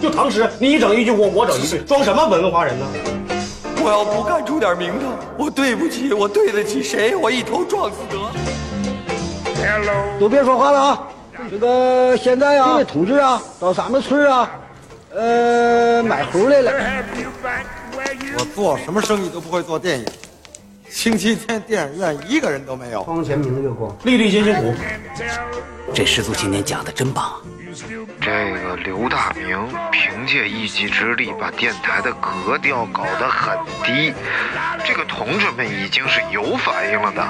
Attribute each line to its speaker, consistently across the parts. Speaker 1: 就唐诗，你一整一句，我我整一 句，装什么文化人呢？
Speaker 2: 我要不干出点名堂，我对不起，我对得起谁？我一头撞死得了。
Speaker 3: 都别说话了啊！这个现在啊，这位同志啊，到咱们村啊，呃，买猴来了。
Speaker 4: 我做什么生意都不会做电影，星期天电影院一个人都没有。
Speaker 3: 光前明月光，
Speaker 1: 粒粒皆辛苦，
Speaker 5: 这师祖今天讲的真棒啊！
Speaker 6: 这个刘大明凭借一己之力把电台的格调搞得很低，这个同志们已经是有反应了的。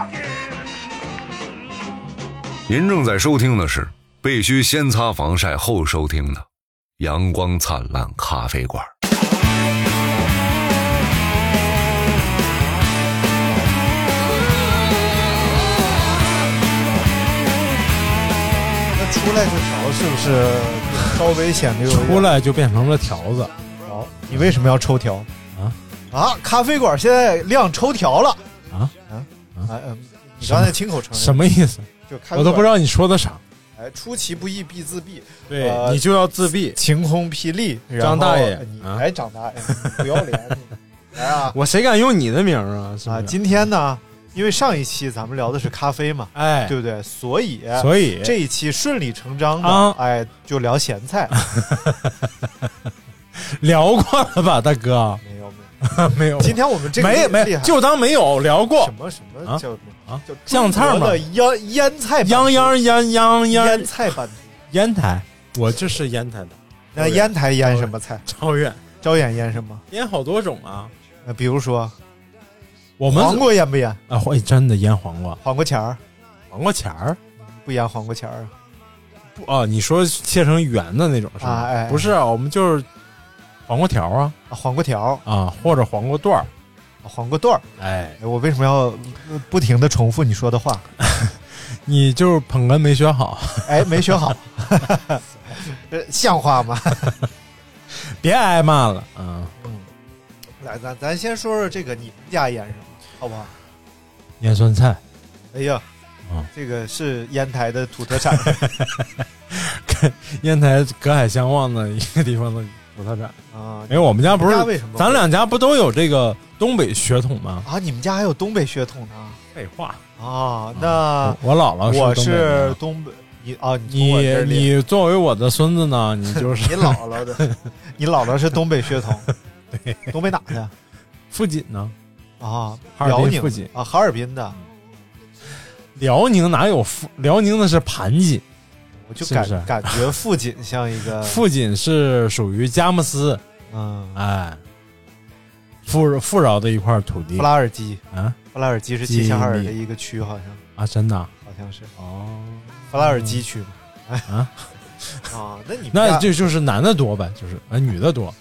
Speaker 7: 您正在收听的是必须先擦防晒后收听的《阳光灿烂咖啡馆》。
Speaker 8: 那出来这条是不是稍微显得有点
Speaker 9: 出？来就变成了条子。
Speaker 8: 你为什么要抽条？
Speaker 9: 啊
Speaker 8: 啊！咖啡馆现在亮抽条了
Speaker 9: 啊
Speaker 8: 啊
Speaker 9: 啊
Speaker 8: 啊！嗯你刚才亲口承认
Speaker 9: 什么意思？
Speaker 8: 就咖啡
Speaker 9: 我都不知
Speaker 8: 道。
Speaker 9: 道你说的啥。
Speaker 8: 哎，出其不意必自毙，
Speaker 9: 对
Speaker 8: 呃
Speaker 9: 你就要自闭。
Speaker 8: 晴空霹雳。然后
Speaker 9: 张大爷
Speaker 8: 你
Speaker 9: 啊
Speaker 8: 来张大爷，哎你不要脸！ 你来啊
Speaker 9: 我谁敢用你的名儿啊？是不
Speaker 8: 啊！
Speaker 9: 是
Speaker 8: 今天呢，因为上一期咱们聊的是咖啡嘛，
Speaker 9: 哎，
Speaker 8: 对不对？所以
Speaker 9: 所以
Speaker 8: 这一期顺理成章的
Speaker 9: 啊，
Speaker 8: 哎，就聊咸菜。
Speaker 9: 聊过了吧，大哥？
Speaker 8: 没有没有，
Speaker 9: 没有，
Speaker 8: 今天我们这个
Speaker 9: 没
Speaker 8: 厉
Speaker 9: 没
Speaker 8: 害
Speaker 9: 就当没有聊过
Speaker 8: 什。么什么
Speaker 9: 啊
Speaker 8: 叫
Speaker 9: 啊
Speaker 8: 叫
Speaker 9: 酱菜
Speaker 8: 中国
Speaker 9: 嘛
Speaker 8: 的腌腌菜版图，
Speaker 9: 泱泱泱泱
Speaker 8: 腌
Speaker 9: 泱
Speaker 8: 菜版图。
Speaker 9: 烟台，我这是烟台的。
Speaker 8: 那烟台腌什么菜？
Speaker 9: 超越
Speaker 8: 招眼腌什么？
Speaker 9: 烟好多种啊。
Speaker 8: 呃，比如说
Speaker 9: 我们
Speaker 8: 黄瓜腌不腌？
Speaker 9: 啊，哎，真的腌黄瓜，
Speaker 8: 黄瓜钱儿
Speaker 9: 黄瓜钱儿
Speaker 8: 不腌黄瓜钱儿
Speaker 9: 不啊？你说切成圆的那种是
Speaker 8: 啊哎
Speaker 9: 吗？不是啊，我们就是黄瓜条啊
Speaker 8: 啊，黄瓜条儿、啊
Speaker 9: 啊，或者黄瓜段儿。
Speaker 8: 黄瓜段儿。
Speaker 9: 哎，
Speaker 8: 哎我为什么要呃不停的重复你说的 话？
Speaker 9: 你就是捧哏没学 好，
Speaker 8: 哎，没学 好，这像话吗？
Speaker 9: 别挨骂了
Speaker 8: 嗯
Speaker 9: 啊！
Speaker 8: 来，咱咱先说说这个你们家腌什么，好不好？
Speaker 9: 腌酸菜，
Speaker 8: 哎呀
Speaker 9: 嗯，
Speaker 8: 这个是烟台的土特 产。
Speaker 9: 烟台隔海相望的一个地方的土特产。
Speaker 8: 啊
Speaker 9: 因为我们家不
Speaker 8: 你们
Speaker 9: 是
Speaker 8: 家为什么，
Speaker 9: 咱两家不都有这个东北血统吗？
Speaker 8: 啊，你们家还有东北血统呢？
Speaker 9: 废话，
Speaker 8: 啊，那
Speaker 9: 我姥姥
Speaker 8: 我
Speaker 9: 哦东北
Speaker 8: 是
Speaker 9: 人。
Speaker 8: 东北，你啊，从我这
Speaker 9: 你
Speaker 8: 儿 领
Speaker 9: 你作为我的孙 子呢，你就是
Speaker 8: 你姥姥的，你姥姥是东北血 统，东北哪的
Speaker 9: 父亲呢？
Speaker 8: 啊？
Speaker 9: 哈尔
Speaker 8: 辽
Speaker 9: 滨
Speaker 8: 宁
Speaker 9: 附近
Speaker 8: 啊，哈尔滨的，
Speaker 9: 辽宁哪有父？辽宁的是盘锦，
Speaker 8: 我就是感
Speaker 9: 不是
Speaker 8: 感 觉父亲像一个
Speaker 9: 父锦是属于佳木斯，
Speaker 8: 嗯，
Speaker 9: 哎，富富饶的一块土地
Speaker 8: 布拉尔基，
Speaker 9: 啊
Speaker 8: 布拉尔基是
Speaker 9: 基
Speaker 8: 齐齐哈尔
Speaker 9: 米
Speaker 8: 的一个区，好像
Speaker 9: 啊，真的啊
Speaker 8: 好像是
Speaker 9: 哦，
Speaker 8: 布拉尔基区嘛。哎
Speaker 9: 啊
Speaker 8: 啊，那你们
Speaker 9: 那
Speaker 8: 家
Speaker 9: 这就是男的多呗，就是啊，女的多，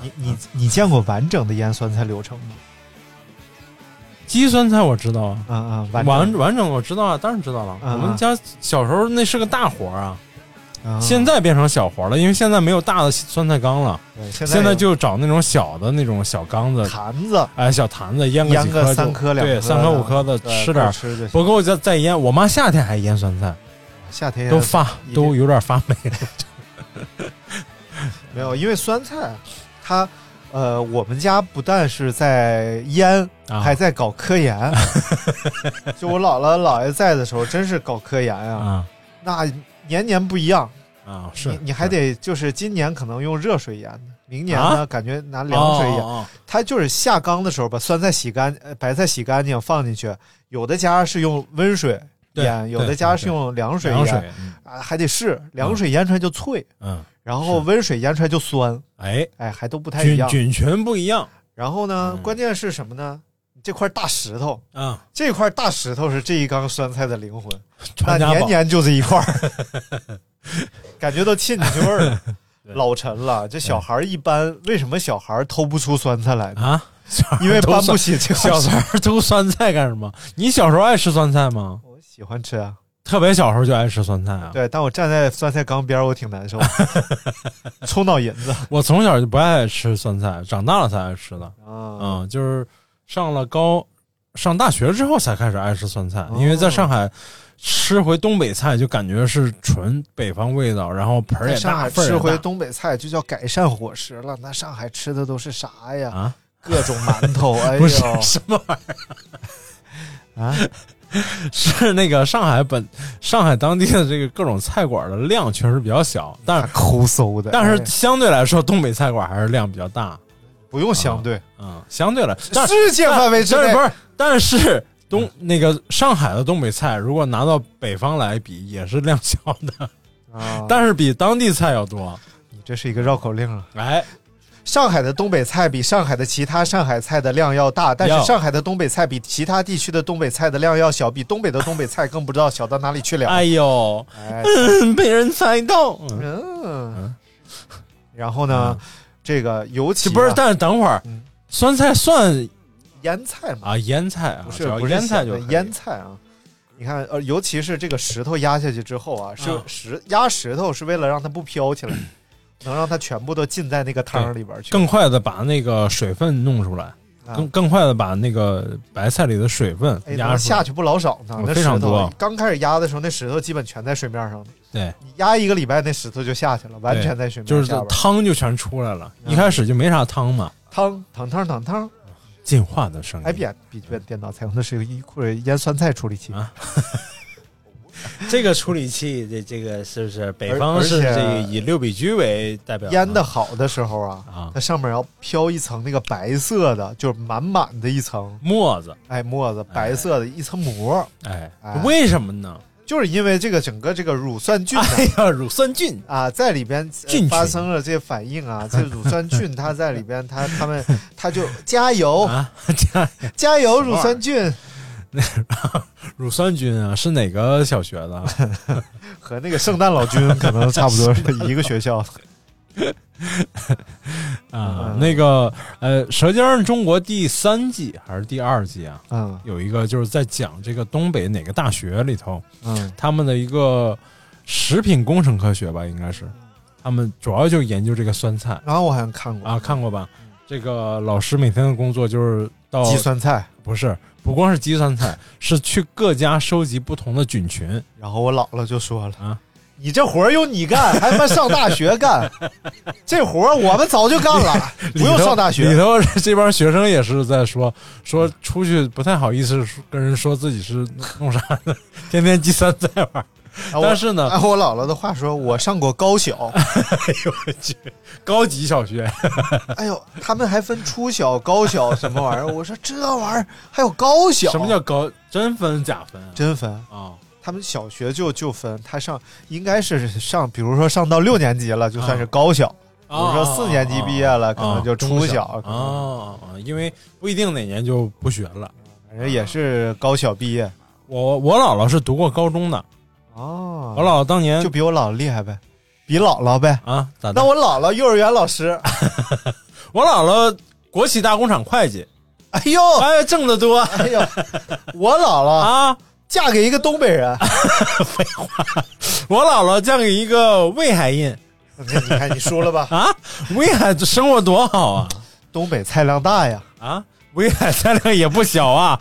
Speaker 8: 你你你见过完整的腌酸菜流程吗？
Speaker 9: 鸡酸菜我知道啊。
Speaker 8: 嗯嗯，完
Speaker 9: 完完整我知道啊，当然知道了。
Speaker 8: 嗯
Speaker 9: 我们家小时候那是个大活儿啊，
Speaker 8: 嗯
Speaker 9: 现在变成小活儿了，因为现在没有大的酸菜缸了，
Speaker 8: 嗯对
Speaker 9: 现
Speaker 8: 现
Speaker 9: 在
Speaker 8: 在
Speaker 9: 就找那种小的那种小缸子，
Speaker 8: 坛子
Speaker 9: 哎，小坛子腌个
Speaker 8: 腌
Speaker 9: 几
Speaker 8: 个
Speaker 9: 颗
Speaker 8: 三
Speaker 9: 就，
Speaker 8: 颗两颗
Speaker 9: 对，
Speaker 8: 的，
Speaker 9: 三颗五颗的
Speaker 8: 对
Speaker 9: 吃点
Speaker 8: 够
Speaker 9: 儿，
Speaker 8: 吃就行。
Speaker 9: 不够再再腌。我妈夏天还腌酸菜，
Speaker 8: 夏天
Speaker 9: 都发
Speaker 8: 一定
Speaker 9: 都有点发霉了。
Speaker 8: 没有，因为酸菜，它，呃，我们家不但是在腌，
Speaker 9: 啊
Speaker 8: 还在搞科 研。就我姥姥姥爷在的时候，真是搞科研啊，
Speaker 9: 啊
Speaker 8: 那年年不一样。
Speaker 9: 啊，是
Speaker 8: 你你还得就是今年可能用热水腌的，明年呢、
Speaker 9: 啊
Speaker 8: 感觉拿
Speaker 9: 是
Speaker 8: 凉水腌。
Speaker 9: 哦哦
Speaker 8: 它就是下缸的时候把酸菜洗干，呃，白菜洗干净放进去。有的家是用温水
Speaker 9: 对
Speaker 8: 腌，有的
Speaker 9: 对
Speaker 8: 家
Speaker 9: 对
Speaker 8: 是用凉水腌，
Speaker 9: 凉水，嗯
Speaker 8: 啊，还得试凉水腌出来就脆，
Speaker 9: 嗯，
Speaker 8: 然后温水腌出来就酸，
Speaker 9: 哎，
Speaker 8: 哎，还都不太一
Speaker 9: 菌
Speaker 8: 样。
Speaker 9: 菌群不一样
Speaker 8: 然后呢，
Speaker 9: 嗯
Speaker 8: 关键是什么呢？这块大石头，
Speaker 9: 啊，
Speaker 8: 这块大石头是这一缸酸菜的灵魂，那
Speaker 9: 传家
Speaker 8: 年
Speaker 9: 宝
Speaker 8: 年就这一块儿， 感觉都沁进去味儿了。老陈了，这小孩儿一般为什么小孩儿偷不出酸菜 来呢？
Speaker 9: 啊，小孩儿
Speaker 8: 因为
Speaker 9: 都
Speaker 8: 搬
Speaker 9: 算
Speaker 8: 不起这块
Speaker 9: 小时
Speaker 8: 儿。
Speaker 9: 候都酸菜干什么？你小时候爱吃酸菜吗？
Speaker 8: 我喜欢吃啊，
Speaker 9: 特别小时候就爱吃酸菜啊。
Speaker 8: 对，但我站在酸菜缸边儿，我挺难受 的，冲脑银子
Speaker 9: 我从小就不爱吃酸菜，长大了才爱吃的。
Speaker 8: 啊。
Speaker 9: 嗯，就是上了高，上大学之后才开始爱吃酸菜，
Speaker 8: 哦
Speaker 9: 因为在上海吃回东北菜就感觉是纯北方味道，然后盆儿
Speaker 8: 在
Speaker 9: 也
Speaker 8: 上
Speaker 9: 大，
Speaker 8: 海
Speaker 9: 份儿也
Speaker 8: 吃回
Speaker 9: 大
Speaker 8: 东北菜就叫改善伙食了。那上海吃的都是啥呀？
Speaker 9: 啊，
Speaker 8: 各种馒 头，哎
Speaker 9: 不
Speaker 8: 呦
Speaker 9: 是什么玩意儿
Speaker 8: 啊？
Speaker 9: 是那个上海本上海当地的这个各种菜馆的量确实比较小，但是
Speaker 8: 抠搜的。
Speaker 9: 但
Speaker 8: 哎
Speaker 9: 是相对来说，东北菜馆还是量比较大。
Speaker 8: 不用相对，
Speaker 9: 嗯，相对来，但
Speaker 8: 世界范围之
Speaker 9: 但
Speaker 8: 内
Speaker 9: 是不是？但是东那个上海的东北菜，如果拿到北方来比，也是量小的，
Speaker 8: 啊
Speaker 9: 但是比当地菜要多。
Speaker 8: 你这是一个绕口令了。
Speaker 9: 哎，
Speaker 8: 上海的东北菜比上海的其他上海菜的量要大，但是
Speaker 9: 要
Speaker 8: 上海的东北菜比其他地区的东北菜的量要小，比东北的东北菜更不知道小到哪里去了。
Speaker 9: 哎呦，
Speaker 8: 哎
Speaker 9: 嗯，被人猜到。嗯
Speaker 8: 嗯，然后呢，这个尤其
Speaker 9: 这不是
Speaker 8: 啊，
Speaker 9: 但是等会儿
Speaker 8: 嗯，
Speaker 9: 酸菜算
Speaker 8: 腌菜嘛，
Speaker 9: 啊，腌菜啊，
Speaker 8: 不
Speaker 9: 只
Speaker 8: 是
Speaker 9: 要
Speaker 8: 不是
Speaker 9: 腌菜
Speaker 8: 咸
Speaker 9: 就
Speaker 8: 的
Speaker 9: 可以
Speaker 8: 腌菜啊。你看，呃，尤其是这个石头压下去之后啊，是
Speaker 9: 嗯
Speaker 8: 石压石头是为了让它不飘起来，能让它全部都浸在那个汤里边去。
Speaker 9: 更快的把那个水分弄出来，
Speaker 8: 啊
Speaker 9: 更更快的把那个白菜里的水分
Speaker 8: 哎，能
Speaker 9: 压出来。
Speaker 8: 下去不老少呢
Speaker 9: 嗯，
Speaker 8: 那
Speaker 9: 非
Speaker 8: 石
Speaker 9: 常
Speaker 8: 头
Speaker 9: 多
Speaker 8: 刚开始压的时候，那石头基本全在水面上呢。
Speaker 9: 对，
Speaker 8: 你压一个礼拜，那石头就下去了，完全在水面
Speaker 9: 就
Speaker 8: 下
Speaker 9: 是
Speaker 8: 边儿。啊
Speaker 9: 汤就全出来了，一开始就没啥汤嗯嘛。
Speaker 8: 汤汤汤汤汤，
Speaker 9: 进化的声音。
Speaker 8: 哎，别比别电脑采用的是一库里腌酸菜处理器
Speaker 9: 啊，
Speaker 10: 这个处理器，这这个是不是北
Speaker 8: 而
Speaker 10: 方
Speaker 8: 而
Speaker 10: 是
Speaker 8: 且
Speaker 10: 这个以六比居为代表
Speaker 8: 腌
Speaker 10: 啊
Speaker 8: 的好的时候啊
Speaker 9: 啊，
Speaker 8: 它上面要飘一层那个白色的，就是满满的一
Speaker 9: 啊
Speaker 8: 层，
Speaker 9: 沫子，
Speaker 8: 哎，沫子白色的一层膜，
Speaker 9: 哎
Speaker 8: 哎，
Speaker 9: 为什么呢？
Speaker 8: 就是因为这个整个这个乳酸菌啊
Speaker 9: 哎呀，乳酸菌
Speaker 8: 啊，在里 边呃
Speaker 9: 菌群
Speaker 8: 发生了这些反应啊，这乳酸菌它在里边，它它 们它就加油
Speaker 9: 啊，这样
Speaker 8: 加油，乳酸 菌
Speaker 9: 乳酸菌啊，是哪个小学的？啊
Speaker 8: 和那个圣诞老君可能差不多是一个学 校的。
Speaker 9: 啊
Speaker 8: 嗯，
Speaker 9: 那个呃，《舌尖上的中国》第三季还是第二季啊？
Speaker 8: 嗯
Speaker 9: 有一个就是在讲这个东北哪个大学里头，
Speaker 8: 嗯
Speaker 9: 他们的一个食品工程科学吧，应该是，他们主要就研究这个酸菜
Speaker 8: 然后我好像看过
Speaker 9: 啊，看过吧？这个老师每天的工作就是到
Speaker 8: 鸡酸菜，
Speaker 9: 不是，不光是鸡酸菜，是去各家收集不同的菌群。
Speaker 8: 然后我姥姥就说了
Speaker 9: 啊
Speaker 8: 你这活儿用你干，还他妈上大学 干？这活儿我们早就干了，不用上大
Speaker 9: 里
Speaker 8: 学。
Speaker 9: 头这帮学生也是在说说出去不太好意思说跟人说自己是弄啥的， 天天鸡酸菜玩儿。
Speaker 8: 啊我
Speaker 9: 但是呢
Speaker 8: 按我姥姥的话说，我上过高小，
Speaker 9: 哎呦我去，高级小学
Speaker 8: 哎呦，他们还分初小、高小什么玩意儿？我说这玩意儿还有高小？
Speaker 9: 什么叫高？真分假分啊？
Speaker 8: 真分？
Speaker 9: 啊
Speaker 8: 他们小学就就分，他上应该是上，比如说上到六年级了，就
Speaker 9: 啊
Speaker 8: 算是高小。比如说四年级毕业了，可能就初
Speaker 9: 小
Speaker 8: 小，可能
Speaker 9: 啊，啊因为不一定哪年就不学了。
Speaker 8: 反正也是高小毕业。
Speaker 9: 我我姥姥是读过高中的，
Speaker 8: 哦
Speaker 9: 我姥姥当年
Speaker 8: 就比我姥姥厉害呗，比姥姥呗。
Speaker 9: 啊咋的
Speaker 8: 那？我姥姥幼儿园老 师，
Speaker 9: 我姥姥国企大工厂会计，
Speaker 8: 哎呦，
Speaker 9: 哎，挣得多
Speaker 8: 哎 呦，我姥姥
Speaker 9: 啊！
Speaker 8: 嫁给一个东北 人，
Speaker 9: 我姥姥嫁给一个威海人
Speaker 8: 你看你输了吧？
Speaker 9: 啊，威海生活多好啊
Speaker 8: 东北菜量大呀。
Speaker 9: 啊！威海菜量也不小啊，。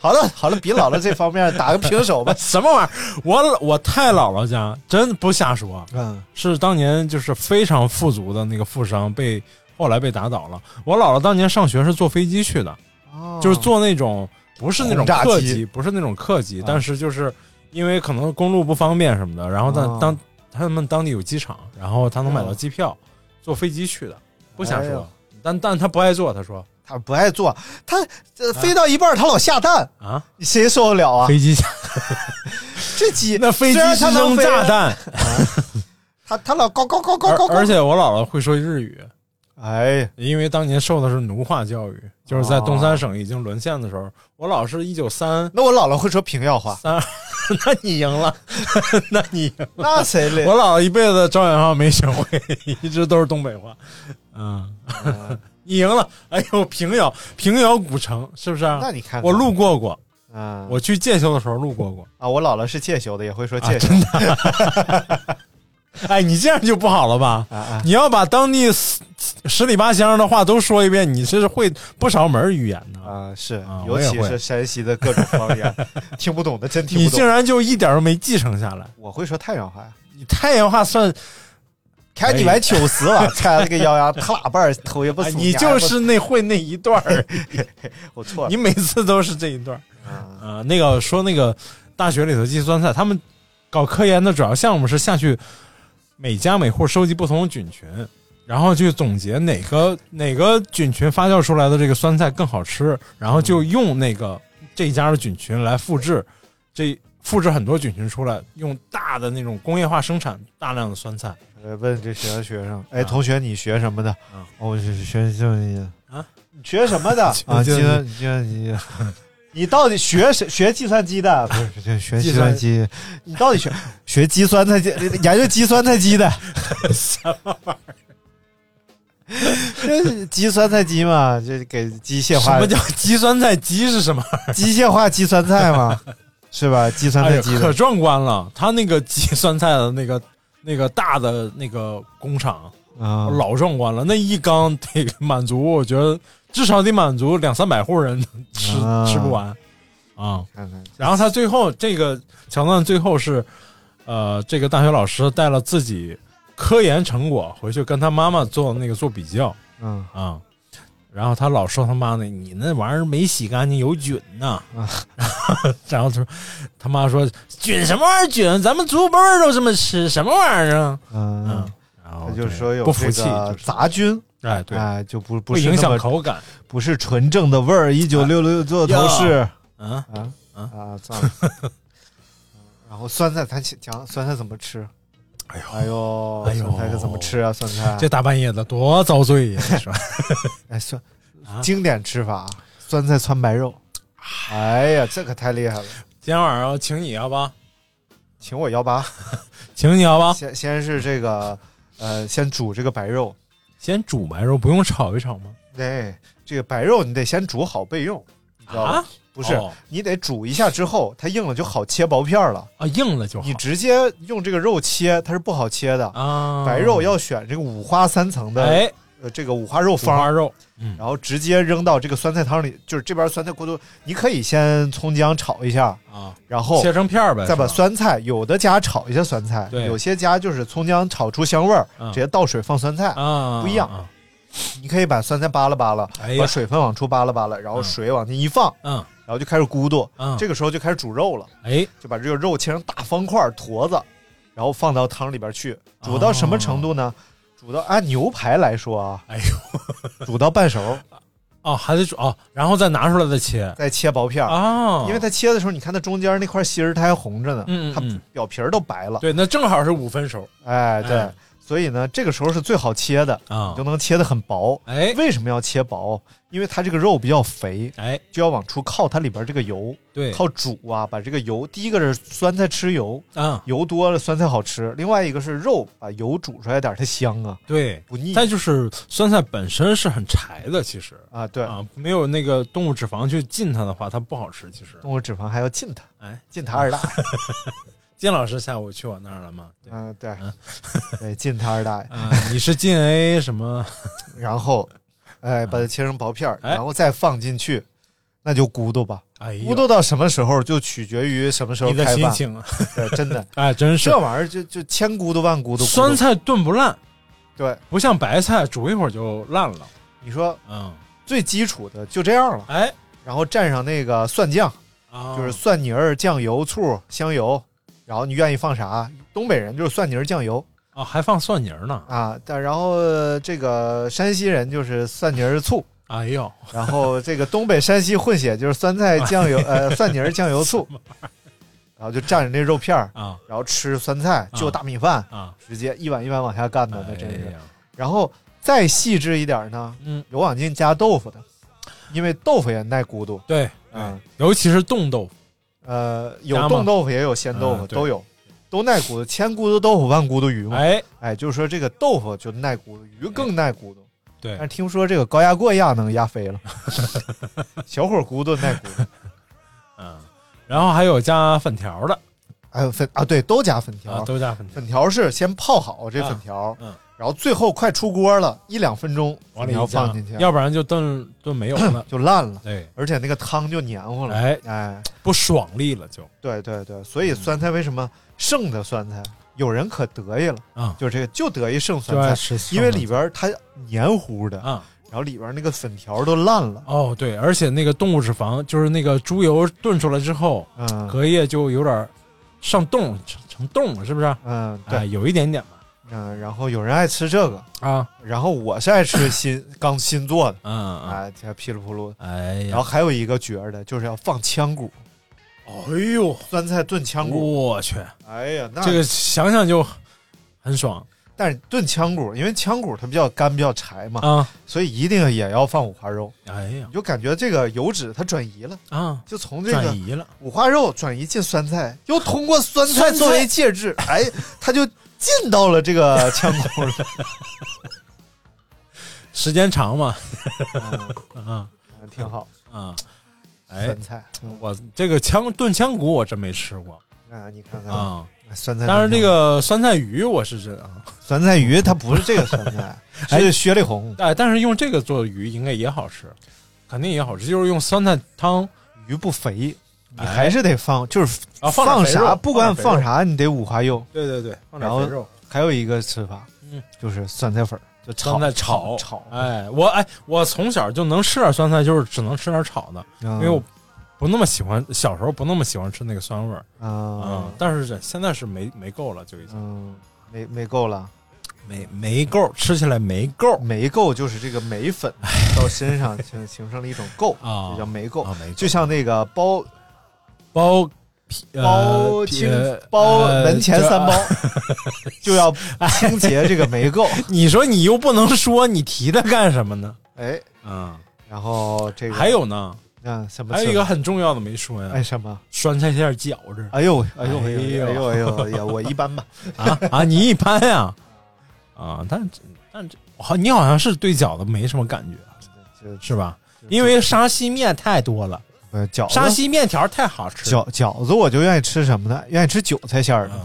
Speaker 8: 好了好了，比姥姥这方面打个平手吧
Speaker 9: 什么玩意儿？我我太姥姥家真不瞎说，
Speaker 8: 嗯，
Speaker 9: 是当年就是非常富足的那个富商被后来被打倒了。我姥姥当年上学是坐飞机去的，
Speaker 8: 啊
Speaker 9: 就是坐那种不是那种
Speaker 8: 轰哦炸机嗯
Speaker 9: 客机，不是那种客机，但是就是因为可能公路不方便什么的，然后
Speaker 8: 哦
Speaker 9: 当当他们当地有机场，然后他能买到
Speaker 8: 哦
Speaker 9: 机票，坐飞机去的，不瞎
Speaker 8: 哎呦
Speaker 9: 说。但但他不爱坐，他说
Speaker 8: 他不爱坐，他这飞到一半儿他老下蛋，
Speaker 9: 啊，
Speaker 8: 你谁受得了啊？
Speaker 9: 飞机
Speaker 8: 这鸡
Speaker 9: 那飞机
Speaker 8: 虽然
Speaker 9: 是
Speaker 8: 它能
Speaker 9: 扔
Speaker 8: 飞
Speaker 9: 炸， 弹，
Speaker 8: 他他老高高高高
Speaker 9: 而
Speaker 8: 高高。
Speaker 9: 而且我姥姥会说日语，
Speaker 8: 哎，
Speaker 9: 因为当年受的是奴化教育，就是
Speaker 8: 哦
Speaker 9: 在东三省已经沦陷的时候，我姥是一九三
Speaker 8: 那我姥姥会说平遥 话，
Speaker 9: 三二，那你赢了， 那你赢了
Speaker 8: 那谁嘞？
Speaker 9: 我姥姥一辈子招远话没学会，一直都是东 北话。嗯， 你赢了。哎呦，平遥，平遥古城是不是啊？
Speaker 8: 那你看看
Speaker 9: 我路过过，
Speaker 8: 嗯，
Speaker 9: 我去介休的时候路过过。
Speaker 8: 啊，我姥姥是介休的，也会说
Speaker 9: 啊，
Speaker 8: 介休。
Speaker 9: 真的。哎，你这样就不好了吧？
Speaker 8: 啊啊
Speaker 9: 你要把当地十里八乡的话都说一遍，你是会不少门语言的
Speaker 8: 啊，是
Speaker 9: 啊，
Speaker 8: 尤
Speaker 9: 我也
Speaker 8: 其
Speaker 9: 会
Speaker 8: 是山西的各种方 言，听不懂的真听不
Speaker 9: 你
Speaker 8: 懂。
Speaker 9: 竟然就一点儿都没继承下来。
Speaker 8: 我会说太原话呀？
Speaker 9: 你太原话算
Speaker 8: 看你来九十了，掐了个腰哎呀，他俩半儿头也不
Speaker 9: 哎
Speaker 8: 梳。
Speaker 9: 你就是那会那一段儿，
Speaker 8: 我错了
Speaker 9: 你。每次都是这一段儿。
Speaker 8: 嗯
Speaker 9: 啊，那个说那个大学里头计算赛，他们搞科研的主要项目是下去每家每户收集不同的菌群，然后去总结哪个哪个菌群发酵出来的这个酸菜更好吃，然后
Speaker 8: 嗯
Speaker 9: 就用那个这一家的菌群来复制，这复制很多菌群出来，用大的那种工业化生产大量的酸菜。
Speaker 8: 呃问这学生学生，哎，同学你学什么的？哦，我是学计
Speaker 9: 啊，
Speaker 8: 你学什 么的啊？计算计算机。 你到底学谁学计算机 的？不是学学计算机，你到底学学计算菜机，研究计算菜机的？
Speaker 9: 什么玩意儿？
Speaker 8: 这计酸菜鸡嘛，这给机械
Speaker 9: 什
Speaker 8: 化
Speaker 9: 么叫鸡酸菜鸡是什么玩意儿？
Speaker 8: 机械化计酸菜 嘛，是吧？计酸
Speaker 9: 哎
Speaker 8: 菜
Speaker 9: 呀
Speaker 8: 鸡，的
Speaker 9: 可壮观了！他那个鸡 酸菜的那个那个大的那个工厂，
Speaker 8: 啊，
Speaker 9: 老壮观了。那一缸得 满足，我觉得至少得满足两三百户人吃、
Speaker 8: 啊
Speaker 9: 吃不完啊。
Speaker 8: 看看
Speaker 9: 然后他最后这个桥段最后是，呃，这个大学老师带了自己科研成果回去跟他妈妈做那个做比较
Speaker 8: 嗯
Speaker 9: 啊。然后他老说他妈呢，你那玩意儿没洗干净，有菌呐、
Speaker 8: 啊
Speaker 9: 然后他说，他妈说菌什么玩意儿菌？咱们祖辈儿都这么吃，什么玩意儿啊？
Speaker 8: 嗯
Speaker 9: 嗯，，然后
Speaker 8: 他就
Speaker 9: 对
Speaker 8: 说有
Speaker 9: 不服
Speaker 8: 这
Speaker 9: 气，
Speaker 8: 个
Speaker 9: 就是
Speaker 8: 杂菌，
Speaker 9: 哎对，
Speaker 8: 哎，就不不
Speaker 9: 会
Speaker 8: 是
Speaker 9: 影
Speaker 8: 那么
Speaker 9: 响口感。
Speaker 8: 不是纯正的味儿。一九六六座头市
Speaker 9: 嗯，
Speaker 8: 啊
Speaker 9: 啊
Speaker 8: 啊，算了。嗯然后酸菜，他讲酸菜怎么吃？
Speaker 9: 哎呦
Speaker 8: 哎呦，
Speaker 9: 哎呦
Speaker 8: 酸菜可怎么吃啊？酸菜
Speaker 9: 这大半夜的多遭罪呀！你 说
Speaker 8: 哎酸
Speaker 9: 啊
Speaker 8: 经典吃法，酸菜汆白肉。哎呀，这可太厉害了！
Speaker 9: 今天晚上请你好吧，
Speaker 8: 请我幺八，
Speaker 9: 请你好吧，
Speaker 8: 先先是这个，呃，先煮这个白肉，
Speaker 9: 先煮白肉，不用炒一炒吗？
Speaker 8: 对，哎这个白肉你得先煮好备用，你知道吧？
Speaker 9: 啊，
Speaker 8: 不是，
Speaker 9: 哦
Speaker 8: 你得煮一下之后，它硬了就好切薄片儿了。
Speaker 9: 啊，硬了就好
Speaker 8: 你直接用这个肉切，它是不好切的。
Speaker 9: 啊，
Speaker 8: 白肉要选这个五花三层的，
Speaker 9: 哎，
Speaker 8: 呃，这个五花肉
Speaker 9: 五花
Speaker 8: 方，
Speaker 9: 肉，
Speaker 8: 然后直接扔到这个酸菜汤里，就是这边酸菜锅都，你可以先葱姜炒一下，
Speaker 9: 啊，
Speaker 8: 然后
Speaker 9: 切成片儿呗，
Speaker 8: 再把
Speaker 9: 是吧
Speaker 8: 酸菜，有的家炒一下酸菜，
Speaker 9: 对
Speaker 8: 有些家就是葱姜炒出香味儿，
Speaker 9: 嗯
Speaker 8: 直接倒水放酸菜。
Speaker 9: 啊
Speaker 8: 不一样
Speaker 9: 啊
Speaker 8: 你可以把酸菜扒拉扒拉，
Speaker 9: 哎呀
Speaker 8: 把水分往出扒拉扒拉，然后
Speaker 9: 嗯
Speaker 8: 水往进一放，
Speaker 9: 嗯
Speaker 8: 然后就开始咕嘟，
Speaker 9: 嗯，
Speaker 8: 这
Speaker 9: 个
Speaker 8: 个时候就开始煮肉了，
Speaker 9: 哎，
Speaker 8: 就把这个肉切成大方块儿坨子，然后放到汤里边去，煮到什么程度呢？煮到按牛排来说啊，
Speaker 9: 哎呦，
Speaker 8: 煮到半 熟，
Speaker 9: 哦，还得煮哦，然后再拿出来再切
Speaker 8: 再切薄片儿。
Speaker 9: 啊，
Speaker 8: 因为它切的时候，你看它中间那块芯儿，它还红着呢，
Speaker 9: 嗯嗯嗯
Speaker 8: 它表皮儿都白了。
Speaker 9: 对，那正好是五分熟
Speaker 8: 哎，对，
Speaker 9: 哎
Speaker 8: 所以呢，这个时候是最好切的，
Speaker 9: 啊
Speaker 8: 你就，能切得很薄。
Speaker 9: 哎
Speaker 8: 为什么要切薄？因为它这个肉比较肥，
Speaker 9: 哎，
Speaker 8: 就要往出靠它里边这个油，
Speaker 9: 对，
Speaker 8: 靠煮啊，把这个油。第一个是酸菜吃油，
Speaker 9: 啊，
Speaker 8: 油多了酸菜好吃；另外一个是肉把油煮出来点儿，它香啊，
Speaker 9: 对，
Speaker 8: 不腻
Speaker 9: 但就是酸菜本身是很柴的，其实
Speaker 8: 啊。对，
Speaker 9: 啊，没有那个动物脂肪去浸它的话，它不好吃。其实，
Speaker 8: 动物脂肪还要进它，
Speaker 9: 哎，
Speaker 8: 进它二大爷。
Speaker 9: 金老师下午去我那儿了吗？对，
Speaker 8: 嗯，对， 对，进它二大爷。
Speaker 9: 啊，你是进 A 什么？
Speaker 8: 然后，哎，把它切成薄片儿，
Speaker 9: 哎
Speaker 8: 然后再放进去，那就咕嘟吧。
Speaker 9: 哎
Speaker 8: 咕
Speaker 9: 呦，
Speaker 8: 嘟到什么时候，就取决于什么时候
Speaker 9: 你的
Speaker 8: 开
Speaker 9: 心
Speaker 8: 饭。
Speaker 9: 情啊，
Speaker 8: 对，真的，
Speaker 9: 哎，真 是
Speaker 8: 这玩意儿就就千咕嘟万咕嘟。咕嘟
Speaker 9: 酸菜炖不烂，
Speaker 8: 对，
Speaker 9: 不像白菜煮一会儿就烂了。
Speaker 8: 你说
Speaker 9: 嗯，
Speaker 8: 最基础的就这样了，
Speaker 9: 哎，
Speaker 8: 然后蘸上那个蒜酱，
Speaker 9: 啊，
Speaker 8: 就是蒜泥儿、酱油、醋、香油，然后你愿意放啥？东北人就是蒜泥儿、酱油
Speaker 9: 啊，还放蒜泥儿呢。
Speaker 8: 啊，但然后呃这个山西人就是蒜泥儿、醋，
Speaker 9: 哎呦，
Speaker 8: 然后这个东北山西混血就是酸菜酱油呃蒜泥儿酱油醋，然后就蘸着那肉片儿，
Speaker 9: 啊
Speaker 8: 然后吃酸菜就大米饭，
Speaker 9: 啊，
Speaker 8: 直接一碗一碗往下干的，那真
Speaker 9: 哎
Speaker 8: 是。
Speaker 9: 呀，
Speaker 8: 然后再细致一点呢，
Speaker 9: 嗯，
Speaker 8: 有往进加豆腐的，因为豆腐也耐咕嘟，
Speaker 9: 对，
Speaker 8: 嗯，
Speaker 9: 尤其是冻豆腐，
Speaker 8: 呃，
Speaker 9: 加
Speaker 8: 有
Speaker 9: 吗
Speaker 8: 冻豆腐也有鲜豆腐，
Speaker 9: 嗯对
Speaker 8: 都有，都耐咕嘟，千咕嘟豆腐万咕嘟鱼嘛。哎
Speaker 9: 哎，
Speaker 8: 就是说这个豆腐就耐咕嘟，鱼更耐咕嘟。
Speaker 9: 对
Speaker 8: 但是听说这个高压锅压能压飞 了，小火咕嘟耐咕嘟，
Speaker 9: 嗯，然后还有加粉条的
Speaker 8: 哎还有粉啊，对，都加粉条。
Speaker 9: 啊，都加粉条
Speaker 8: 粉条是先泡好这
Speaker 9: 啊
Speaker 8: 粉条，
Speaker 9: 嗯
Speaker 8: 然后最后快出锅了，一两分钟
Speaker 9: 往
Speaker 8: 你
Speaker 9: 里
Speaker 8: 要
Speaker 9: 一加
Speaker 8: 放进去，，
Speaker 9: 啊要不然就炖炖没有了
Speaker 8: 就烂了。
Speaker 9: 对，
Speaker 8: 而且那个汤就黏糊了，
Speaker 9: 哎
Speaker 8: 哎，
Speaker 9: 不爽利了就。
Speaker 8: 对对对，所
Speaker 9: 嗯
Speaker 8: 以酸菜为什么剩的酸菜，有人可得意了
Speaker 9: 啊
Speaker 8: 就这个就得意剩酸
Speaker 9: 就爱
Speaker 8: 菜
Speaker 9: 吃，剩
Speaker 8: 因为
Speaker 9: 的
Speaker 8: 里边它黏糊的
Speaker 9: 啊，
Speaker 8: 然后里边那个粉条都烂了，
Speaker 9: 哦，对，而且那个动物脂肪就是那个猪油炖出来之后，
Speaker 8: 嗯
Speaker 9: 隔夜就有点上冻成成冻了，是不是？
Speaker 8: 嗯，
Speaker 9: 对，有一点点吧。
Speaker 8: 嗯，然后有人爱吃这个
Speaker 9: 啊，
Speaker 8: 然后我是爱吃 新刚新做的，
Speaker 9: 嗯
Speaker 8: 哎，这噼里扑噜，
Speaker 9: 哎呀
Speaker 8: 然后还有一个绝的就是要放腔骨，
Speaker 9: 哎呦，
Speaker 8: 酸菜炖腔骨，
Speaker 9: 我去，
Speaker 8: 哎呀，那
Speaker 9: 哦这个想想就很爽。
Speaker 8: 但是炖腔骨，因为腔骨它比较干、比较柴嘛，
Speaker 9: 啊，
Speaker 8: 所以一定也要放五花肉。
Speaker 9: 哎呀，
Speaker 8: 你就感觉这个油脂它转移了
Speaker 9: 啊，
Speaker 8: 就从这个
Speaker 9: 转移了
Speaker 8: 五花肉转移进酸菜，又通过酸菜作为介 质，哎，它就进到了这个腔骨 了。
Speaker 9: 时间长嘛，
Speaker 8: 嗯
Speaker 9: 啊，
Speaker 8: 挺好
Speaker 9: 啊。哎，
Speaker 8: 酸菜嗯
Speaker 9: 我这个腔炖腔骨我真没吃过
Speaker 8: 啊，你看看
Speaker 9: 啊。
Speaker 8: 酸菜，
Speaker 9: 但是这个酸菜鱼我是真啊，
Speaker 8: 酸菜鱼它不是这个酸菜， 是薛丽红。
Speaker 9: 哎，但是用这个做鱼应该也好吃，肯定也好吃。就是用酸菜汤，
Speaker 8: 鱼不肥，你还是得放，就是
Speaker 9: 哎啊放点
Speaker 8: 放
Speaker 9: 肥肉
Speaker 8: 啥，不管
Speaker 9: 放点肥肉
Speaker 8: 放啥，你得五花肉。
Speaker 9: 对对对放
Speaker 8: 然
Speaker 9: 点
Speaker 8: 后
Speaker 9: 肥肉
Speaker 8: 还有一个吃法，
Speaker 9: 嗯，
Speaker 8: 就是酸菜粉儿，就炒
Speaker 9: 酸菜炒
Speaker 8: 炒。
Speaker 9: 哎，我哎，我从小就能吃点酸菜，就是只能吃点炒的，
Speaker 8: 嗯
Speaker 9: 因为我不那么喜欢，小时候不那么喜欢吃那个酸味儿
Speaker 8: 啊
Speaker 9: 嗯但是这现在是没没够了，就已经
Speaker 8: 嗯，没没够了，
Speaker 9: 没没够，吃起来没够，
Speaker 8: 没够就是这个眉粉到身上形形成了一种垢
Speaker 9: 啊
Speaker 8: 这叫眉垢
Speaker 9: 啊霉垢
Speaker 8: 就像那个包
Speaker 9: 包皮
Speaker 8: 包
Speaker 9: 呃
Speaker 8: 清
Speaker 9: 呃
Speaker 8: 包
Speaker 9: 呃
Speaker 8: 门前
Speaker 9: 这
Speaker 8: 三包， 就 要
Speaker 9: 哎
Speaker 8: 清洁这个霉垢。
Speaker 9: 你说你又不能说，你提它干什么呢？
Speaker 8: 哎，
Speaker 9: 嗯，
Speaker 8: 然后这个
Speaker 9: 还有呢，
Speaker 8: 嗯什么
Speaker 9: 还有一
Speaker 8: 吃
Speaker 9: 个
Speaker 8: 法
Speaker 9: 很重要的没说呀，
Speaker 8: 哎什么
Speaker 9: 酸菜馅儿饺子？
Speaker 8: 哎呦哎呦哎呦
Speaker 9: 哎
Speaker 8: 哎呦哎呦哎呦我一 般吧
Speaker 9: 啊啊，你一般呀啊，但这但这好，你好像是对饺子没什么感觉，啊是吧？因为沙西面太多了，
Speaker 8: 呃饺子
Speaker 9: 沙西面条太好吃，
Speaker 8: 饺饺子我就愿意吃什么呢？愿意吃韭菜馅儿的，
Speaker 9: 嗯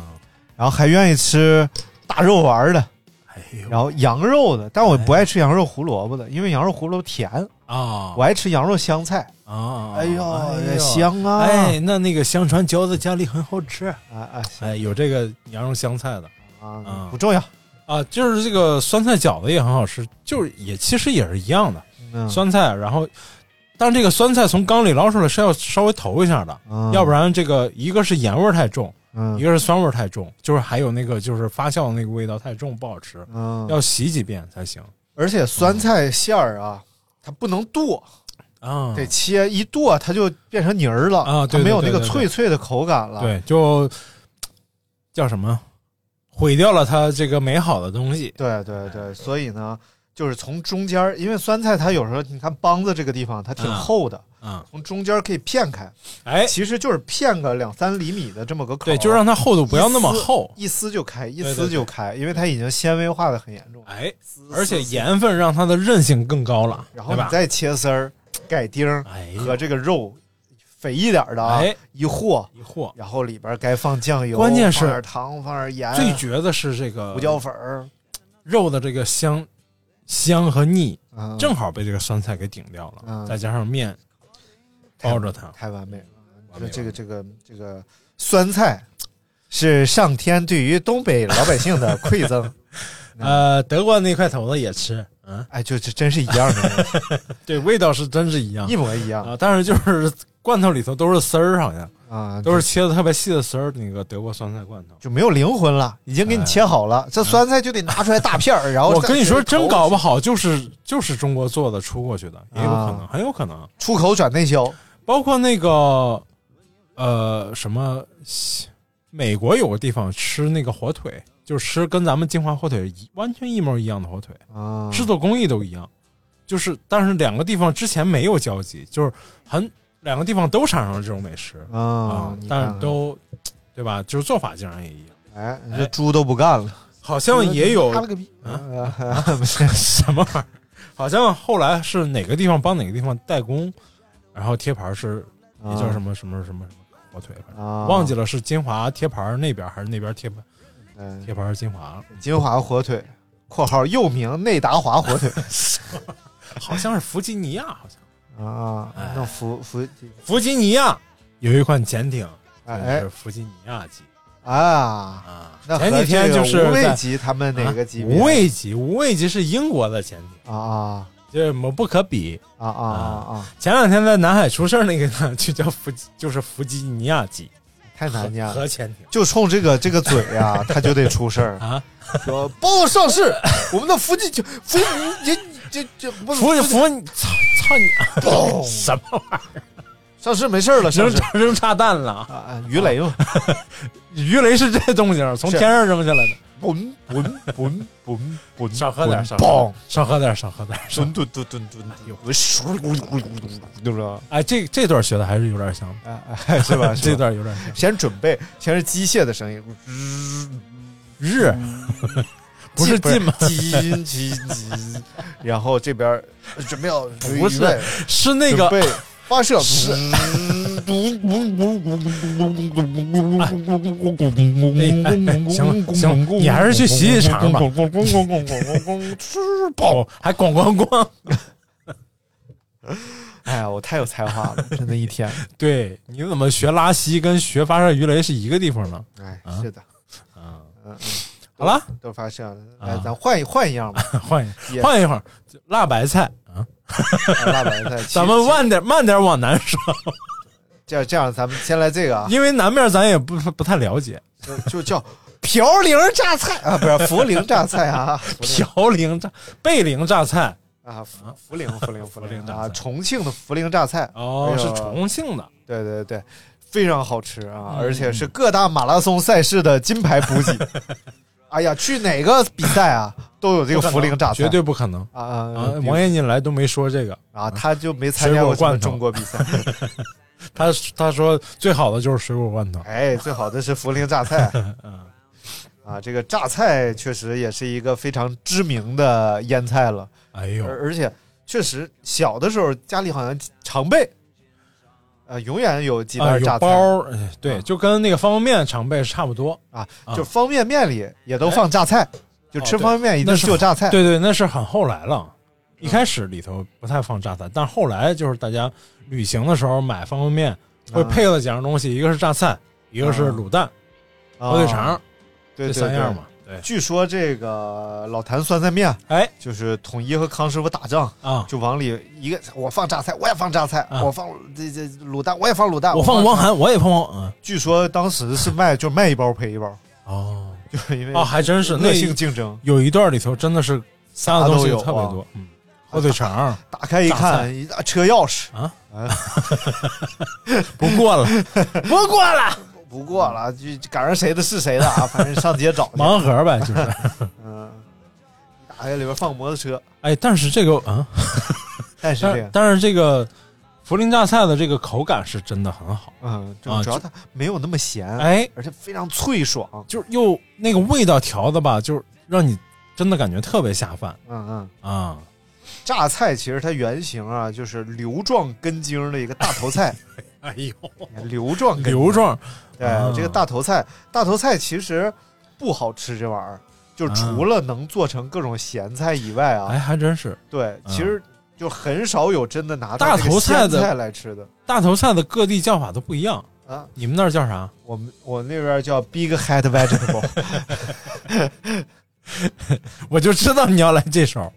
Speaker 8: 然后还愿意吃大肉丸儿的，
Speaker 9: 哎
Speaker 8: 然后羊肉的，但我不爱吃羊肉胡萝卜的，因为羊肉胡萝卜甜
Speaker 9: 啊
Speaker 8: 我爱吃羊肉香菜
Speaker 9: 啊，
Speaker 8: 哎呦香啊
Speaker 9: 哎，那那个相传饺子家里很好吃，
Speaker 8: 啊
Speaker 9: 哎，有这个羊肉香菜的
Speaker 8: 啊
Speaker 9: 啊
Speaker 8: 不重要。
Speaker 9: 啊，就是这个酸菜饺子也很好吃，就是也其实也是一样的、
Speaker 8: 嗯
Speaker 9: 酸菜，然后，但这个酸菜从缸里捞出来是要稍微投一下的，
Speaker 8: 嗯
Speaker 9: 要不然这个一个是盐味儿太重，
Speaker 8: 嗯
Speaker 9: 一个是酸味儿太重，就是还有那个就是发酵的那个味道太重，不好吃，
Speaker 8: 嗯
Speaker 9: 要洗几遍才行
Speaker 8: 而且酸菜馅儿啊，它不能剁，
Speaker 9: 啊。
Speaker 8: 得切一剁它就变成泥儿了
Speaker 9: 啊对
Speaker 8: 它没有
Speaker 9: 对
Speaker 8: 那个
Speaker 9: 对对
Speaker 8: 脆脆的口感了。
Speaker 9: 对，就叫什么，毁掉了它这个美好的东西。
Speaker 8: 对对对，所以呢，就是从中间儿，因为酸菜它有时候你看帮子这个地方它挺
Speaker 9: 嗯
Speaker 8: 厚的，
Speaker 9: 嗯
Speaker 8: 从中间儿可以片开，
Speaker 9: 哎
Speaker 8: 其实就是片个两三厘米的这么个口，
Speaker 9: 对就让它厚度不要那么
Speaker 8: 一丝
Speaker 9: 厚，
Speaker 8: 一撕就开，一
Speaker 9: 对对
Speaker 8: 撕就开，因为它已经纤维化的很严重，
Speaker 9: 哎，而且盐分让它的韧性更高了，
Speaker 8: 然后
Speaker 9: 对
Speaker 8: 你
Speaker 9: 吧？哎
Speaker 8: 再切丝儿、改丁儿
Speaker 9: 呦
Speaker 8: 和这个肉肥一点儿的啊
Speaker 9: 哎，
Speaker 8: 一和
Speaker 9: 一和，
Speaker 8: 然后里边儿该放酱油，
Speaker 9: 关键是
Speaker 8: 放点糖，放点盐，
Speaker 9: 最绝的是这个
Speaker 8: 哎胡椒粉儿，
Speaker 9: 肉的这个香香和腻
Speaker 8: 嗯，
Speaker 9: 正好被这个酸菜给顶掉
Speaker 8: 嗯
Speaker 9: 了，再加上面包着它，
Speaker 8: 太完美了。你
Speaker 9: 完美
Speaker 8: 说这个这个这个酸菜是上天对于东北老百姓 的馈赠，
Speaker 9: 呃，德国那块头子也吃，嗯，
Speaker 8: 哎，就这真是一样的，
Speaker 9: 对，味道是真是一样
Speaker 8: 一模一样
Speaker 9: 啊，但是就是罐头里头都是丝儿，好像
Speaker 8: 啊，
Speaker 9: 都是切的特别细的丝儿，那个德国酸菜罐头。
Speaker 8: 就没有灵魂了，已经给你切好了，这酸菜就得拿出来大片儿，然后
Speaker 9: 哎啊我
Speaker 8: 再
Speaker 9: 跟你说，真
Speaker 8: 口
Speaker 9: 搞不好就是就是中国做的出过去的，也有可能，
Speaker 8: 啊
Speaker 9: 很有可能。
Speaker 8: 出口转内销，
Speaker 9: 包括那个呃什么，西美国有个地方吃那个火腿，就吃跟咱们金华火腿一完全一模一样的火腿，
Speaker 8: 啊
Speaker 9: 制作工艺都一样，就是但是两个地方之前没有交集，就是很两个地方都产生了这种美食
Speaker 8: 啊，你看
Speaker 9: 但
Speaker 8: 看
Speaker 9: 是都对吧？就是做法竟然也一样，
Speaker 8: 哎，这猪都不干了，
Speaker 9: 好像也有
Speaker 8: 他了个逼，啊
Speaker 9: 什么玩意儿？好像后来是哪个地方帮哪个地方代工，然后贴牌是也叫什么什么什么什么火腿，反正
Speaker 8: 啊
Speaker 9: 忘记了是金华贴牌那边还是那边贴牌
Speaker 8: 嗯
Speaker 9: 贴牌金华了。
Speaker 8: 金华火腿，括号又名内达华火腿
Speaker 9: 好像是弗吉尼亚，好像
Speaker 8: 啊，
Speaker 9: 哎
Speaker 8: 那弗弗
Speaker 9: 弗吉尼亚有一款潜艇，
Speaker 8: 哎
Speaker 9: 就是弗吉尼亚级。
Speaker 8: 啊那和
Speaker 9: 前几天
Speaker 8: 这个
Speaker 9: 就是
Speaker 8: 无
Speaker 9: 在啊
Speaker 8: 畏级他们哪个级别？
Speaker 9: 无畏级，无畏级是英国的潜艇
Speaker 8: 啊，
Speaker 9: 就是我们不可比
Speaker 8: 啊啊啊！
Speaker 9: 前两天在南海出事儿那个呢，就叫弗吉，就是弗吉尼亚级
Speaker 8: 太难念了
Speaker 9: 核，潜艇
Speaker 8: 就冲这个这个嘴呀，他就得出事儿。
Speaker 9: 啊，
Speaker 8: 说报告上市，我们的福建就福你这这这不是
Speaker 9: 弗弗你操操你啊什么玩意
Speaker 8: 上市没事儿了，
Speaker 9: 儿
Speaker 8: 上
Speaker 9: 扔
Speaker 8: 市
Speaker 9: 炸扔炸弹了？
Speaker 8: 啊，鱼雷嘛，
Speaker 9: 鱼雷是这动静儿，从
Speaker 8: 是
Speaker 9: 天上扔下来的。
Speaker 8: 嘣嘣 嘣嘣嘣，
Speaker 9: 少喝点，少
Speaker 8: 嘣
Speaker 9: 喝，少喝点，少喝点。少
Speaker 8: 吨吨吨吨吨，有个熟，对不对？
Speaker 9: 哎，这这段学的还是有点像的，
Speaker 8: 哎哎， 是吧？
Speaker 9: 这
Speaker 8: 是吧？
Speaker 9: 段有点像
Speaker 8: 先准备，先是机械的声音，
Speaker 9: 日， 不是进吗？
Speaker 8: 进进进，然后这边准备要
Speaker 9: 不是是那个
Speaker 8: 准备发射，是
Speaker 9: 哎行行，你还是去洗洗肠吧。吃饱还咣咣咣，
Speaker 8: 哎呀，我太有才华了，真的一天。
Speaker 9: 对，你怎么学拉稀跟学发射鱼雷是一个地方呢？
Speaker 8: 哎
Speaker 9: 啊，
Speaker 8: 是的，
Speaker 9: 啊，
Speaker 8: 嗯，
Speaker 9: 好了，
Speaker 8: 都发射了，
Speaker 9: 啊
Speaker 8: 来，咱换一换一样 吧，
Speaker 9: 换一
Speaker 8: 也
Speaker 9: 换一会儿，辣白菜啊，
Speaker 8: 哎辣白菜。其
Speaker 9: 咱们慢点慢点往南说，
Speaker 8: 这样这样，咱们先来这个 啊，
Speaker 9: 因为南面咱也不不太了解。
Speaker 8: 就就叫嘌呤榨菜啊， 不是茯苓榨菜 啊，
Speaker 9: 嘌呤榨贝陵榨菜
Speaker 8: 啊，茯茯苓，茯苓，茯
Speaker 9: 苓
Speaker 8: 苓
Speaker 9: 榨
Speaker 8: 啊，
Speaker 9: 菜
Speaker 8: 重庆的茯苓榨菜
Speaker 9: 哦，
Speaker 8: 哎呦
Speaker 9: 是重庆的，
Speaker 8: 对对对，非常好吃啊，而且
Speaker 9: 嗯
Speaker 8: 是各大马拉松赛事的金牌补给。 哎呀，去哪个比赛啊，都有这个茯苓榨菜，
Speaker 9: 绝对不可能
Speaker 8: 啊
Speaker 9: 啊
Speaker 8: 啊！
Speaker 9: 王彦进来都没说这个，
Speaker 8: 啊，他就没参加过什么中国比 赛。
Speaker 9: 他他说最好的就是水果罐头，
Speaker 8: 哎，最好的是茯苓榨菜。
Speaker 9: 嗯
Speaker 8: 啊，这个榨菜确实也是一个非常知名的腌菜了，
Speaker 9: 哎呦，
Speaker 8: 而而且确实小的时候家里好像常备，呃，永远有几
Speaker 9: 啊
Speaker 8: 袋
Speaker 9: 有
Speaker 8: 榨菜
Speaker 9: 包儿，哎对，
Speaker 8: 啊
Speaker 9: 就跟那个方便面常备是差不多。
Speaker 8: 啊
Speaker 9: 啊哎
Speaker 8: 就方便面里也都放榨菜，就吃
Speaker 9: 哦对
Speaker 8: 方便面一定
Speaker 9: 那是
Speaker 8: 就榨菜。嗯
Speaker 9: 对对，那是很后来了。一开始里头不太放榨菜，但后来就是大家旅行的时候买方便面会
Speaker 8: 啊
Speaker 9: 配了几样东西，一个是榨菜，一个是卤蛋、
Speaker 8: 啊，
Speaker 9: 火腿肠，
Speaker 8: 对对
Speaker 9: 这三样。
Speaker 8: 对
Speaker 9: 嘛。对，
Speaker 8: 据说这个老坛酸菜面
Speaker 9: 哎
Speaker 8: 就是统一和康师傅打仗，
Speaker 9: 啊，
Speaker 8: 就往里一个我放榨菜，我也放榨菜，
Speaker 9: 啊
Speaker 8: 我放这这卤蛋，我也放卤蛋，
Speaker 9: 我放王涵，我也放王嗯
Speaker 8: 据说当时是卖，就卖一包赔一包，
Speaker 9: 哦
Speaker 8: 就是因为
Speaker 9: 哦，还真是那
Speaker 8: 恶性
Speaker 9: 一
Speaker 8: 竞争。
Speaker 9: 有一段里头真的是仨的东西
Speaker 8: 啥都有啊
Speaker 9: 特别多，嗯，火腿肠
Speaker 8: 打开一
Speaker 9: 榨
Speaker 8: 看，
Speaker 9: 菜
Speaker 8: 一大车钥匙
Speaker 9: 不 过了，不过了，
Speaker 8: 不过了，就赶上谁的是谁的啊，反正上街找去。
Speaker 9: 盲盒呗，就是。
Speaker 8: 嗯，打开里边放摩托车，
Speaker 9: 哎，但是这个啊，
Speaker 8: 但是这
Speaker 9: 但
Speaker 8: 个，
Speaker 9: 但是这个涪陵榨菜的这个口感是真的很好，
Speaker 8: 嗯，
Speaker 9: 啊
Speaker 8: 就主要它没有那么咸，
Speaker 9: 哎，
Speaker 8: 而且非常脆爽。
Speaker 9: 就是又那个味道调的吧，就是让你真的感觉特别下饭
Speaker 8: 嗯嗯，
Speaker 9: 啊！
Speaker 8: 榨菜其实它原型啊，就是瘤状根茎的一个大头 菜，
Speaker 9: 哎呦，
Speaker 8: 瘤状根茎
Speaker 9: 瘤状
Speaker 8: 对，
Speaker 9: 啊
Speaker 8: 这个大头菜，大头菜其实不好吃，这玩意儿就除了能做成各种咸菜以外啊，
Speaker 9: 哎，还真是
Speaker 8: 对，其实就很少有真的拿
Speaker 9: 大头菜
Speaker 8: 菜
Speaker 9: 的
Speaker 8: 菜来吃的
Speaker 9: 大头菜的各地叫法都不一样，
Speaker 8: 啊。
Speaker 9: 你们那儿叫啥？
Speaker 8: 我们我那边叫 big head vegetable，
Speaker 9: 我就知道你要来这手。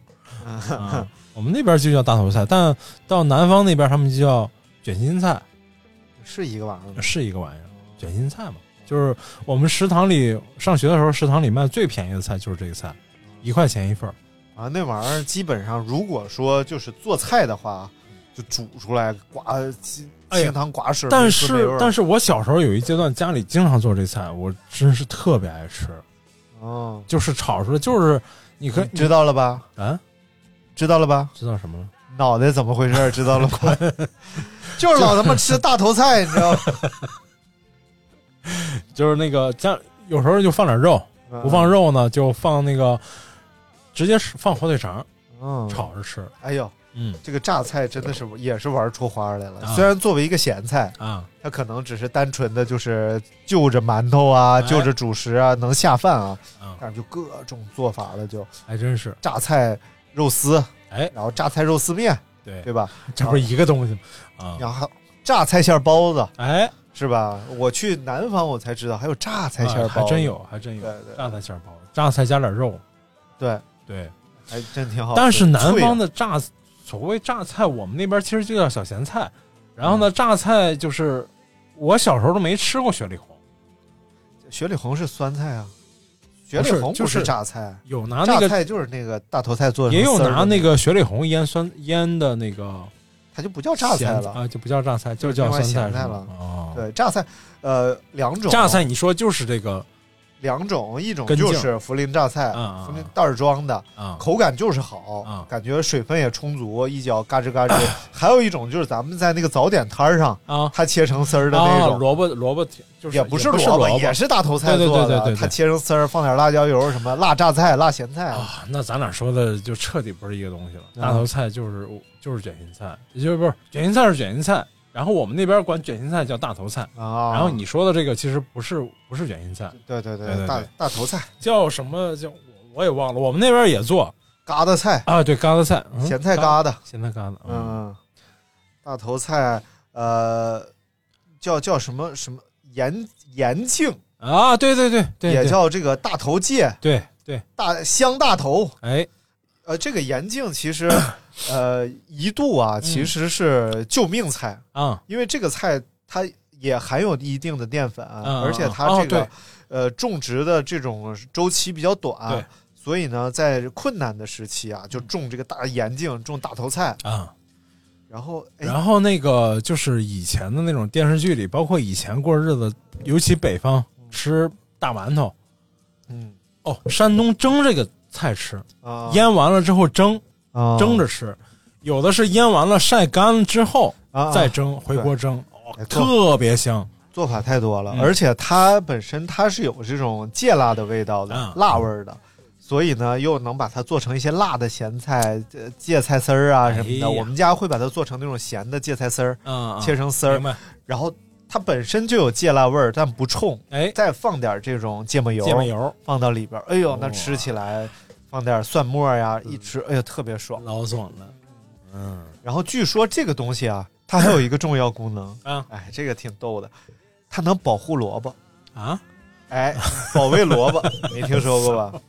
Speaker 9: 啊，我们那边就叫大头菜，但到南方那边他们就叫卷心菜，
Speaker 8: 是一个玩意儿吗？
Speaker 9: 是一个玩意儿，卷心菜嘛。就是我们食堂里上学的时候，食堂里卖最便宜的菜就是这个菜，一块钱一份儿。
Speaker 8: 啊，那玩意儿基本上如果说就是做菜的话，啊就煮出来刮清
Speaker 9: 嗯哎呀
Speaker 8: 清汤寡水，
Speaker 9: 但
Speaker 8: 没滋没
Speaker 9: 是
Speaker 8: 味儿
Speaker 9: 但是我小时候有一阶段家里经常做这菜，我真是特别爱吃，
Speaker 8: 嗯，
Speaker 9: 就是炒出来就是你可以
Speaker 8: 你知道了吧？
Speaker 9: 啊，
Speaker 8: 知道了吧？
Speaker 9: 知道什么了？
Speaker 8: 脑袋怎么回事儿？知道了 吗？就是老他妈吃大头菜，你知道吗？
Speaker 9: 就是那个家有时候就放点肉， 不
Speaker 8: 不
Speaker 9: 放肉呢就放那个直接是放火腿肠
Speaker 8: 嗯，
Speaker 9: 炒着吃，
Speaker 8: 哎呦，
Speaker 9: 嗯，
Speaker 8: 这个榨菜真的是也是玩出花来了。
Speaker 9: 啊
Speaker 8: 虽然作为一个咸菜
Speaker 9: 啊，
Speaker 8: 它可能只是单纯的就是就着馒头啊，
Speaker 9: 哎
Speaker 8: 就着主食啊，能下饭啊，
Speaker 9: 啊
Speaker 8: 但是就各种做法了，就
Speaker 9: 还真是
Speaker 8: 榨菜肉丝，
Speaker 9: 哎，
Speaker 8: 然后榨菜肉丝面，
Speaker 9: 对
Speaker 8: 对吧？
Speaker 9: 这不是一个东西吗？啊，
Speaker 8: 然后榨菜馅儿包子，
Speaker 9: 哎，
Speaker 8: 是吧？我去南方我才知道还有榨菜馅儿
Speaker 9: 啊
Speaker 8: 包子、
Speaker 9: 还真有，还真有
Speaker 8: 对
Speaker 9: 榨菜馅儿包子，榨菜加点肉，
Speaker 8: 对，
Speaker 9: 对。
Speaker 8: 还真挺好吃。
Speaker 9: 但是南
Speaker 8: 脆啊
Speaker 9: 方的榨，所谓榨菜，我们那边其实就叫小咸菜。然后
Speaker 8: 嗯
Speaker 9: 呢，榨菜就是我小时候都没吃过雪里红，
Speaker 8: 雪里红是酸菜啊，雪
Speaker 9: 不
Speaker 8: 里
Speaker 9: 是
Speaker 8: 红
Speaker 9: 就
Speaker 8: 不
Speaker 9: 是
Speaker 8: 榨菜，啊
Speaker 9: 有拿那
Speaker 8: 榨
Speaker 9: 个
Speaker 8: 菜就是那个大头菜做的，
Speaker 9: 也有拿那，个雪里红腌酸腌的那个
Speaker 8: 它就不叫榨菜
Speaker 9: 咸
Speaker 8: 了。
Speaker 9: 啊，就不叫榨菜，就
Speaker 8: 就
Speaker 9: 叫
Speaker 8: 是
Speaker 9: 酸
Speaker 8: 另外
Speaker 9: 菜
Speaker 8: 咸菜
Speaker 9: 是吗
Speaker 8: 了
Speaker 9: 哦，
Speaker 8: 对，榨菜，呃，两种
Speaker 9: 榨菜你说就是这个
Speaker 8: 两种，一种
Speaker 9: 根茎
Speaker 8: 就是涪陵榨菜，
Speaker 9: 嗯嗯
Speaker 8: 涪陵袋儿装的，
Speaker 9: 啊，
Speaker 8: 口感就是好，
Speaker 9: 嗯
Speaker 8: 感觉水分也充足，一嚼嘎吱嘎 吱。还有一种就是咱们在那个早点摊儿上，
Speaker 9: 啊
Speaker 8: 它切成丝儿的那
Speaker 9: 啊，
Speaker 8: 种。
Speaker 9: 萝卜萝卜就是
Speaker 8: 也
Speaker 9: 不
Speaker 8: 是
Speaker 9: 萝
Speaker 8: 萝也是大头菜
Speaker 9: 对对
Speaker 8: 做的，
Speaker 9: 对对对对
Speaker 8: 它切成丝儿，放点辣椒油，什么辣榨菜、辣咸菜，
Speaker 9: 啊。那咱俩说的就彻底不是一个东西了。
Speaker 8: 嗯
Speaker 9: 大头菜就是就是卷心菜，也就是不是卷心菜是卷心菜，然后我们那边管卷心菜叫大头菜。
Speaker 8: 啊，
Speaker 9: 然后你说的这个其实不是不是卷心菜，
Speaker 8: 对对
Speaker 9: 对对
Speaker 8: 大
Speaker 9: 对
Speaker 8: 大头菜、
Speaker 9: 叫什么叫我我也忘了，我们那边也做
Speaker 8: 疙瘩菜、
Speaker 9: 啊，对，疙瘩菜，嗯
Speaker 8: 咸菜
Speaker 9: 疙
Speaker 8: 疙瘩，
Speaker 9: 咸菜疙瘩，嗯，
Speaker 8: 嗯，大头菜，呃，叫叫什么什么延延庆，
Speaker 9: 啊，对对对对，
Speaker 8: 嗯也
Speaker 9: 对
Speaker 8: 叫这个大头芥、
Speaker 9: 对对，
Speaker 8: 大香大头。
Speaker 9: 哎，
Speaker 8: 呃，这个延庆其 实，呃，一度啊
Speaker 9: 嗯
Speaker 8: 其实是救命菜，
Speaker 9: 啊
Speaker 8: 因为这个菜它也含有一定的淀粉，啊
Speaker 9: 嗯
Speaker 8: 而且它
Speaker 9: 哦
Speaker 8: 这个、
Speaker 9: 对
Speaker 8: 呃种植的这种周期比较短
Speaker 9: 对，嗯
Speaker 8: 所以呢，在困难的时期啊，就种这个大盐茎，种大头菜，
Speaker 9: 啊。
Speaker 8: 然后哎
Speaker 9: 然后那个就是以前的那种电视剧里，包括以前过日子，尤其北方吃大馒头，
Speaker 8: 嗯
Speaker 9: 哦，山东蒸这个菜吃，
Speaker 8: 啊
Speaker 9: 腌完了之后蒸，蒸
Speaker 8: 着
Speaker 9: 着吃；有的是腌完了晒干了之后
Speaker 8: 啊
Speaker 9: 再蒸，回锅蒸，
Speaker 8: 没
Speaker 9: 哦，
Speaker 8: 错
Speaker 9: 特别香
Speaker 8: 做法太多了，
Speaker 9: 嗯
Speaker 8: 而且它本身它是有这种芥辣的味道的，
Speaker 9: 嗯
Speaker 8: 辣味儿的。所以呢，又能把它做成一些辣的咸菜、呃芥菜丝儿啊什么的。
Speaker 9: 哎呀
Speaker 8: 我们家会把它做成那种咸的芥菜丝儿，
Speaker 9: 啊！
Speaker 8: 切
Speaker 9: 成
Speaker 8: 成丝儿
Speaker 9: 明，白？
Speaker 8: 然后它本身就有芥辣味儿，但不冲，
Speaker 9: 哎，
Speaker 8: 再放点这种芥末油，
Speaker 9: 芥末油，
Speaker 8: 放到里边儿，哎呦
Speaker 9: 哇，嗯
Speaker 8: 那吃起来放点蒜末呀，一吃，哎呦，特别爽。
Speaker 9: 老总了，
Speaker 8: 然后据说这个东西啊，它还有一个重要功能，
Speaker 9: 啊
Speaker 8: 哎，这个挺逗的，它能保护萝卜，
Speaker 9: 啊
Speaker 8: 哎，保卫萝卜，没听说过吧？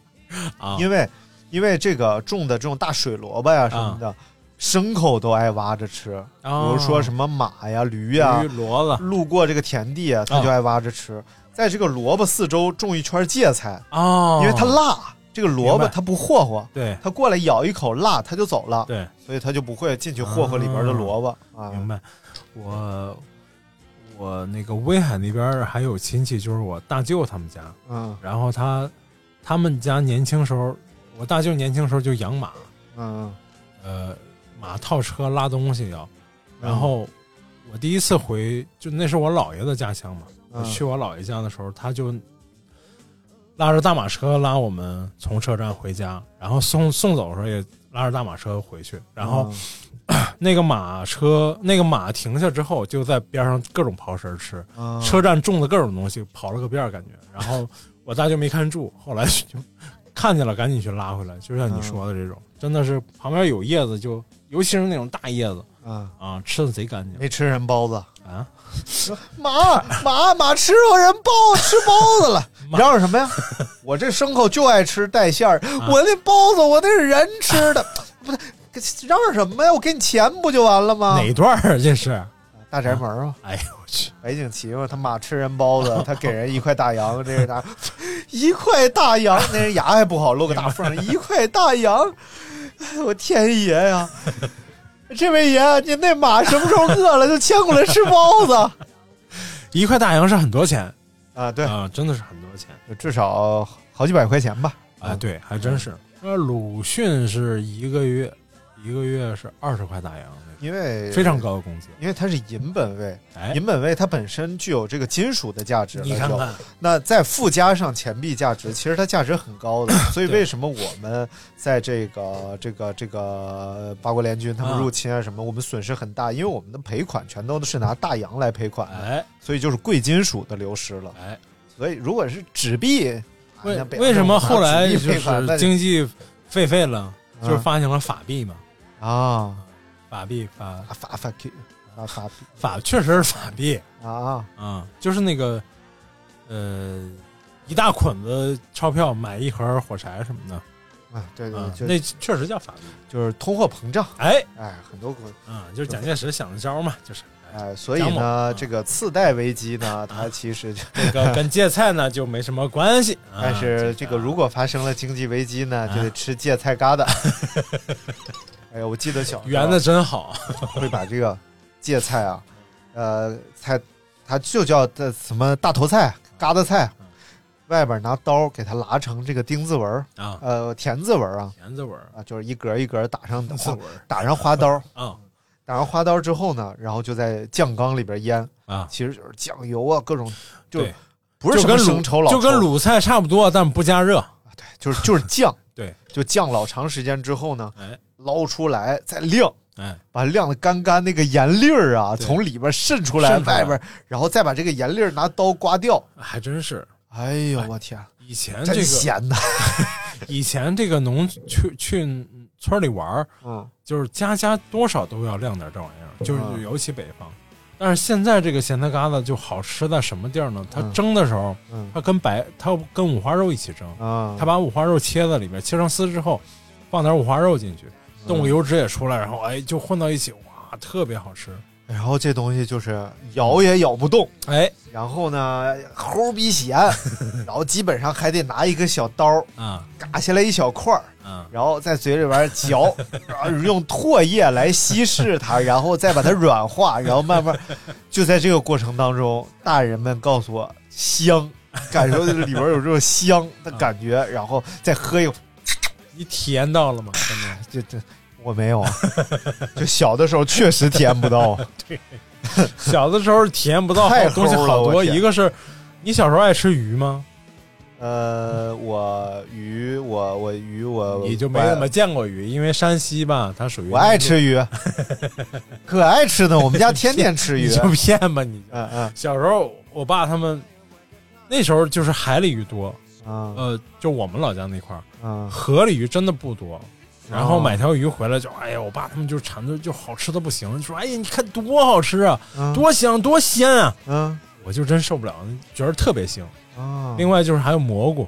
Speaker 9: 啊！
Speaker 8: 因为因为这个种的这种大水萝卜呀什
Speaker 9: 啊
Speaker 8: 么的，牲口都爱挖着吃，比如说啊什么马呀、驴呀、
Speaker 9: 驴哦骡子
Speaker 8: 路过这个田地啊，他就爱挖着吃。在这个萝卜四周种一圈芥菜，
Speaker 9: 哦，
Speaker 8: 因为它辣，这个萝
Speaker 9: 明
Speaker 8: 卜
Speaker 9: 白
Speaker 8: 它不霍霍，
Speaker 9: 对
Speaker 8: 它过来咬一口辣，它就走了，
Speaker 9: 对，
Speaker 8: 所以它就不会进去霍霍里边的萝卜啊。
Speaker 9: 明白。我我那个威海那边儿还有亲戚，就是我大舅他们家，
Speaker 8: 嗯
Speaker 9: 然后他他们家年轻时候，我大舅年轻时候就养马，
Speaker 8: 嗯，
Speaker 9: 呃，马套车拉东西要。
Speaker 8: 嗯
Speaker 9: 然后我第一次回，就那是我姥爷的家乡嘛，我
Speaker 8: 嗯
Speaker 9: 去我姥爷家的时候，他就拉着大马车拉我们从车站回家，然后送送走的时候也拉着大马车回去，然后那个马车那个马停下之后，就在边上各种刨食儿吃，
Speaker 8: 嗯
Speaker 9: 车站种的各种东西跑了个遍儿，感觉。然后 我大舅没看住，后来就看见了，赶紧去拉回来。就像你说的这种，真的是旁边有叶子就，尤其是那种大叶子
Speaker 8: 嗯，
Speaker 9: 啊，吃的贼干净
Speaker 8: 没吃人包子，
Speaker 9: 啊。
Speaker 8: 马马马吃我人包吃包子了，嚷嚷什么呀？我这牲口就爱吃带馅儿，我那包子我那是人吃的，不是嚷嚷什么呀？我给你钱不就完了吗
Speaker 9: 哪？一段儿啊这是？
Speaker 8: 大宅门嘛，
Speaker 9: 哎呦我去！
Speaker 8: 白景琦嘛，他马吃人包子，他给人一块大 洋，这个拿一块大洋，那人牙还不好，露个大缝，一块大洋，哎我天爷呀！ 这位爷，您那马什么时候饿了就牵过来吃包子
Speaker 9: 一块大洋是很多钱
Speaker 8: 啊？对，
Speaker 9: 啊，真的是很多钱哎
Speaker 8: 至少好几百块钱吧。
Speaker 9: 啊，对，还真是。说鲁迅是一个月一个月是二十块大洋，
Speaker 8: 因为
Speaker 9: 非常高的工资。
Speaker 8: 因为它是银本位，
Speaker 9: 哎
Speaker 8: 银本位它本身具有这个金属的价值，
Speaker 9: 你看看，
Speaker 8: 那再附加上钱币价值，其实它价值很高 的。所以为什么我们在这个这个这个八国联军他们入侵啊什么，我们损失很大，因为我们的赔款全都是拿大洋来赔款的，
Speaker 9: 哎，
Speaker 8: 所以就是贵金属的流失了。
Speaker 9: 哎，
Speaker 8: 所以如果是纸币，啊
Speaker 9: 为
Speaker 8: 那不要
Speaker 9: 为什么后来
Speaker 8: 纸
Speaker 9: 就
Speaker 8: 币赔款那
Speaker 9: 是经济废废了，就是发行了法币嘛？
Speaker 8: 啊，
Speaker 9: 法币法
Speaker 8: 法法币啊法币
Speaker 9: 法确实是法币
Speaker 8: 啊
Speaker 9: 啊，就是那个呃一大捆子钞票买一盒火柴什么的
Speaker 8: 啊，对对
Speaker 9: 啊，，
Speaker 8: 就
Speaker 9: 那确实叫法币。
Speaker 8: 就是通货膨胀，
Speaker 9: 哎，
Speaker 8: 哎，很多国
Speaker 9: 啊，就是蒋介石想的招嘛，就是
Speaker 8: 哎，所以呢，这个次贷危机
Speaker 9: 啊
Speaker 8: 呢，它其实就
Speaker 9: 这 个跟芥菜呢就没什么关系。啊
Speaker 8: 但是这个如果发生了经济危机呢，就得吃芥菜疙 瘩。哎呀，我记得小时候
Speaker 9: 啊圆的真好，
Speaker 8: 会把这个芥菜啊，呃，菜它就叫这什么大头菜、疙瘩菜，
Speaker 9: 嗯
Speaker 8: 外边拿刀给它拉成这个丁字纹儿
Speaker 9: 啊
Speaker 8: 呃，田字纹儿啊，
Speaker 9: 田字纹儿
Speaker 8: 啊，就是一格一格打上
Speaker 9: 字纹儿
Speaker 8: 打上花刀，
Speaker 9: 啊
Speaker 8: 打上花刀之后呢，然后就在酱缸里边腌，
Speaker 9: 啊，
Speaker 8: 其实就是酱油啊，各种就
Speaker 9: 对，
Speaker 8: 不是
Speaker 9: 就
Speaker 8: 什
Speaker 9: 跟
Speaker 8: 么
Speaker 9: 卤
Speaker 8: 生抽老
Speaker 9: 就跟
Speaker 8: 抽
Speaker 9: 鲁菜差不多，但不加热。
Speaker 8: 就是就是酱，
Speaker 9: 对，
Speaker 8: 就酱老长时间之后呢，
Speaker 9: 哎
Speaker 8: 捞出来再晾，
Speaker 9: 哎，
Speaker 8: 把晾的干干那个盐粒儿啊，
Speaker 9: 对
Speaker 8: 从里边渗出来，
Speaker 9: 渗出来
Speaker 8: 外边，然后再把这个盐粒儿拿刀刮掉。
Speaker 9: 还真是。
Speaker 8: 哎呦，我天，
Speaker 9: 以前这
Speaker 8: 真
Speaker 9: 个
Speaker 8: 咸呐！
Speaker 9: 以前这个农去去村里玩儿，
Speaker 8: 嗯，
Speaker 9: 就是家家多少都要晾点这玩意儿，就是
Speaker 8: 嗯
Speaker 9: 尤其北方。但是现在这个咸菜疙瘩就好吃在什么地儿呢？它
Speaker 8: 嗯
Speaker 9: 蒸的时候，
Speaker 8: 嗯
Speaker 9: 它跟白，它跟五花肉一起蒸，
Speaker 8: 啊，
Speaker 9: 它把五花肉切在里面，切成丝之后，放点五花肉进去，
Speaker 8: 嗯
Speaker 9: 动物油脂也出来，然后哎就混到一起，哇，特别好吃。
Speaker 8: 然后这东西就是咬也咬不动，
Speaker 9: 哎
Speaker 8: 然后呢，齁逼咸， 然后基本上还得拿一个小刀
Speaker 9: 啊
Speaker 8: 嘎下来一小块儿，
Speaker 9: 啊，
Speaker 8: 然后在嘴里边嚼， 然后用唾液来稀释它，然后再把它软化，然后慢慢，就在这个过程当中，大人们告诉我香， 感受就是里边有这种香的感觉，然后再喝一口，
Speaker 9: 你体验到了吗？真的，
Speaker 8: 这这我没 有啊，就小的时候确实体验不到啊，
Speaker 9: 小的时候体验不到
Speaker 8: 太
Speaker 9: 好东西
Speaker 8: 齁了
Speaker 9: 好
Speaker 8: 我
Speaker 9: 多，
Speaker 8: 天
Speaker 9: 一个是你小时候爱吃鱼吗？
Speaker 8: 呃，我鱼，我我鱼，我
Speaker 9: 你就没怎么见过鱼，因为山西吧，它属于
Speaker 8: 呃我爱吃 鱼，可爱吃呢，我们家天天吃
Speaker 9: 你
Speaker 8: 鱼，啊
Speaker 9: 就骗吧你就。
Speaker 8: 嗯嗯
Speaker 9: 小时候我爸他们那时候就是海里鱼多，
Speaker 8: 嗯
Speaker 9: 呃，就我们老家那块儿
Speaker 8: 嗯，
Speaker 9: 河里鱼真的不多。然后买条鱼回来就，哎呀，我爸他们就馋的就好吃的不行，就说，哎呀，你看多好吃啊，
Speaker 8: 嗯
Speaker 9: 多香多鲜啊，
Speaker 8: 嗯
Speaker 9: 我就真受不了，觉得特别腥。
Speaker 8: 啊，
Speaker 9: 另外就是还有蘑菇，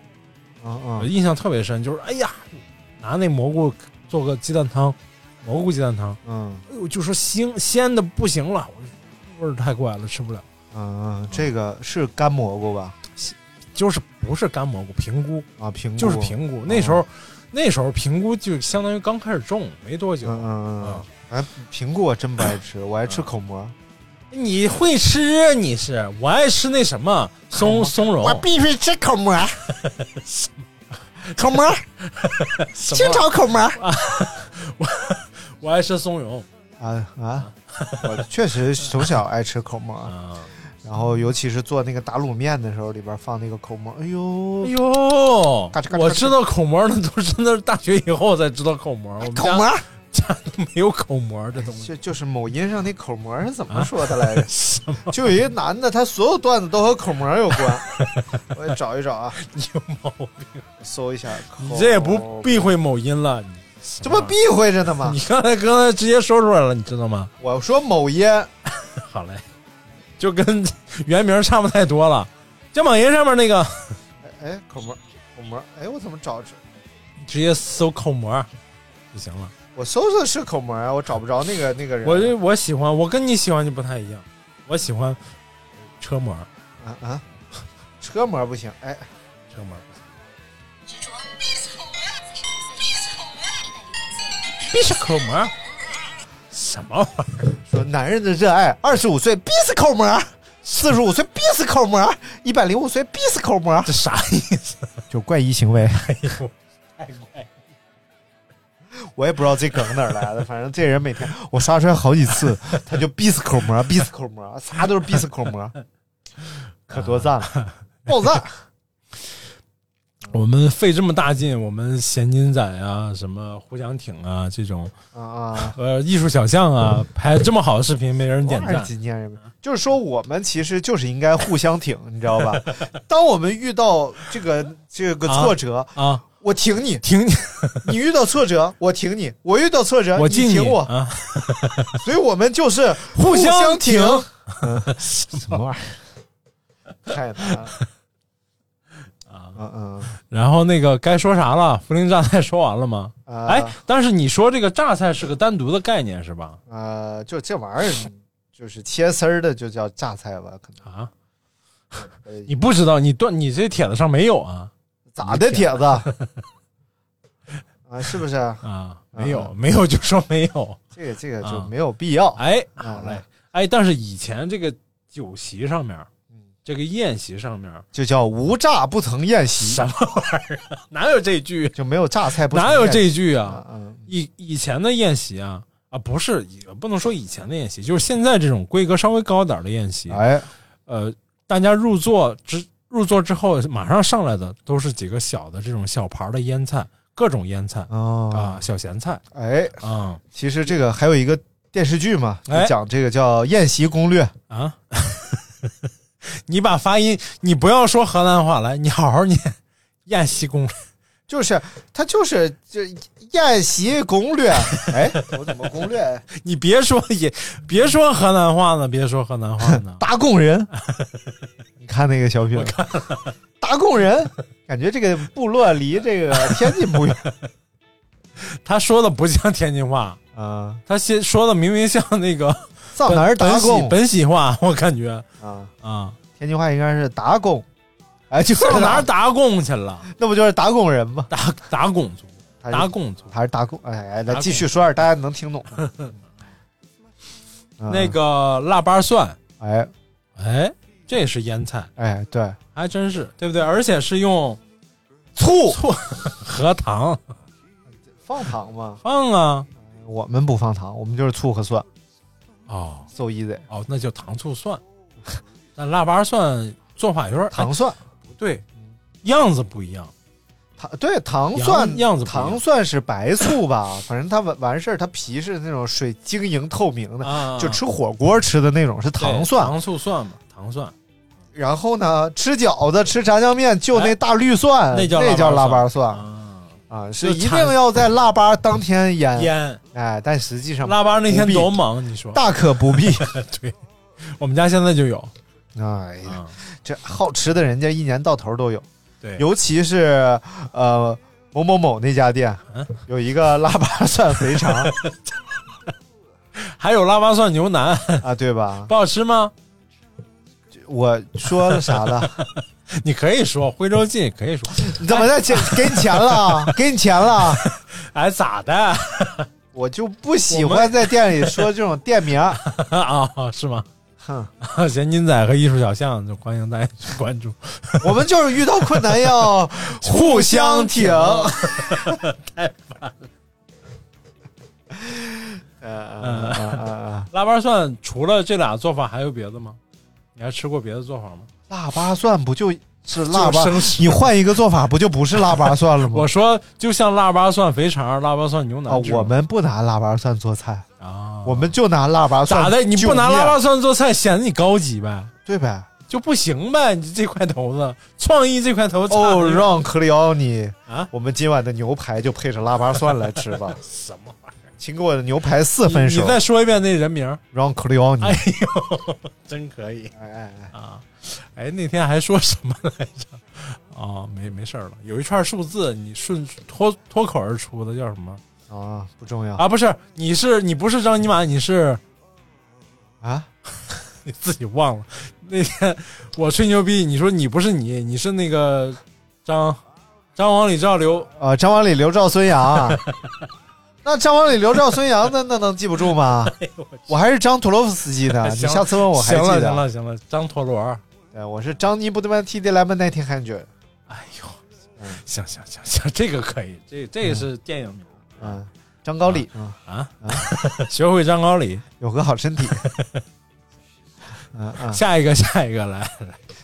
Speaker 8: 嗯
Speaker 9: 我
Speaker 8: 嗯。
Speaker 9: 啊印象特别深，就是哎呀，拿那蘑菇做个鸡蛋汤，蘑菇鸡蛋汤，
Speaker 8: 嗯
Speaker 9: 哎呦，就说腥鲜的不行了，我说味儿太怪了，吃不了。
Speaker 8: 嗯，嗯，这个是干蘑菇吧？
Speaker 9: 就是不是干蘑菇，平菇
Speaker 8: 啊，平菇哦
Speaker 9: 就是平菇。那时候，那时候平菇就相当于刚开始种没多久。
Speaker 8: 嗯嗯嗯
Speaker 9: 啊，
Speaker 8: 哎，平菇我真不爱吃，我爱吃口蘑。
Speaker 9: 你会吃？你是我爱吃那什么
Speaker 8: 哦
Speaker 9: 松松茸，
Speaker 8: 必须吃口蘑，口蘑，
Speaker 9: 什么
Speaker 8: 朝口蘑。
Speaker 9: 我爱吃松茸
Speaker 8: 啊 啊！我确实从小爱吃口蘑，
Speaker 9: 啊！
Speaker 8: 然后尤其是做那个打卤面的时候，里边放那个口蘑，哎呦
Speaker 9: 哎，呦
Speaker 8: 嘎吱嘎吱嘎吱，
Speaker 9: 我知道口蘑那都是那是大学以后才知道口蘑，我们家
Speaker 8: 口蘑，
Speaker 9: 家都没有口蘑这东西。
Speaker 8: 就就是某音上那口蘑是怎
Speaker 9: 啊
Speaker 8: 么说的来着？就有一个男的，他所有段子都和口蘑有关， 我也找一找啊，
Speaker 9: 你有毛病，
Speaker 8: 搜一下。
Speaker 9: 你这也不避讳某音了？你
Speaker 8: 这不避讳着呢吗
Speaker 9: 你？刚才刚才直接说出来了，你知道吗？
Speaker 8: 我说某音，
Speaker 9: 好嘞，就跟原名差不太多了。肩膀爷上面那个，
Speaker 8: 哎，口蘑，口蘑，哎，我怎么找着？
Speaker 9: 直接搜口蘑就行了。
Speaker 8: 我搜搜是口蘑啊，我找不着那个那个人。
Speaker 9: 我就我喜欢，我跟你喜欢就不太一样。我喜欢车模，
Speaker 8: 啊啊，车模不行，哎，
Speaker 9: 车模必须口模，什么玩意儿？
Speaker 8: 说男人的热爱，二十五岁必死口蘑，四十五岁必死口蘑，一百零五岁必死口啊蘑，
Speaker 9: 这啥意思？
Speaker 8: 就怪异行为。
Speaker 9: 哎呦，太怪了！
Speaker 8: 我也不知道这梗哪儿来的，反正这人每天我杀出来好几次，他就逼死口蘑，逼死口蘑，啥都是逼死口蘑，可多赞了， 爆啊赞！
Speaker 9: 我们费这么大劲，我们咸金仔啊，什么胡翔挺啊这种
Speaker 8: 啊，
Speaker 9: 呃，艺术小象
Speaker 8: 嗯
Speaker 9: 啊，拍这么好的视频，没人点
Speaker 8: 还
Speaker 9: 赞
Speaker 8: 是。今天人民，就是说我们其实就是应该互相挺，你知道吧？ 当我们遇到这个这个挫折
Speaker 9: 啊啊
Speaker 8: 我挺你，
Speaker 9: 挺你，
Speaker 8: 你遇到挫折，我挺你，我遇到挫折，
Speaker 9: 我敬
Speaker 8: 你
Speaker 9: 你
Speaker 8: 挺我，
Speaker 9: 啊，
Speaker 8: 所以我们就是
Speaker 9: 互
Speaker 8: 相
Speaker 9: 相
Speaker 8: 挺
Speaker 9: 挺。
Speaker 8: 什么玩意儿？太难 了。
Speaker 9: 啊
Speaker 8: 嗯嗯，
Speaker 9: 然后那个该说啥了？涪陵榨菜说完了吗？
Speaker 8: 啊
Speaker 9: 哎，但是你说这个榨菜是个单独的概念是吧？
Speaker 8: 呃，就这玩意儿，就是切丝儿的，就叫榨菜吧，可能
Speaker 9: 啊，
Speaker 8: 呃
Speaker 9: 你不知道，你断你这帖子上没有啊？
Speaker 8: 咋的，铁子？ 啊，是不是？
Speaker 9: 啊，没有，没有就说没有。
Speaker 8: 这个这个就
Speaker 9: 啊
Speaker 8: 没有必要。
Speaker 9: 哎，
Speaker 8: 啊
Speaker 9: 好嘞，哎，但是以前这个酒席上面，
Speaker 8: 嗯
Speaker 9: 这个宴席上面，
Speaker 8: 就叫无炸不曾宴席
Speaker 9: 什，么玩意儿啊？哪有这句？
Speaker 8: 就没有榨菜不曾
Speaker 9: 哪有这
Speaker 8: 宴席
Speaker 9: 句
Speaker 8: 啊
Speaker 9: 啊？？
Speaker 8: 嗯，
Speaker 9: 以以前的宴席啊，啊，不是，也不能说以前的宴席，就是现在这种规格稍微高点儿的宴席，
Speaker 8: 哎，
Speaker 9: 呃，大家入座之入座之后，马上上来的都是几个小的这种小盘儿的腌菜，各种腌菜
Speaker 8: 哦，
Speaker 9: 啊，小咸菜
Speaker 8: 哎，
Speaker 9: 啊
Speaker 8: 其实这个还有一个电视剧嘛，就
Speaker 9: 哎
Speaker 8: 讲这个叫《宴席攻略》。
Speaker 9: 啊。 你把发音，你不要说河南话来，你好好念宴席公
Speaker 8: 就是他就是就宴席攻 略，哎，我怎么攻略？，
Speaker 9: 你别说也别说河南话呢，别说河南话呢
Speaker 8: 打工人，你看那个小品，打工人，感觉这个部落离这个天津 不远
Speaker 9: 他说的不像天津话，
Speaker 8: 啊。
Speaker 9: 他先说的明明像那个
Speaker 8: 上哪儿
Speaker 9: 本
Speaker 8: 打
Speaker 9: 喜
Speaker 8: 工
Speaker 9: 本喜话，我感觉
Speaker 8: 啊？
Speaker 9: 啊，
Speaker 8: 天津话应该是打工，哎，就
Speaker 9: 上哪儿？打工去了？
Speaker 8: 那不就是打工人吗？
Speaker 9: 打打工族，
Speaker 8: 还是
Speaker 9: 打工族。
Speaker 8: 还是打工？哎哎，
Speaker 9: 打
Speaker 8: 来
Speaker 9: 工
Speaker 8: 继续说点大家能听懂 的。啊
Speaker 9: 那个腊八蒜，
Speaker 8: 哎
Speaker 9: 哎，这是腌菜，
Speaker 8: 哎对，
Speaker 9: 还真是，对不对？而且是用
Speaker 8: 醋
Speaker 9: 醋 和糖
Speaker 8: 放糖吗？
Speaker 9: 放啊。
Speaker 8: 我们不放糖，我们就是醋和蒜
Speaker 9: 哦
Speaker 8: ，so easy，
Speaker 9: 哦，那就糖醋蒜， 但腊八蒜做法有点
Speaker 8: 糖蒜。
Speaker 9: 不对，样子不一样。
Speaker 8: 糖对糖蒜
Speaker 9: 样样子不一样
Speaker 8: 糖蒜是白醋吧？反正它完完事儿，它皮是那种水晶莹透明的，
Speaker 9: 啊，
Speaker 8: 就吃火锅吃的那种是糖
Speaker 9: 对
Speaker 8: 蒜。
Speaker 9: 糖醋蒜嘛，糖蒜
Speaker 8: 然后呢，吃饺子吃炸酱面就那
Speaker 9: 哎
Speaker 8: 大绿蒜，
Speaker 9: 那叫
Speaker 8: 那叫腊
Speaker 9: 腊
Speaker 8: 八
Speaker 9: 八
Speaker 8: 蒜
Speaker 9: 啊，
Speaker 8: 啊，是
Speaker 9: 就
Speaker 8: 一定
Speaker 9: 产
Speaker 8: 要 在腊八当天腌。
Speaker 9: 啊腌
Speaker 8: 哎，但实际上
Speaker 9: 腊八那天
Speaker 8: 不必
Speaker 9: 多忙，你说？
Speaker 8: 大可不必。
Speaker 9: 对，我们家现在就有
Speaker 8: 哎呀，
Speaker 9: 啊，
Speaker 8: 这好吃的人家一年到头都有，
Speaker 9: 对，
Speaker 8: 尤其是呃某某某那家店
Speaker 9: 嗯
Speaker 8: 有一个腊八蒜肥肠
Speaker 9: 还有腊八蒜牛腩，
Speaker 8: 啊，对吧？
Speaker 9: 不好吃吗？
Speaker 8: 我说了啥了？
Speaker 9: 你可以说徽州记，也可以说，
Speaker 8: 你怎么在钱给你钱了？给你钱了？
Speaker 9: 哎，咋的啊、
Speaker 8: 我就不喜欢在店里说这种店名。
Speaker 9: 啊是吗？
Speaker 8: 哼，
Speaker 9: 咸金仔和艺术小象就欢迎大家去关注，
Speaker 8: 我们就是遇到困难要互相挺。太烦了。呃呃呃呃，
Speaker 9: 腊八蒜除了这俩做法还有别的吗？你还吃过别的做法吗？
Speaker 8: 腊八蒜不就是腊八
Speaker 9: 就生？吃
Speaker 8: 你换一个做法，不就不是腊八蒜了吗
Speaker 9: 我？说就像腊八蒜肥肠、腊八蒜牛腩
Speaker 8: 啊，
Speaker 9: 这种
Speaker 8: 我们不拿腊八蒜做菜，
Speaker 9: 啊，
Speaker 8: 我们就拿腊八蒜。
Speaker 9: 咋的？你不拿
Speaker 8: 就
Speaker 9: 腊
Speaker 8: 面
Speaker 9: 八蒜做菜，显得你高级呗？
Speaker 8: 对呗？
Speaker 9: 就不行呗？你这块头子， 创意这块头子，
Speaker 8: 哦，让克里奥尼
Speaker 9: 啊
Speaker 8: 我们今晚的牛排就配着腊八蒜来吃吧。
Speaker 9: 什么玩意儿？
Speaker 8: 请给我的牛排四分
Speaker 9: 你
Speaker 8: 熟
Speaker 9: 你，再说一遍那人名儿，
Speaker 8: 让克里奥尼。
Speaker 9: 哎呦，真可以
Speaker 8: 哎哎哎，
Speaker 9: 啊！哎，那天还说什么来着？ 哦，没没事儿了，有一串数字，你顺脱脱口而出的叫什么
Speaker 8: 啊，不重要
Speaker 9: 啊？不是，你是你不是张尼玛，你是
Speaker 8: 啊，
Speaker 9: 你自己忘了。 那天我吹牛逼，你说你不是你，你是那个张张王李赵刘
Speaker 8: 啊，张王李刘赵孙 杨，啊那张王李刘赵孙杨，那那能记不住 吗？
Speaker 9: 哎
Speaker 8: 我还是张图洛夫斯基呢，你
Speaker 9: 行了
Speaker 8: 下次问哦我还
Speaker 9: 行
Speaker 8: 记
Speaker 9: 了行
Speaker 8: 得。
Speaker 9: 了行了，张陀螺儿。
Speaker 8: 对，呃我是张尼布德曼 T D 莱曼 nineteen hundred。嗯
Speaker 9: 哎呦，行行行行，这个可以，这这个是电影名。
Speaker 8: 嗯，张高丽
Speaker 9: 啊
Speaker 8: 啊
Speaker 9: 学会张高丽，
Speaker 8: 有个好 身体。嗯嗯，
Speaker 9: 下一个， 下一个来，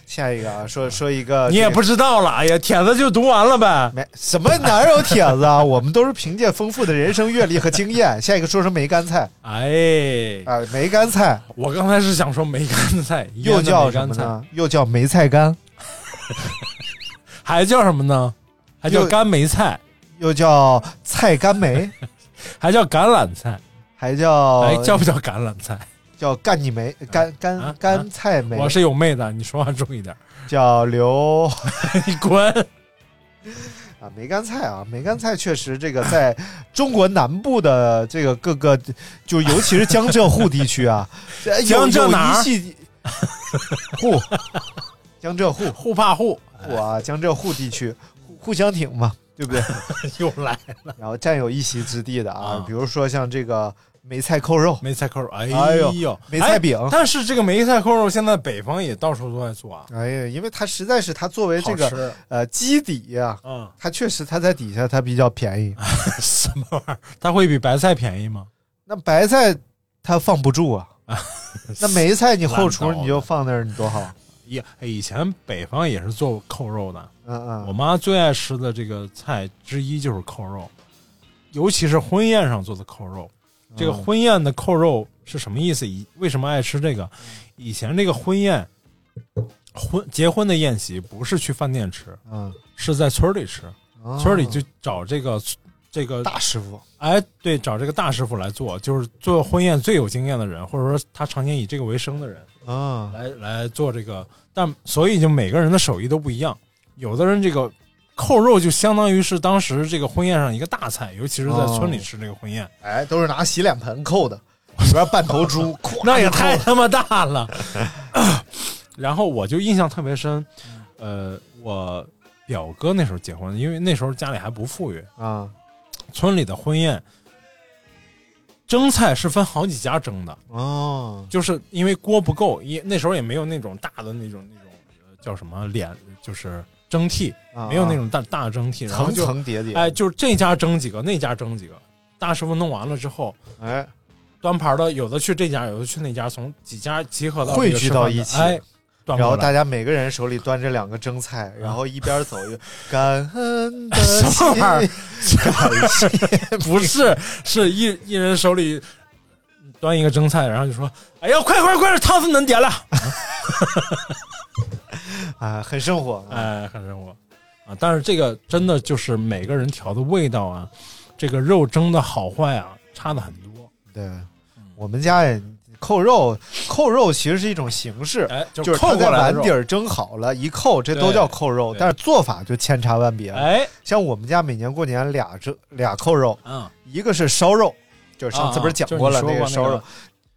Speaker 8: 下一个啊，说说一个，
Speaker 9: 你也不
Speaker 8: 是
Speaker 9: 知道了，哎呀，帖子就读完了呗。
Speaker 8: 没什么哪有帖子啊， 我们都是凭借丰富的人生阅历和经验。 下一个说说梅干菜
Speaker 9: 哎，
Speaker 8: 啊，梅干菜
Speaker 9: 我刚才是想说梅干 菜，
Speaker 8: 又叫什
Speaker 9: 干
Speaker 8: 么
Speaker 9: 菜，
Speaker 8: 呢？又叫梅菜干，
Speaker 9: 还叫什么呢？还叫
Speaker 8: 又
Speaker 9: 干梅菜，
Speaker 8: 又叫菜干 梅，
Speaker 9: 还叫橄榄菜，
Speaker 8: 还叫
Speaker 9: 哎，叫不叫橄榄菜？
Speaker 8: 叫干你梅干
Speaker 9: 啊
Speaker 8: 干干菜梅，
Speaker 9: 我是有妹的，你说话重一点，
Speaker 8: 叫刘。
Speaker 9: 你滚！
Speaker 8: 啊，梅干菜啊，梅干菜确实这个在中国南部的这个各个，就尤其是江浙沪地区啊，这有
Speaker 9: 江浙
Speaker 8: 有
Speaker 9: 哪儿
Speaker 8: 一系沪，江浙沪
Speaker 9: 互怕 互，
Speaker 8: 沪啊，江浙沪地区互互相挺嘛，对不对？
Speaker 9: 又来
Speaker 8: 然后占有一席之地的啊
Speaker 9: 啊，
Speaker 8: 比如说像这个梅菜扣肉，
Speaker 9: 梅菜扣肉，哎
Speaker 8: 哎呦
Speaker 9: 呦，
Speaker 8: 梅菜饼
Speaker 9: 哎但是这个梅菜扣肉现在北方也到处都在做啊，
Speaker 8: 哎呀，因为它实在是它作为这
Speaker 9: 好
Speaker 8: 个
Speaker 9: 吃，
Speaker 8: 呃基底啊，
Speaker 9: 嗯，
Speaker 8: 它确实它在底下它比较便宜，
Speaker 9: 什么玩意儿？它会比白菜便宜吗？
Speaker 8: 那白菜它放不住啊，那梅菜你后厨
Speaker 9: 烂糟了
Speaker 8: 你就放那儿，你多好。
Speaker 9: 也哎以前北方也是做扣肉的，
Speaker 8: 嗯
Speaker 9: 我
Speaker 8: 嗯，
Speaker 9: 妈最爱吃的这个菜之一就是扣肉，尤其是婚宴上做的扣肉。这
Speaker 8: 嗯
Speaker 9: 个婚宴的扣肉是什么意思？以为什么爱吃这个？以前这个婚宴，婚结婚的宴席不是去饭店吃，
Speaker 8: 嗯，
Speaker 9: 是在村儿里吃，
Speaker 8: 哦
Speaker 9: 村儿里就找这个这个
Speaker 8: 大师傅，
Speaker 9: 哎，对，找这个大师傅来做，就是做婚宴最有经验的人，或者说他常年以这个为生的人
Speaker 8: 嗯
Speaker 9: 来来做这个。但所以就每个人的手艺都不一样，有的人这个扣肉就相当于是当时这个婚宴上一个大菜，尤其是在村里吃这个婚宴，
Speaker 8: 哎，都是拿洗脸盆扣的，里边半头猪， 咵
Speaker 9: 那也
Speaker 8: 就扣
Speaker 9: 太
Speaker 8: 了
Speaker 9: 他妈大了。 然后我就印象特别深，呃，我表哥那时候结婚，因为那时候家里还不富裕，
Speaker 8: 啊
Speaker 9: 村里的婚宴蒸菜是分好几家蒸的。
Speaker 8: 哦，
Speaker 9: 就是因为锅不够，也那时候也没有那种大的那种那种呃叫什么脸，就是蒸屉，
Speaker 8: 啊
Speaker 9: 没有那种大大蒸屉，然后
Speaker 8: 层
Speaker 9: 就
Speaker 8: 层叠叠，
Speaker 9: 哎，就是这家蒸几个，那家蒸几个，大师傅弄完了之后，
Speaker 8: 哎，
Speaker 9: 端盘的有的去这家，有的去那家，从几家集合到
Speaker 8: 汇
Speaker 9: 这个
Speaker 8: 聚
Speaker 9: 吃饭
Speaker 8: 到
Speaker 9: 的
Speaker 8: 一起
Speaker 9: 哎，端
Speaker 8: 然后
Speaker 9: 过来嗯
Speaker 8: 大家每个人手里端着两个蒸菜，然后一边走一个感恩的
Speaker 9: 什么玩意
Speaker 8: 心，
Speaker 9: 不是是一一人手里端一个蒸菜，然后就说，哎呀，快快快，汤是能点了，
Speaker 8: 啊，很生活，啊
Speaker 9: 哎，很生活啊。但是这个真的就是每个人调的味道啊，这个肉蒸的好坏啊，差的很多。
Speaker 8: 对，
Speaker 9: 嗯
Speaker 8: 我们家也扣肉，扣肉其实是一种形式，
Speaker 9: 哎，就
Speaker 8: 就是
Speaker 9: 扣
Speaker 8: 它在
Speaker 9: 过来
Speaker 8: 碗
Speaker 9: 的
Speaker 8: 底
Speaker 9: 肉。
Speaker 8: 儿蒸好了，一扣，这都
Speaker 9: 对
Speaker 8: 叫扣肉，
Speaker 9: 对
Speaker 8: 但是做法就千差万别了。
Speaker 9: 哎，
Speaker 8: 像我们家每年过年俩蒸俩扣肉，
Speaker 9: 嗯，
Speaker 8: 一个是烧肉，就是上次不是讲过了、
Speaker 9: 啊啊就是
Speaker 8: 那
Speaker 9: 你
Speaker 8: 个
Speaker 9: 说
Speaker 8: 烧
Speaker 9: 过那个
Speaker 8: 肉，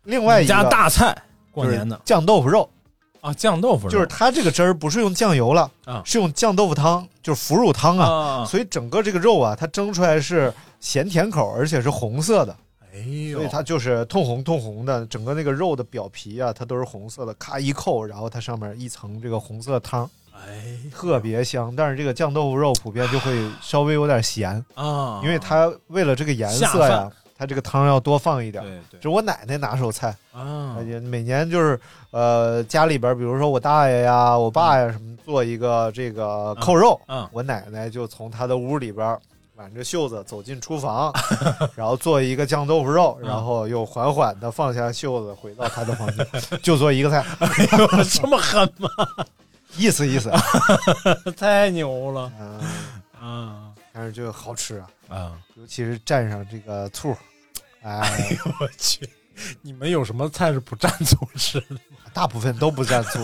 Speaker 8: 另外一
Speaker 9: 你
Speaker 8: 个
Speaker 9: 家大菜过
Speaker 8: 就是
Speaker 9: 年的
Speaker 8: 酱豆腐肉，
Speaker 9: 啊，酱豆腐
Speaker 8: 就是它这个汁儿不是用酱油了，
Speaker 9: 啊
Speaker 8: 是用酱豆腐汤，就是腐乳汤啊，
Speaker 9: 啊，
Speaker 8: 所以整个这个肉啊，它蒸出来是咸甜口，而且是红色的。
Speaker 9: 哎呦，
Speaker 8: 所以它就是通红通红的，整个那个肉的表皮啊，它都是红色的，咔一扣，然后它上面一层这个红色汤，
Speaker 9: 哎
Speaker 8: 特别香。但是这个酱豆腐肉普遍就会稍微有点咸，
Speaker 9: 啊，
Speaker 8: 因为它为了这个颜色
Speaker 9: 下
Speaker 8: 呀，它这个汤要多放一点。
Speaker 9: 对对
Speaker 8: 这我奶奶拿手菜，
Speaker 9: 啊
Speaker 8: 哎，呀每年就是呃家里边，比如说我大爷呀、我爸呀什么，做一个这个扣肉，
Speaker 9: 嗯嗯
Speaker 8: 我奶奶就从她的屋里边挽着袖子走进厨 房，然后做一个酱豆腐
Speaker 9: 嗯
Speaker 8: 肉，然后又缓缓的放下袖子回到她的房间， 就做一个菜，
Speaker 9: 这么狠吗？
Speaker 8: 意思意思，
Speaker 9: 太牛了
Speaker 8: 嗯，
Speaker 9: 啊
Speaker 8: 但是就好吃啊，
Speaker 9: 啊！
Speaker 8: 尤其是蘸上这个醋，哎，
Speaker 9: 我去，你们有什么菜是不蘸醋吃的？
Speaker 8: 大部分都不蘸醋，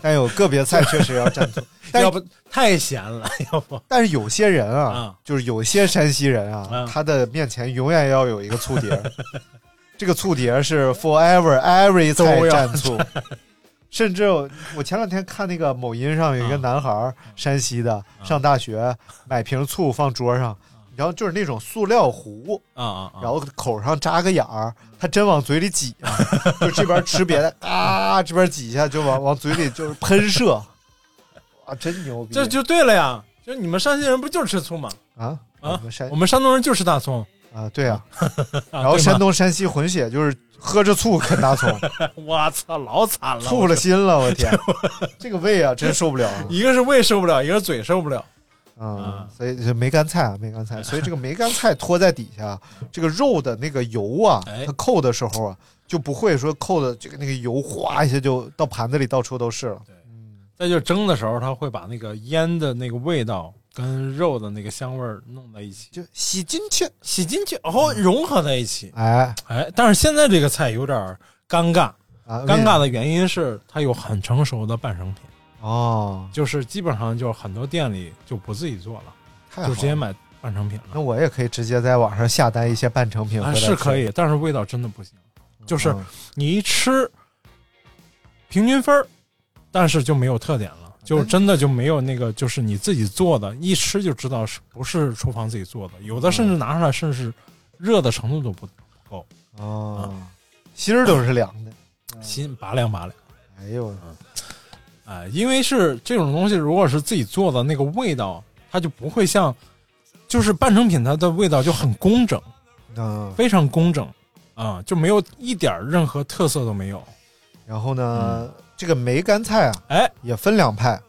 Speaker 8: 但有个别菜确实要蘸 醋，但
Speaker 9: 要不太咸了，要不
Speaker 8: 但是有些人啊，
Speaker 9: 啊
Speaker 8: 就是有些山西人啊，
Speaker 9: 啊
Speaker 8: 他的面前永远要有一个醋碟儿，这个醋碟儿是 forever every
Speaker 9: 都
Speaker 8: 菜
Speaker 9: 要
Speaker 8: 蘸醋。甚至我我前两天看那个某音上有一
Speaker 9: 嗯
Speaker 8: 个男孩儿，山西的，上大学买瓶醋放桌上，
Speaker 9: 嗯
Speaker 8: 然后就是那种塑料壶，
Speaker 9: 啊啊啊！
Speaker 8: 然后口上扎个眼儿，他真往嘴里挤啊，就这边吃别的啊，这边挤一下就往往嘴里就是喷射，啊，真牛逼！
Speaker 9: 这就对了呀，就你们山西人不就是吃醋吗？
Speaker 8: 啊
Speaker 9: 啊
Speaker 8: 我们山
Speaker 9: 我们山东人就吃大葱，
Speaker 8: 啊，对啊，然后山东山西混血就是喝着醋啃大葱，
Speaker 9: 我操，老 惨了，
Speaker 8: 醋了心了，我天，这个胃啊真受不了啊
Speaker 9: 一个是胃受不了，一个是嘴受不了。
Speaker 8: 嗯，所以就梅干菜啊，梅干菜，所以这个梅干菜拖在底下，这个肉的那个油啊，它扣的时候啊，就不会说扣的这个那个油哗一下就到盘子里到处都是了。
Speaker 9: 再就是蒸的时候，它会把那个烟的那个味道跟肉的那个香味儿弄在一起，
Speaker 8: 就洗进去，
Speaker 9: 洗进去，然后融合在一起。
Speaker 8: 哎
Speaker 9: 哎，但是现在这个菜有点儿尴尬，
Speaker 8: 啊，
Speaker 9: 尴尬
Speaker 8: 的
Speaker 9: 的原因是它有很成熟的半成品，
Speaker 8: 哦，
Speaker 9: 就是基本上就是很多店里就不自己做了，
Speaker 8: 太好
Speaker 9: 就
Speaker 8: 了
Speaker 9: 直接。买半成品了。
Speaker 8: 那我也可以直接在网上下单一些半成品回
Speaker 9: 啊，
Speaker 8: 来吃、
Speaker 9: 是可以，但是味道真的不行，就是
Speaker 8: 嗯
Speaker 9: 你一吃平均分儿，但是就没有特点
Speaker 8: 嗯
Speaker 9: 了，就真的就没有那个，就是你自己做的，一吃就知道是不是厨房自己做的，有的甚至拿上来甚至热的程度都不够，
Speaker 8: 哦，心儿都是凉的。
Speaker 9: 心拔凉拔凉。
Speaker 8: 哎呦，
Speaker 9: 哎，因为是这种东西，如果是自己做的，那个味道它就不会像，就是半成品它的味道就很工整，
Speaker 8: 嗯，
Speaker 9: 非常工整啊、就没有一点儿任何特色都没有。
Speaker 8: 然后呢，这个梅干菜啊，
Speaker 9: 哎，
Speaker 8: 也分两派，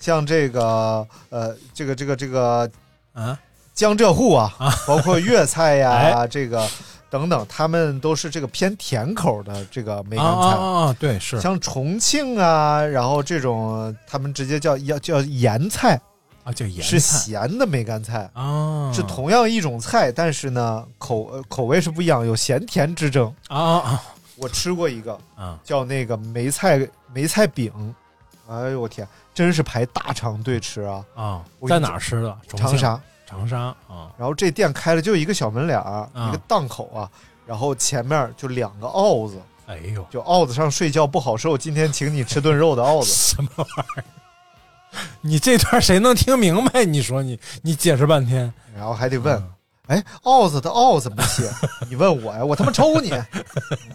Speaker 8: 像这个呃，这个这个这个
Speaker 9: 啊，
Speaker 8: 江浙沪啊，包括粤菜呀、
Speaker 9: 哎
Speaker 8: 这个等等，他们都是这个偏甜口的这个梅干菜。
Speaker 9: 啊啊啊！对，是
Speaker 8: 像重庆啊，然后这种他们直接叫要叫盐菜，
Speaker 9: 啊，叫盐
Speaker 8: 是
Speaker 9: 菜
Speaker 8: 咸的梅干菜，
Speaker 9: 啊，
Speaker 8: 是同样一种菜，但是呢口呃口味是不一样，有咸甜之争。
Speaker 9: 啊啊
Speaker 8: 我吃过一 个，
Speaker 9: 啊啊！
Speaker 8: 叫那个梅菜梅菜饼，哎呦我天，真是排大长队吃啊！
Speaker 9: 啊
Speaker 8: 我，
Speaker 9: 在哪儿吃的？重
Speaker 8: 长，
Speaker 9: 庆
Speaker 8: 沙，
Speaker 9: 长沙啊
Speaker 8: 然后这店开了就一个小门脸儿，
Speaker 9: 啊
Speaker 8: 一个档口啊，然后前面就两个鏊子，
Speaker 9: 哎呦，
Speaker 8: 就鏊子上睡觉不好受，今天请你吃顿肉的鏊子。
Speaker 9: 什么玩意儿？ 你这段谁能听明白？你说你你解释半天，
Speaker 8: 然后还得问，哎，鏊子的鏊怎么 写？你问我呀，我他妈抽你！嗯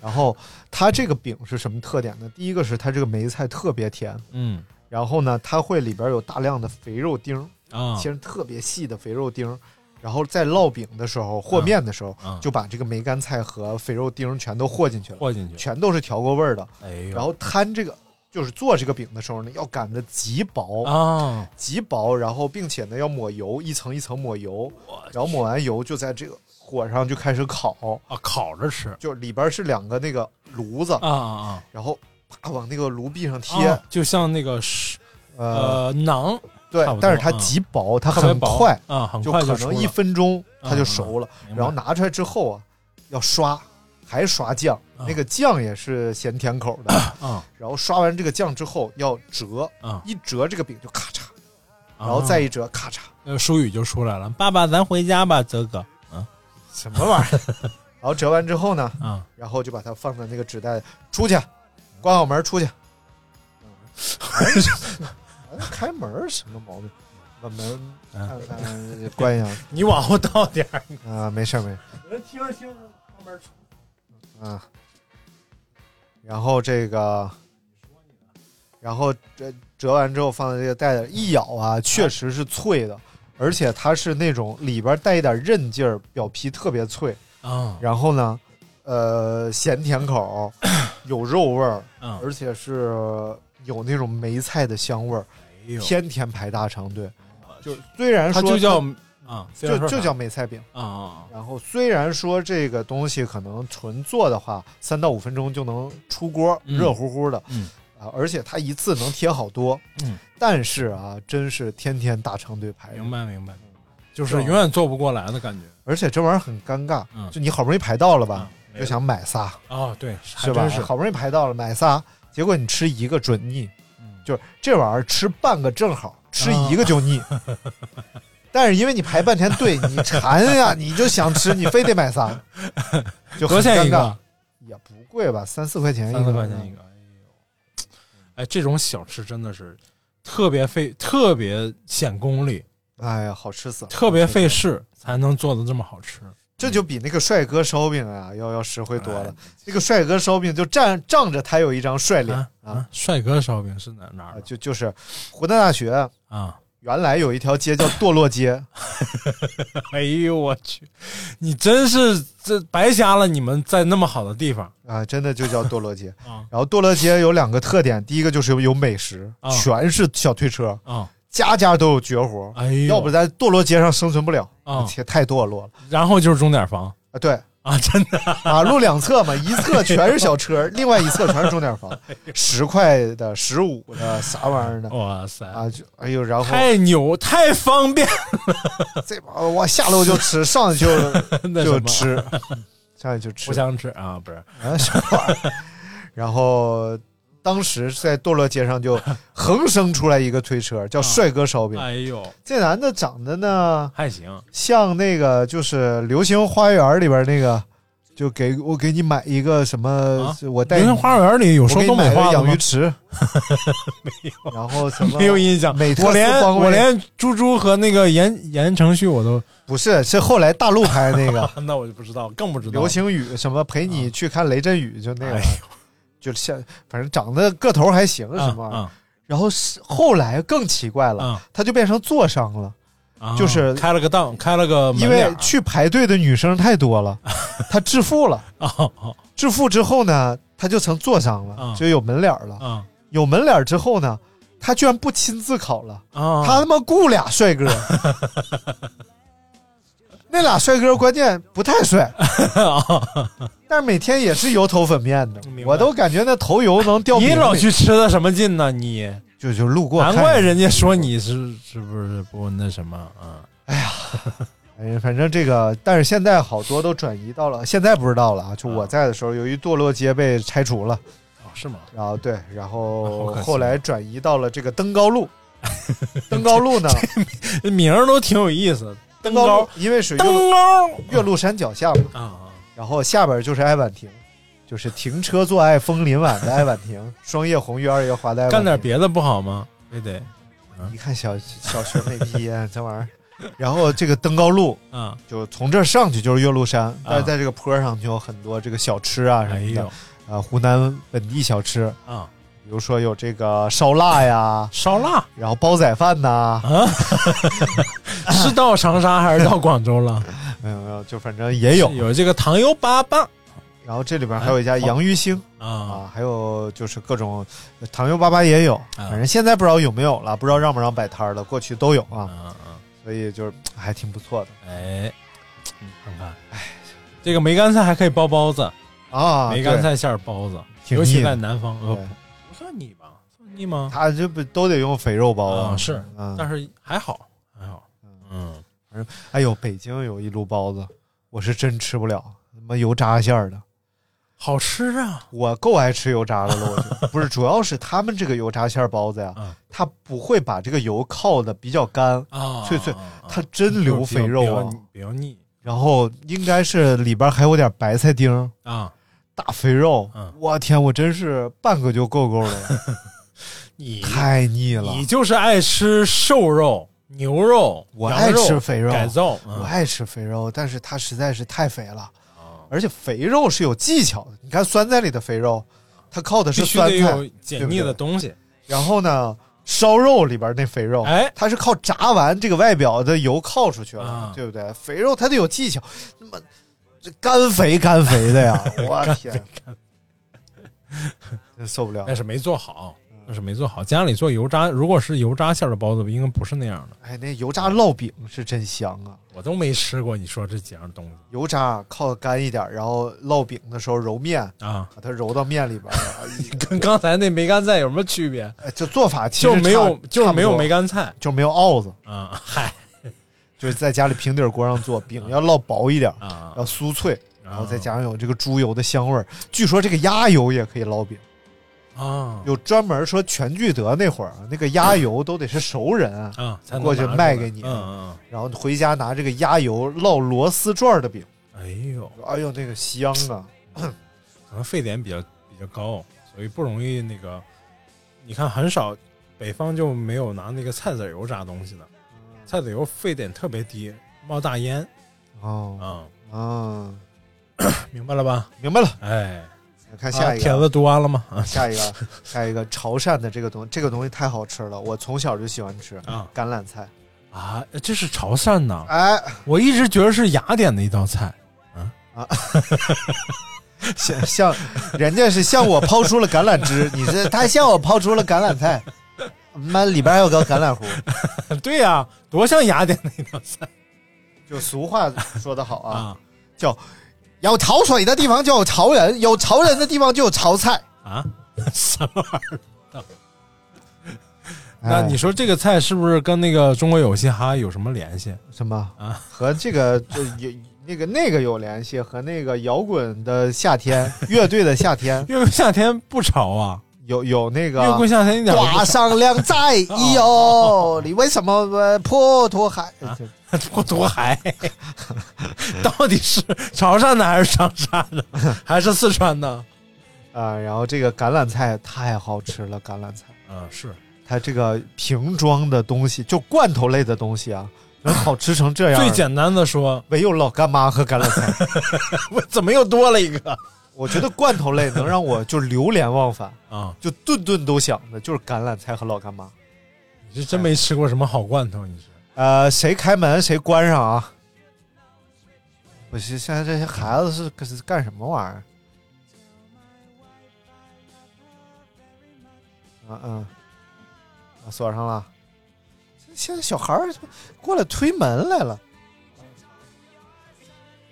Speaker 8: 然后它这个饼是什么特点呢？第一个是它这个梅菜特别甜，
Speaker 9: 嗯
Speaker 8: 然后呢，它会里边有大量的肥肉丁儿，
Speaker 9: 啊
Speaker 8: 切成特别细的肥肉丁儿，然后在烙饼的时候和面的时候，
Speaker 9: 啊，
Speaker 8: 就把这个梅干菜和肥肉丁儿全都和进去了，
Speaker 9: 和进去，
Speaker 8: 全都是调过味儿的。
Speaker 9: 哎呦，
Speaker 8: 然后摊这个就是做这个饼的时候呢，要擀的极薄，
Speaker 9: 啊，
Speaker 8: 极薄，然后并且呢要抹油，一层一层抹油，
Speaker 9: 我
Speaker 8: 然后抹完油就在这个火上就开始烤，
Speaker 9: 啊，烤着吃
Speaker 8: 就里边是两个那个炉子，
Speaker 9: 啊啊
Speaker 8: 然后啪往那个炉壁上
Speaker 9: 啊！
Speaker 8: 贴，
Speaker 9: 啊就像那个是
Speaker 8: 呃，
Speaker 9: 呃馕，
Speaker 8: 对
Speaker 9: 差不，多
Speaker 8: 但是它
Speaker 9: 嗯
Speaker 8: 极薄，它
Speaker 9: 特别
Speaker 8: 很
Speaker 9: 薄
Speaker 8: 快，
Speaker 9: 啊，很
Speaker 8: 就
Speaker 9: 快
Speaker 8: 可
Speaker 9: 熟
Speaker 8: 能
Speaker 9: 了
Speaker 8: 一分钟它就
Speaker 9: 嗯
Speaker 8: 熟了，
Speaker 9: 明白
Speaker 8: 然后拿出来之后啊，要刷，还刷酱，
Speaker 9: 啊
Speaker 8: 那个酱也是咸甜口的，
Speaker 9: 啊
Speaker 8: 然后刷完这个酱之后要折，
Speaker 9: 啊，
Speaker 8: 一折这个饼就咔嚓，然后
Speaker 9: 啊
Speaker 8: 再一折咔嚓，
Speaker 9: 呃淑语就出来了，爸爸，咱回家吧，泽哥
Speaker 8: 什么玩意儿？ 然后折完之后呢，
Speaker 9: 啊。
Speaker 8: 然后就把它放在那个纸袋，出去，关好门出去。哎开门什么毛病？把门
Speaker 9: 嗯
Speaker 8: 看看关一下
Speaker 9: 你往后倒点儿，
Speaker 8: 啊，没事儿没事儿。
Speaker 9: 听着听着，后面
Speaker 8: 嗯，然后这个，然后折折完之后放在这个袋子，一咬啊，确实是脆的，而且它是那种里边带一点韧劲儿，表皮特别脆。
Speaker 9: 啊
Speaker 8: 然后呢，呃，咸甜 口，有肉味儿，
Speaker 9: 啊，
Speaker 8: 而且是有那种梅菜的香味儿，
Speaker 9: 哎呦，
Speaker 8: 天天排大长队。就虽然
Speaker 9: 哦它
Speaker 8: 说
Speaker 9: 就叫啊，虽然
Speaker 8: 就
Speaker 9: 说
Speaker 8: 就
Speaker 9: 啥
Speaker 8: 叫梅菜饼。
Speaker 9: 啊啊
Speaker 8: 然后虽然说这个东西可能纯做的话，三到五分钟就能出锅，
Speaker 9: 嗯
Speaker 8: 热乎乎的，
Speaker 9: 嗯
Speaker 8: 啊，而且它一次能贴好多，
Speaker 9: 嗯，
Speaker 8: 但是啊，真是天天大长队
Speaker 9: 啊，
Speaker 8: 排，
Speaker 9: 明白明白，就是永远做不过来的感觉
Speaker 8: 而且这玩意儿很尴尬，
Speaker 9: 嗯
Speaker 8: 就你好不容易排到了吧，
Speaker 9: 嗯
Speaker 8: 就想买仨，
Speaker 9: 啊，对，还
Speaker 8: 是吧？
Speaker 9: 真是，
Speaker 8: 好不容易排到了，买仨，结果你吃一个准腻，
Speaker 9: 嗯
Speaker 8: 就是这玩意儿吃半个正好，吃一个就腻。
Speaker 9: 啊
Speaker 8: 但是因为你排半天队，你馋呀、你就想吃，你非得买仨，就
Speaker 9: 多
Speaker 8: 很
Speaker 9: 少钱
Speaker 8: 尴尬
Speaker 9: 一个？。
Speaker 8: 也不贵吧，三四块钱一个，
Speaker 9: 三四块钱一个，哎呦，哎，这种小吃真的是特别费，特别显功力，
Speaker 8: 哎呀，好吃死了！
Speaker 9: 特别费事才能做的这么好吃。
Speaker 8: 这就比那个帅哥烧饼啊要要实惠多
Speaker 9: 哎
Speaker 8: 了。那个帅哥烧饼就站仗着他有一张帅脸
Speaker 9: 啊
Speaker 8: 啊
Speaker 9: 啊！帅哥烧饼是哪哪
Speaker 8: 啊
Speaker 9: 儿的
Speaker 8: 就就是湖南大学
Speaker 9: 啊？
Speaker 8: 原来有一条街叫堕落街，
Speaker 9: 哎呦我去，你真是这白瞎了！你们在那么好的地方，
Speaker 8: 啊，真的就叫堕落 街。然后堕落街有两个特点，第一个就是有美食，
Speaker 9: 啊
Speaker 8: 全是小推车，
Speaker 9: 啊
Speaker 8: 家家都有绝活，
Speaker 9: 哎呦
Speaker 8: 要不在堕落街上生存不了，
Speaker 9: 啊
Speaker 8: 天太堕落了
Speaker 9: 然后就是钟点房
Speaker 8: 啊！对，
Speaker 9: 啊，真的
Speaker 8: 马路两侧嘛，一侧全是小车，另外一侧全是钟点
Speaker 9: 哎
Speaker 8: 房，十块的、十五的，啥玩意儿的
Speaker 9: 哇塞，
Speaker 8: 啊？就哎呦，然后
Speaker 9: 太牛，太方便
Speaker 8: 这把我下楼就吃，上去就
Speaker 9: 那
Speaker 8: 就
Speaker 9: 什么
Speaker 8: 吃，上去就吃
Speaker 9: 不，想吃啊，不是
Speaker 8: 啊，什么玩意儿？ 然后当时在堕落街上就横生出来一个推车，叫帅哥烧饼。
Speaker 9: 哎呦，
Speaker 8: 这男的长得呢，
Speaker 9: 还行，
Speaker 8: 像那个就是《流星花园》里边那个，就给我给你买一个什么
Speaker 9: 啊，
Speaker 8: 我带
Speaker 9: 流
Speaker 8: 你
Speaker 9: 星花园里有说
Speaker 8: 我给
Speaker 9: 东
Speaker 8: 你买
Speaker 9: 北
Speaker 8: 个
Speaker 9: 话的
Speaker 8: 养
Speaker 9: 吗
Speaker 8: 鱼？ 池，没有，然后什么
Speaker 9: 没有印象，
Speaker 8: 美特
Speaker 9: 我连
Speaker 8: 斯邦威
Speaker 9: 我连猪猪和那个言言承旭我都，
Speaker 8: 不是是后来大陆拍那 个
Speaker 9: 那我就不知道，更不知道
Speaker 8: 流星雨什么陪你去看雷阵雨，就那个
Speaker 9: 哎，
Speaker 8: 就像反正长得个头还行什么，
Speaker 9: 啊
Speaker 8: 然后是后来更奇怪了，
Speaker 9: 啊
Speaker 8: 他就变成坐商了，
Speaker 9: 啊，
Speaker 8: 就是
Speaker 9: 开了个档，开了个门
Speaker 8: 因为
Speaker 9: 脸儿
Speaker 8: 去排队的女生太多 了，他致富了。
Speaker 9: 啊啊
Speaker 8: 致富之后呢，他就成坐商了，
Speaker 9: 嗯
Speaker 8: 就有门脸了。
Speaker 9: 啊
Speaker 8: 有门脸之后呢，他居然不亲自考了，
Speaker 9: 啊，
Speaker 8: 他他妈雇俩帅 哥。那俩帅哥关键不太 帅，但是每天也是油头粉面的
Speaker 9: 哦明，白
Speaker 8: 我都感觉那头油能掉
Speaker 9: 你
Speaker 8: 鼻子
Speaker 9: 老
Speaker 8: 里
Speaker 9: 去吃的什么劲呢？你
Speaker 8: 就就路过看
Speaker 9: 难
Speaker 8: 一眼，
Speaker 9: 怪人家说你是是不是不那什么啊？
Speaker 8: 哎，反正这个，但是现在好多都转移到了，现在不知道了啊。就我在的时候，由于堕落街被拆除了，
Speaker 9: 哦是吗？
Speaker 8: 然后对，然
Speaker 9: 啊
Speaker 8: 后
Speaker 9: 好可惜
Speaker 8: 后来转移到了这个登高 路。登高路呢？
Speaker 9: 这名儿都挺有意思，登
Speaker 8: 高
Speaker 9: 高
Speaker 8: 路因为属于岳
Speaker 9: 登
Speaker 8: 麓
Speaker 9: 高
Speaker 8: 岳麓山脚下嘛，
Speaker 9: 啊啊
Speaker 8: 然后下边就是爱晚亭，就是停车坐爱枫林晚的爱晚亭，霜叶红于二月华的爱晚
Speaker 9: 啊干点
Speaker 8: 亭
Speaker 9: 别的不好吗？非得
Speaker 8: 你看小小学没毕业这玩意儿，然后这个登高路
Speaker 9: 啊，
Speaker 8: 就从这儿上去就是岳麓山，但是在这个坡上就有很多这个小吃啊什
Speaker 9: 哎
Speaker 8: 么的
Speaker 9: 呦。
Speaker 8: 呃湖南本地小吃，
Speaker 9: 啊，
Speaker 8: 比如说有这个烧腊呀，
Speaker 9: 烧腊
Speaker 8: 然后煲仔饭呐，
Speaker 9: 啊，
Speaker 8: 啊
Speaker 9: 是到长沙还是到广州了？
Speaker 8: 没有没有，就反正也有。
Speaker 9: 有这个糖油粑粑
Speaker 8: 然后这里边还有一家洋芋星
Speaker 9: 啊，
Speaker 8: 啊，还有就是各种糖油粑粑也有，
Speaker 9: 啊
Speaker 8: 反正现在不知道有没有了，不知道让不让摆摊儿了，过去都有啊，
Speaker 9: 啊啊，
Speaker 8: 所以就是还挺不错的
Speaker 9: 哎，你看看，哎，这个梅干菜还可以包包子，
Speaker 8: 啊。
Speaker 9: 梅干
Speaker 8: 对，
Speaker 9: 菜馅儿包子，
Speaker 8: 挺
Speaker 9: 尤其
Speaker 8: 腻的
Speaker 9: 在南方，呃，
Speaker 8: 对
Speaker 9: 不算腻吧？算腻吗？
Speaker 8: 他这不都得用肥肉包
Speaker 9: 啊
Speaker 8: 啊？
Speaker 9: 是，
Speaker 8: 嗯，
Speaker 9: 但是还好，还好，嗯，
Speaker 8: 哎呦，北京有一炉包子，我是真吃不了，他妈油炸馅儿的。
Speaker 9: 好吃啊，
Speaker 8: 我够爱吃油炸的了，我觉 得不是，主要是他们这个油炸馅儿包子呀
Speaker 9: 嗯，
Speaker 8: 它不会把这个油靠的比较干，
Speaker 9: 啊，
Speaker 8: 脆脆
Speaker 9: 啊，啊
Speaker 8: 它真留肥肉
Speaker 9: 比
Speaker 8: 啊
Speaker 9: 较。比较腻
Speaker 8: 然后应该是里边还有点白菜丁儿，
Speaker 9: 啊。
Speaker 8: 大肥肉
Speaker 9: 嗯，
Speaker 8: 我天，我真是半个就够够 了，
Speaker 9: 你
Speaker 8: 太腻了。
Speaker 9: 你就是爱吃瘦肉、牛肉，
Speaker 8: 我
Speaker 9: 羊
Speaker 8: 爱
Speaker 9: 肉
Speaker 8: 吃肥肉
Speaker 9: 改造，
Speaker 8: 我
Speaker 9: 嗯
Speaker 8: 爱吃肥肉，但是它实在是太肥了，
Speaker 9: 哦
Speaker 8: 而且肥肉是有技巧的。你看酸菜里的肥肉，它靠的
Speaker 9: 必
Speaker 8: 是
Speaker 9: 须
Speaker 8: 酸
Speaker 9: 得有
Speaker 8: 菜，
Speaker 9: 解
Speaker 8: 对
Speaker 9: 腻
Speaker 8: 不对啊
Speaker 9: 的东西。
Speaker 8: 然后呢，烧肉里边那肥肉，
Speaker 9: 哎
Speaker 8: 它是靠炸完这个外表的油靠出去了，
Speaker 9: 啊
Speaker 8: 对不对？肥肉它得有技巧，那么这干肥干肥的 呀，我天，真受不了
Speaker 9: 那。是没做好，
Speaker 8: 嗯
Speaker 9: 那是没做好。家里做油炸，如果是油炸馅儿的包子，应该不是那样的。
Speaker 8: 哎，那油炸烙饼是真香啊！
Speaker 9: 我都没吃过，你说这几样东西
Speaker 8: 油炸靠干一点，然后烙饼的时候揉面，
Speaker 9: 啊，
Speaker 8: 把它揉到面里边儿，
Speaker 9: 跟刚才那梅干菜有什么区别？
Speaker 8: 哎这做法其实
Speaker 9: 就没有
Speaker 8: 差，
Speaker 9: 就是没有
Speaker 8: 差
Speaker 9: 梅，干菜
Speaker 8: 不多嗯就没有鏊子，
Speaker 9: 啊，嗨
Speaker 8: 就是在家里平底锅上做饼，要烙薄一点，
Speaker 9: 啊
Speaker 8: 要酥脆，
Speaker 9: 啊
Speaker 8: 嗯然后再加上有这个猪油的香味儿。据说这个鸭油也可以烙饼，
Speaker 9: 啊
Speaker 8: 有专门说全聚德那会儿啊那个鸭油都得是熟人啊，
Speaker 9: 啊，才能
Speaker 8: 过去
Speaker 9: 拿出
Speaker 8: 卖
Speaker 9: 来
Speaker 8: 给你
Speaker 9: 嗯嗯
Speaker 8: 然后回家拿这个鸭油烙螺丝转的饼，
Speaker 9: 嗯，哎呦，
Speaker 8: 哎呦那个香啊！
Speaker 9: 可能沸点比较比较高，所以不容易那个。你看，很少北方就没有拿那个菜籽油炸东西的，
Speaker 8: 嗯
Speaker 9: 菜籽油沸点特别低，冒大烟
Speaker 8: 哦
Speaker 9: 啊、
Speaker 8: 啊，
Speaker 9: 明白了吧？
Speaker 8: 明白了，
Speaker 9: 哎，
Speaker 8: 看下一个，
Speaker 9: 啊帖子读完了吗？啊
Speaker 8: 下一个，下一个潮汕的这个东这个东西太好吃了，我从小就喜欢吃
Speaker 9: 啊
Speaker 8: 橄榄菜。
Speaker 9: 啊，这是潮汕呐！
Speaker 8: 哎，
Speaker 9: 我一直觉得是雅典的一道菜。
Speaker 8: 啊，像像人家是向我抛出了橄榄枝，你这他向我抛出了橄榄菜，妈里边还有个橄榄核。
Speaker 9: 呃对呀、多像雅典的一道菜
Speaker 8: 就俗话说得好啊，
Speaker 9: 啊
Speaker 8: 叫有潮水的地方就有潮人，有潮人的地方就有潮菜。
Speaker 9: 啊！ 什么玩意儿？
Speaker 8: 哎
Speaker 9: 那你说这个菜是不是跟那个中国有嘻哈有什么联系
Speaker 8: 什么
Speaker 9: 啊？
Speaker 8: 和这个就有那个那个有联系，和那个摇滚的夏天乐队的夏天
Speaker 9: 因为夏天不潮啊，
Speaker 8: 有有那 个
Speaker 9: 月桂夏天一点都不
Speaker 8: 挂上两 在一哟，你为什么呃破土海？
Speaker 9: 啊 多多海，到底是潮汕的还是长沙的，还是四川的？
Speaker 8: 啊，然后这个橄榄菜太好吃了，橄榄菜，
Speaker 9: 嗯，是
Speaker 8: 它这个瓶装的东西，就罐头类的东西啊，能好吃成这样？
Speaker 9: 最简单的说，
Speaker 8: 唯有老干妈和橄榄菜，
Speaker 9: 我哎怎么又多了一个
Speaker 8: 我觉得罐头类能让我就流连忘返，
Speaker 9: 啊？
Speaker 8: 就顿顿都想的就是橄榄菜和老干妈。
Speaker 9: 你是真没吃过什么好罐头，你是？
Speaker 8: 呃，谁开门谁关上啊！我是现在这些孩子是是干什么玩意儿？嗯嗯，啊锁上了。现在小孩儿过来推门来了。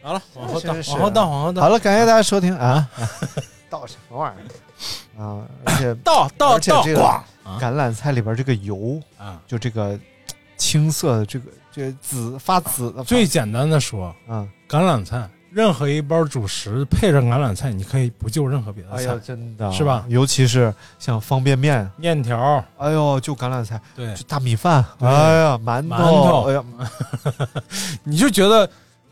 Speaker 9: 好了，往后倒，
Speaker 8: 真是
Speaker 9: 往后倒，往后
Speaker 8: 好
Speaker 9: 倒，
Speaker 8: 了，感谢大家收听啊！倒什么玩意儿啊？而且
Speaker 9: 倒倒
Speaker 8: 而且
Speaker 9: 倒，
Speaker 8: 这个
Speaker 9: 咣
Speaker 8: 橄榄菜里边这个油，
Speaker 9: 啊！
Speaker 8: 就这个青色的这个这紫发紫的，
Speaker 9: 最简单的说，
Speaker 8: 嗯，
Speaker 9: 橄榄菜，任何一包主食配上橄榄菜，你可以不就任何别的
Speaker 8: 哎
Speaker 9: 菜
Speaker 8: 呀，，真的
Speaker 9: 是吧
Speaker 8: 尤其是像方便面，
Speaker 9: 面条，
Speaker 8: 哎呦，就橄榄菜，
Speaker 9: 对
Speaker 8: 就，大米饭，
Speaker 9: 对
Speaker 8: 哎呀，馒头，
Speaker 9: 馒头
Speaker 8: 哎呀，
Speaker 9: 你就觉得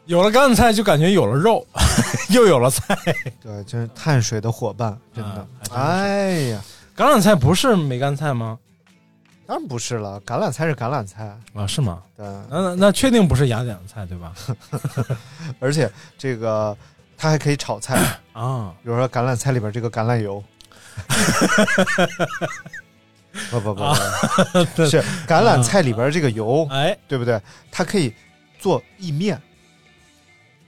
Speaker 9: 有了橄榄菜，就感觉有了肉， 又有了菜。
Speaker 8: 对，真是碳水的伙伴，真的
Speaker 9: 啊，还真是
Speaker 8: 哎呀，
Speaker 9: 橄榄菜不是梅干菜吗？
Speaker 8: 当然不是了，橄榄菜是橄榄菜，
Speaker 9: 啊，是吗？
Speaker 8: 对，
Speaker 9: 那那那确定不是雅典的菜对吧？
Speaker 8: 而且这个它还可以炒菜，
Speaker 9: 啊，
Speaker 8: 比如说橄榄菜里边这个橄榄 油。不不
Speaker 9: 啊
Speaker 8: 不，不是橄榄菜里边这个油，
Speaker 9: 哎，
Speaker 8: 对不对？它可以做意面，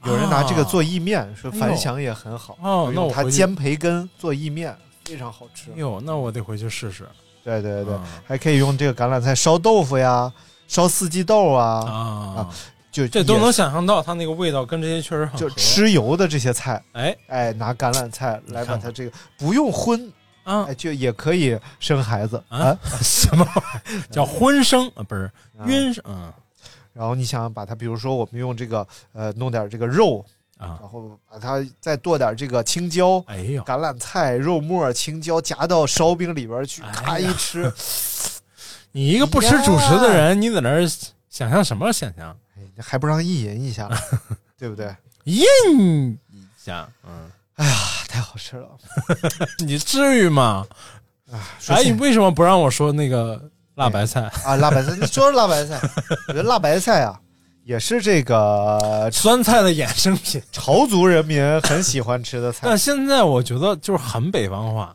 Speaker 8: 有人拿这个做意面，说反响也很好。
Speaker 9: 啊哎哦那我
Speaker 8: 它
Speaker 9: 回去
Speaker 8: 煎培根做意面非常好吃。
Speaker 9: 哟，哎那我得回去试试。
Speaker 8: 对对对，
Speaker 9: 啊
Speaker 8: 还可以用这个橄榄菜烧豆腐呀，烧四季豆啊，
Speaker 9: 啊
Speaker 8: 啊，就
Speaker 9: 这都
Speaker 8: 也
Speaker 9: 能想象到它那个味道跟这些确实很
Speaker 8: 就
Speaker 9: 合。
Speaker 8: 吃油的这些菜，
Speaker 9: 哎
Speaker 8: 哎，拿橄榄菜来
Speaker 9: 你看
Speaker 8: 把
Speaker 9: 看
Speaker 8: 它这个不用荤，
Speaker 9: 啊
Speaker 8: 哎，就也可以生孩子
Speaker 9: 啊，什么玩意儿叫荤生啊？不是
Speaker 8: 啊
Speaker 9: 晕生啊
Speaker 8: 然后你想把它，比如说我们用这个呃弄点这个肉，
Speaker 9: 啊！
Speaker 8: 然后把它再剁点这个青椒，
Speaker 9: 哎呦，
Speaker 8: 橄榄菜、肉末、青椒夹到烧饼里边去，
Speaker 9: 哎呀
Speaker 8: 咔一吃，
Speaker 9: 你一个不吃主食的人，你在那儿想象什么想象？
Speaker 8: 哎还不让意淫一下，对 不对？啊，
Speaker 9: 印一下，嗯，
Speaker 8: 太好吃了！
Speaker 9: 你至于吗？
Speaker 8: 说
Speaker 9: 哎，
Speaker 8: 起
Speaker 9: 你为什么不让我说那个辣白菜？
Speaker 8: 啊，辣白菜，你说说辣白菜，我觉得辣白菜啊，也是这个
Speaker 9: 酸菜的衍生品。
Speaker 8: 潮族人民很喜欢吃的菜
Speaker 9: 但。现在我觉得就是很北方话，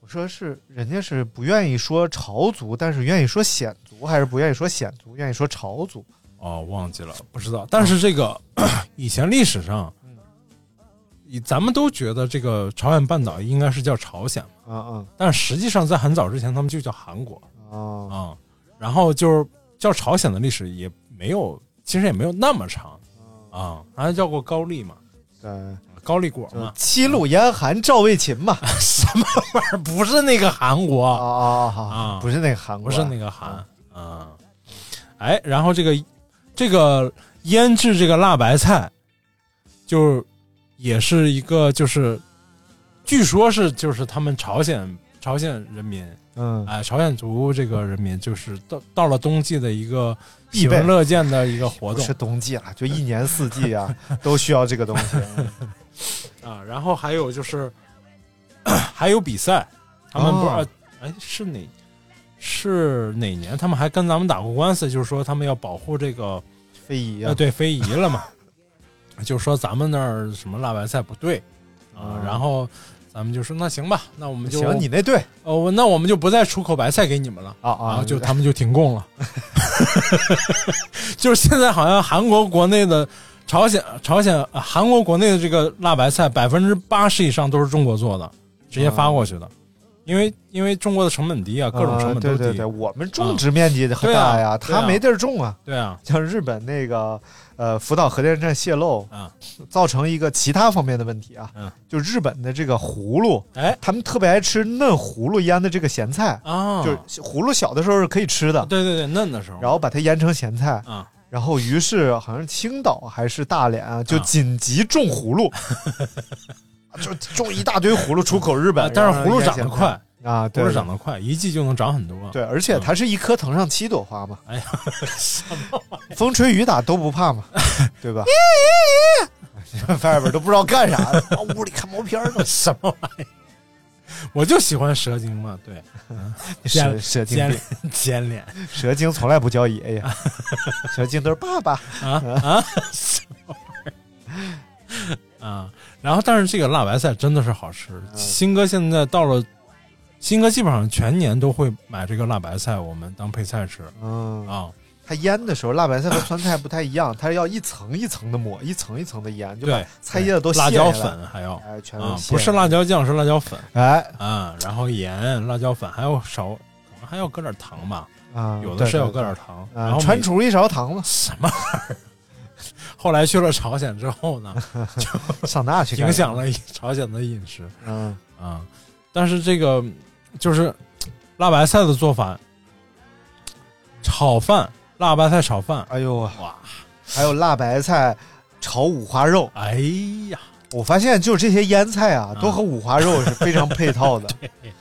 Speaker 8: 我说是，人家是不愿意说潮族，但是愿意说鲜族，还是不愿意说鲜族，愿意说潮族？
Speaker 9: 哦，忘记了，不知道。但是这个、 以前历史上，以咱们都觉得这个朝鲜半岛应该是叫朝鲜，
Speaker 8: 嗯
Speaker 9: 但实际上在很早之前他们就叫韩国
Speaker 8: 嗯哦，
Speaker 9: 啊、然后就是叫朝鲜的历史也没有，其实也没有那么长啊，还叫过高丽嘛，
Speaker 8: 对，
Speaker 9: 高丽果
Speaker 8: 就
Speaker 9: 嘛，
Speaker 8: 七路严寒照魏秦嘛。
Speaker 9: 什么玩意儿？不是那个韩国，
Speaker 8: 啊啊啊！
Speaker 9: 啊
Speaker 8: 不是那个韩国，
Speaker 9: 不是那个韩啊。哎，然后这个这个腌制这个辣白菜，就也是一个就是，据说是就是他们朝鲜朝鲜人民
Speaker 8: 嗯，
Speaker 9: 哎，朝鲜族这个人民就是到到了冬季的一个
Speaker 8: 必
Speaker 9: 喜
Speaker 8: 备
Speaker 9: 闻乐见的一个活
Speaker 8: 不
Speaker 9: 动
Speaker 8: 是冬季了，就 一年四季啊都需要这个东西。
Speaker 9: 啊。然后还有就是 还有比赛，他们不是、
Speaker 8: 哦
Speaker 9: 哎是哪是哪年他们还跟咱们打过官司，就是说他们要保护这个。
Speaker 8: 非遗
Speaker 9: 啊，
Speaker 8: 啊，
Speaker 9: 对，非遗 了嘛，就说咱们那儿什么辣白菜不对啊，然后咱们就说那行吧，那我们就
Speaker 8: 嗯行你那对，
Speaker 9: 哦，我那我们就不再出口白菜给你们了啊啊，然后就他们就停供了， 就是现在好像韩国国内的朝鲜朝鲜、呃韩国国内的这个辣白菜百分之八十以上都是中国做的，直接发过去的，因为因为中国的成本低啊，各种成本都低，
Speaker 8: 啊对对对，我们种植面积很大呀，
Speaker 9: 啊对啊
Speaker 8: 他没地儿种啊。
Speaker 9: 对啊，
Speaker 8: 像日本那个呃福岛核电站泄漏
Speaker 9: 啊，
Speaker 8: 造成一个其他方面的问题啊，
Speaker 9: 嗯
Speaker 8: 就日本的这个葫芦，
Speaker 9: 哎，
Speaker 8: 他们特别爱吃嫩葫芦腌的这个咸菜
Speaker 9: 啊
Speaker 8: 就是葫芦小的时候是可以吃的，
Speaker 9: 对对对，嫩的时候，
Speaker 8: 然后把它腌成咸菜
Speaker 9: 啊。
Speaker 8: 然后，于是好像青岛还是大连啊，
Speaker 9: 嗯
Speaker 8: 就紧急种葫 芦，就种一大堆葫芦出口日本
Speaker 9: 啊。但是
Speaker 8: 然
Speaker 9: 葫
Speaker 8: 后
Speaker 9: 芦
Speaker 8: 腌
Speaker 9: 长得
Speaker 8: 咸菜
Speaker 9: 快
Speaker 8: 啊，对
Speaker 9: 葫芦
Speaker 8: 对
Speaker 9: 长得快，一季就能长很多，
Speaker 8: 对，而且它是一棵藤上七朵花嘛。
Speaker 9: 啊哎呀，
Speaker 8: 风吹雨打都不怕 嘛，对吧？外边都不知道干啥，往屋里看毛 片呢。
Speaker 9: 什么玩意儿？我就喜欢蛇精嘛，对，嗯
Speaker 8: 蛇
Speaker 9: 尖
Speaker 8: 蛇精
Speaker 9: 尖
Speaker 8: 病
Speaker 9: 脸尖脸
Speaker 8: 蛇精从来不叫爷 爷，蛇精都是爸爸。
Speaker 9: 啊啊什么玩意儿 啊！然后，但是这个辣白菜真的是好吃。
Speaker 8: 嗯
Speaker 9: 新哥现在到了，新哥基本上全年都会买这个辣白菜，我们当配菜吃
Speaker 8: 嗯，
Speaker 9: 啊。
Speaker 8: 它腌的时候，辣白菜和酸菜不太一样，它要一层一层的抹，一层一层的腌，就把
Speaker 9: 对，
Speaker 8: 菜叶子都卸
Speaker 9: 辣椒
Speaker 8: 下来
Speaker 9: 粉，还要
Speaker 8: 哎，全都
Speaker 9: 啊，
Speaker 8: 卸
Speaker 9: 不是
Speaker 8: 下来，
Speaker 9: 辣椒酱，是辣椒粉
Speaker 8: 哎
Speaker 9: 啊，然后盐、辣椒粉，还有少，可能还要搁点糖吧，
Speaker 8: 啊，
Speaker 9: 有的是要
Speaker 8: 对
Speaker 9: 搁
Speaker 8: 对
Speaker 9: 点糖。
Speaker 8: 对
Speaker 9: 然
Speaker 8: 啊，
Speaker 9: 后
Speaker 8: 传
Speaker 9: 每
Speaker 8: 厨一勺糖嘛，
Speaker 9: 什么玩意儿？ 后来去了朝鲜之 后呢，
Speaker 8: 上那去干
Speaker 9: 影响了朝鲜的饮食
Speaker 8: 嗯
Speaker 9: 啊。但是这个就是辣白菜的做法，炒饭辣白菜炒饭，
Speaker 8: 哎呦，
Speaker 9: 哇，
Speaker 8: 还有辣白菜炒五花肉，
Speaker 9: 哎呀，
Speaker 8: 我发现就是这些腌菜啊，都和五花肉是非常配套 的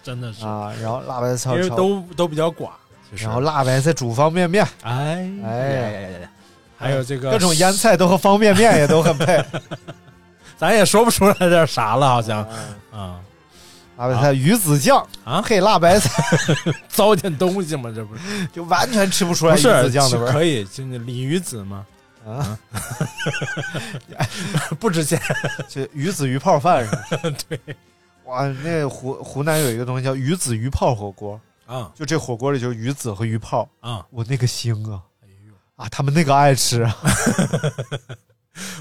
Speaker 9: 真的是，
Speaker 8: 啊。然后辣白菜
Speaker 9: 因为
Speaker 8: 炒，
Speaker 9: 都都比较寡，其实
Speaker 8: 然后辣白菜煮方便面，
Speaker 9: 哎
Speaker 8: 哎
Speaker 9: 呀呀呀呀，还有这个
Speaker 8: 各种腌，菜都和方便面也都很
Speaker 9: 啊
Speaker 8: 配。
Speaker 9: 咱也说不出来点啥了，好像
Speaker 8: 啊
Speaker 9: 啊，
Speaker 8: 辣白菜鱼子酱
Speaker 9: 啊
Speaker 8: 配辣白菜，
Speaker 9: 糟点东西嘛，这不是
Speaker 8: 就完全吃不出来
Speaker 9: 不
Speaker 8: 鱼
Speaker 9: 是
Speaker 8: 子酱的味儿
Speaker 9: 可以，就那鲤鱼子嘛，
Speaker 8: 啊。
Speaker 9: 不值 钱，
Speaker 8: 就鱼子鱼泡饭是吧？ 对。哇，那湖湖南有一个东西叫鱼子鱼泡火锅，
Speaker 9: 啊
Speaker 8: 就这火锅里就是鱼子和鱼泡，
Speaker 9: 啊！
Speaker 8: 我那个腥啊
Speaker 9: 哎呦，
Speaker 8: 啊！他们那个爱吃啊，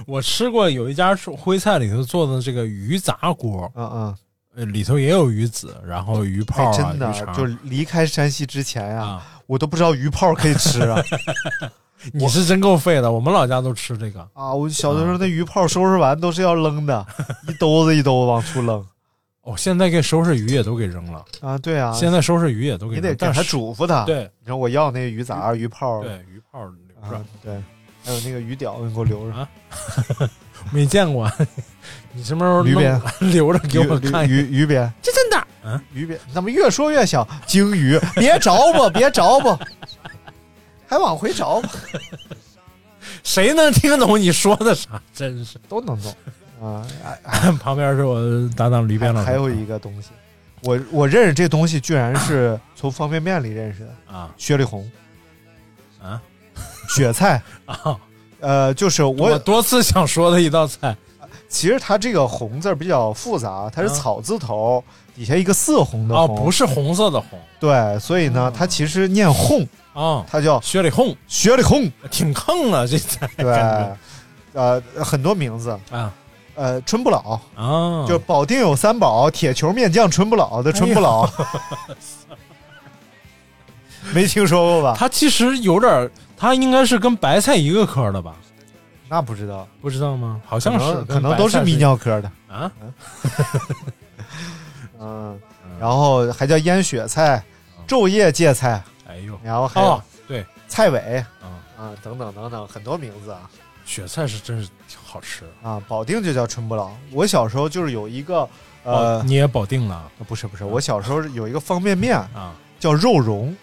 Speaker 9: 我吃过有一家是徽菜里头做的这个鱼杂锅，
Speaker 8: 嗯嗯，
Speaker 9: 呃，里头也有鱼子，然后鱼泡
Speaker 8: 哎
Speaker 9: 啊，
Speaker 8: 真的
Speaker 9: 鱼肠
Speaker 8: 就离开山西之前呀、
Speaker 9: 啊，
Speaker 8: 我都不知道鱼泡可以吃 啊
Speaker 9: 你是真够废的。我们老家都吃这个，
Speaker 8: 啊！我小的时候那鱼泡收拾完都是要扔
Speaker 9: 啊
Speaker 8: 的， 一兜子一兜子往出扔
Speaker 9: 哦，现在给收拾鱼也都给扔了，
Speaker 8: 啊！对啊，
Speaker 9: 现在收拾鱼也都给
Speaker 8: 你
Speaker 9: 扔
Speaker 8: 得给啊
Speaker 9: 但
Speaker 8: 他
Speaker 9: 是
Speaker 8: 嘱咐他，
Speaker 9: 对
Speaker 8: 你说我要那个鱼杂鱼泡，
Speaker 9: 对鱼泡留着
Speaker 8: 哦啊，对，还有那个鱼屌，你给我留着
Speaker 9: 啊。没见过， 你什么时候
Speaker 8: 驴
Speaker 9: 弄啊
Speaker 8: 鞭
Speaker 9: 留着给我
Speaker 8: 鱼
Speaker 9: 看一下？
Speaker 8: 鱼鱼鱼鞭，
Speaker 9: 这真的？嗯，
Speaker 8: 鱼鞭怎么越说越小？鲸鱼，别着吧，别着吧，还往回着吧，
Speaker 9: 谁能听懂你说的啥？真是。
Speaker 8: 都能弄啊！哎
Speaker 9: 旁边是我搭档驴鞭老
Speaker 8: 还
Speaker 9: 师，
Speaker 8: 还有一个东西，我我认识这东西，居然是从方便面里认识的，
Speaker 9: 啊
Speaker 8: 雪里红、
Speaker 9: 啊
Speaker 8: 雪菜。
Speaker 9: 啊！
Speaker 8: 呃，就是我
Speaker 9: 我多次想说的一道菜
Speaker 8: 其实它这个“红”字儿比较复杂，它是
Speaker 9: 啊
Speaker 8: 草字头、底下一个四红的
Speaker 9: 哦，
Speaker 8: 红，
Speaker 9: 不是哦红色的红
Speaker 8: 对，所以呢，它其实念“哄
Speaker 9: 啊”，，
Speaker 8: 它叫
Speaker 9: 雪里哄，
Speaker 8: 雪里 哄，
Speaker 9: 挺横啊，这 菜
Speaker 8: 对，呃，很多名字，
Speaker 9: 啊
Speaker 8: 呃，春不老，
Speaker 9: 啊，
Speaker 8: 就保定有三宝：铁球、面酱、春不老的春不
Speaker 9: 哎
Speaker 8: 老， 没听说过吧？
Speaker 9: 它其实有点儿，它应该是跟白菜一个科的吧？
Speaker 8: 那不知道，
Speaker 9: 不知道吗？好
Speaker 8: 可
Speaker 9: 像是
Speaker 8: 能，
Speaker 9: 跟
Speaker 8: 可能都是
Speaker 9: 白菜
Speaker 8: 泌尿科的，
Speaker 9: 啊。
Speaker 8: 嗯，然后还叫腌雪菜、昼夜芥菜，
Speaker 9: 哎呦，
Speaker 8: 然后还有
Speaker 9: 嗯哦，对，
Speaker 8: 菜尾
Speaker 9: 啊，
Speaker 8: 啊，等等等等，很多名字啊。
Speaker 9: 雪菜是真是挺好吃。
Speaker 8: 啊，保定就叫春不老。我小时候就是有一个呃，
Speaker 9: 哦你也保定了
Speaker 8: 不是不是，我小时候有一个方便面
Speaker 9: 啊？
Speaker 8: 叫肉蓉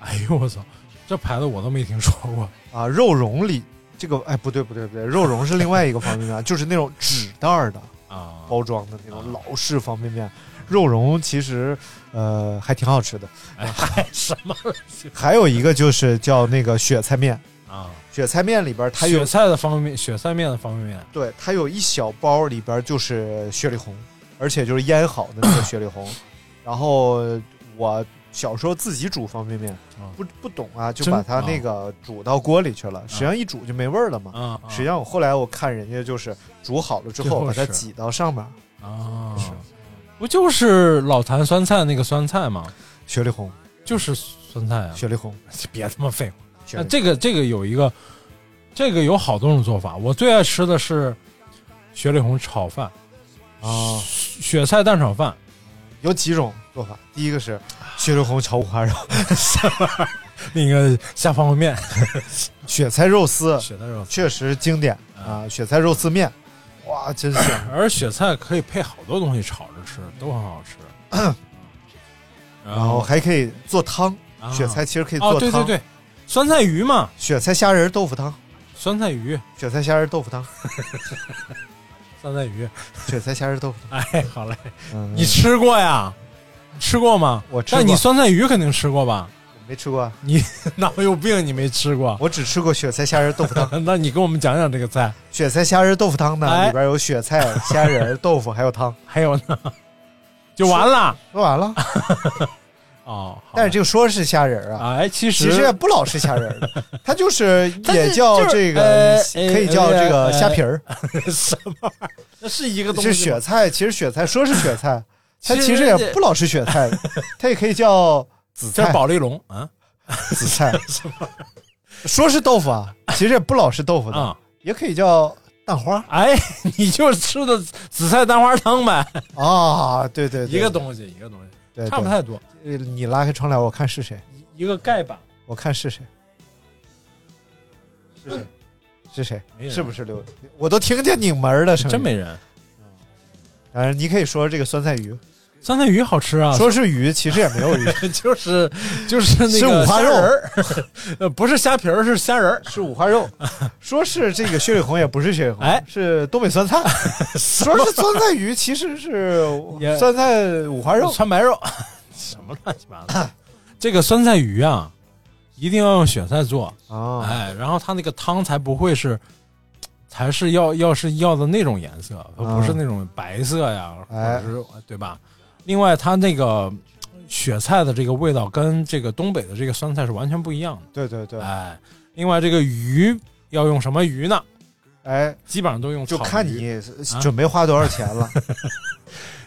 Speaker 9: 哎呦，我操，这牌子我都没听说过。
Speaker 8: 啊，肉蓉里这个哎不对不对不对，肉蓉是另外一个方便 面，就是那种纸袋儿的
Speaker 9: 啊，
Speaker 8: 包装的那种老式方便面。肉蓉其实呃还挺好吃的。
Speaker 9: 哎，嗨什么玩意
Speaker 8: 还有一个就是叫那个雪菜面，
Speaker 9: 儿啊？
Speaker 8: 雪菜面里边它有
Speaker 9: 雪菜的方便面，雪菜面的方便面
Speaker 8: 对它有一小包里边就是雪里红而且就是腌好的那个雪里 红。然后我小时候自己煮方便面，不不懂啊，就
Speaker 9: 真
Speaker 8: 把它那个煮到锅里去了。实际上一煮就没味儿了嘛。
Speaker 9: 啊
Speaker 8: 实际上我后来我看人家就是煮好了之
Speaker 9: 最
Speaker 8: 后
Speaker 9: 后
Speaker 8: 把它
Speaker 9: 是
Speaker 8: 挤到上面，
Speaker 9: 啊，不就是老坛酸菜那个酸菜吗？
Speaker 8: 雪里红
Speaker 9: 就是酸菜啊，
Speaker 8: 雪里红，
Speaker 9: 别他妈废话。
Speaker 8: 雪
Speaker 9: 那
Speaker 8: 里
Speaker 9: 这个这个有一个，这个有好多种做法。我最爱吃的是雪里红炒饭，
Speaker 8: 啊
Speaker 9: 雪菜蛋 炒饭，
Speaker 8: 有几种做法。第一个是雪里红炒五花肉，
Speaker 9: 那个下方便面，
Speaker 8: 雪菜肉丝
Speaker 9: 雪菜肉丝。
Speaker 8: 确实经典
Speaker 9: 嗯
Speaker 8: 啊，雪菜肉丝面，哇，真香！
Speaker 9: 而雪菜可以配好多东西炒着吃，都很好 吃。然
Speaker 8: 然后还可以做汤，
Speaker 9: 啊
Speaker 8: 雪菜其实可以做汤，
Speaker 9: 哦，对对对，酸菜鱼嘛，
Speaker 8: 雪菜虾仁豆腐汤，
Speaker 9: 酸菜鱼，
Speaker 8: 雪菜虾仁豆腐汤，
Speaker 9: 酸菜鱼。
Speaker 8: 雪菜虾仁豆腐汤。
Speaker 9: 哎，好嘞，
Speaker 8: 嗯
Speaker 9: 你吃过呀？你吃过吗？
Speaker 8: 我吃过
Speaker 9: 但你酸菜鱼肯定吃过吧？
Speaker 8: 没吃过啊，
Speaker 9: 你 脑有病，你没吃过？
Speaker 8: 我只吃过雪菜虾仁豆腐 汤。
Speaker 9: 那你给我们讲讲这个菜，
Speaker 8: 雪菜虾仁豆腐汤呢，
Speaker 9: 哎
Speaker 8: 里边有雪菜、虾仁、豆腐，还有 汤，
Speaker 9: 还有呢，就完了
Speaker 8: 说完了。
Speaker 9: 哦。好
Speaker 8: 但是这个说是虾仁啊，
Speaker 9: 哎，其实
Speaker 8: 其实也不老是虾仁儿 的，它就是也叫
Speaker 9: 但是就是
Speaker 8: 这个
Speaker 9: 呃，呃
Speaker 8: 可以叫这个
Speaker 9: 呃
Speaker 8: 虾皮儿，
Speaker 9: 什么玩意儿？那是一个东西
Speaker 8: 是
Speaker 9: 吗
Speaker 8: 雪菜。其实雪菜说是雪 菜，它
Speaker 9: 其实
Speaker 8: 其实也不老是雪菜，它也可以叫紫
Speaker 9: 这
Speaker 8: 菜
Speaker 9: 是、保利龙啊
Speaker 8: 紫 菜。说是豆腐啊，其实也不老是豆腐的，
Speaker 9: 啊！
Speaker 8: 也可以叫蛋花
Speaker 9: 哎， 你就吃的紫菜蛋花汤呗，
Speaker 8: 啊。对对对，
Speaker 9: 一个东西一个东西，
Speaker 8: 对，对
Speaker 9: 差不。太多。
Speaker 8: 呃你拉开窗帘，我看是谁，
Speaker 9: 一个盖板，
Speaker 8: 我看是谁，是谁，是谁
Speaker 9: 没，人
Speaker 8: 是不是刘？我都听见拧门儿的声音。
Speaker 9: 真没人。
Speaker 8: 当然，你可以说这个酸菜鱼，
Speaker 9: 酸菜鱼好吃啊，
Speaker 8: 说是鱼，其实也没有鱼，
Speaker 9: 就是就是那
Speaker 8: 是
Speaker 9: 个
Speaker 8: 五花肉
Speaker 9: 虾仁儿， 呃，不是虾皮儿，是虾仁儿。
Speaker 8: 是五花肉。说是这个雪里红，也不是雪里红，
Speaker 9: 哎
Speaker 8: 是东北酸 菜。说是酸菜鱼，其实是
Speaker 9: 也
Speaker 8: 酸菜五花肉。
Speaker 9: 川白肉， 什么乱七八糟。这个酸菜鱼啊，一定要用雪菜做，
Speaker 8: 啊，
Speaker 9: 哎，然后它那个汤才不会是，才是要要是要的那种颜色，而不是那种白色呀，或
Speaker 8: 啊哎
Speaker 9: 者是对吧？另外，它那个雪菜的这个味道跟这个东北的这个酸菜是完全不一样
Speaker 8: 对对对
Speaker 9: 的，，哎。另外，这个鱼要用什么鱼呢？
Speaker 8: 哎，
Speaker 9: 基本上都用
Speaker 8: 就
Speaker 9: 草
Speaker 8: 看
Speaker 9: 鱼啊
Speaker 8: 你准备花多少钱 了。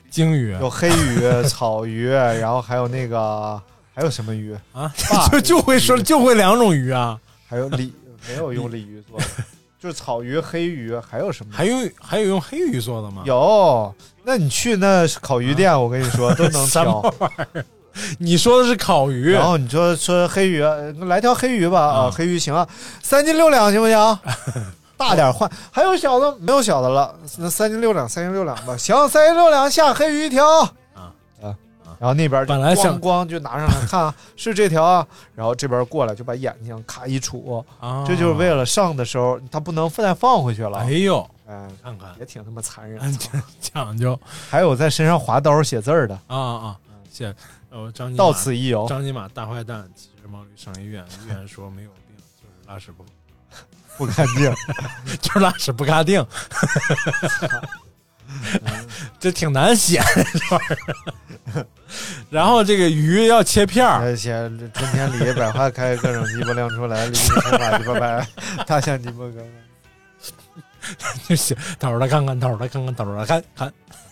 Speaker 9: 鲸鱼
Speaker 8: 有黑鱼、草鱼，然后还有那个还有什么鱼？
Speaker 9: 啊，
Speaker 8: 鲅鱼
Speaker 9: 就就会说就会两种鱼啊，
Speaker 8: 还有 鲤，没有用鲤鱼做的，就是草鱼、黑鱼，还有什么？
Speaker 9: 还有还有用黑鱼做的吗？
Speaker 8: 有，那你去那烤鱼
Speaker 9: 啊
Speaker 8: 店，我跟你说都 能
Speaker 9: 什么
Speaker 8: 挑。
Speaker 9: 玩意儿？你说的是烤鱼？
Speaker 8: 然后你说说黑鱼，呃来条黑鱼吧啊，
Speaker 9: 嗯
Speaker 8: 黑鱼行啊，三斤六两行不行？ 大点儿换，还有小的没有小的了，那三斤六两，三斤六两吧，行，三斤六两下黑鱼一条
Speaker 9: 啊
Speaker 8: 啊。然后那边就
Speaker 9: 本来
Speaker 8: 咣
Speaker 9: 想
Speaker 8: 咣就拿上来看啊，是这条啊，然后这边过来就把眼睛咔一杵，
Speaker 9: 啊，
Speaker 8: 这就是为了上的时候它不能再放回去了
Speaker 9: 哎，呦，
Speaker 8: 哎，
Speaker 9: 看看
Speaker 8: 也挺他妈残忍。
Speaker 9: 讲究
Speaker 8: 还有在身上划刀写字儿的，
Speaker 9: 啊啊！谢呃张金马
Speaker 8: 到此一游，
Speaker 9: 张金马大坏蛋，骑着毛驴上医院， 医院说没有病，就是拉屎不，
Speaker 8: 不干净。
Speaker 9: 就是拉屎不嘎定， 这挺难写的这玩意儿。 然后这个鱼要切片儿，
Speaker 8: 而且春天里百花开，各种鸡巴亮出来，鲤鱼头马鸡巴白，大象鸡巴哥。
Speaker 9: 就写倒着来看看，倒着来看看，倒着来看看。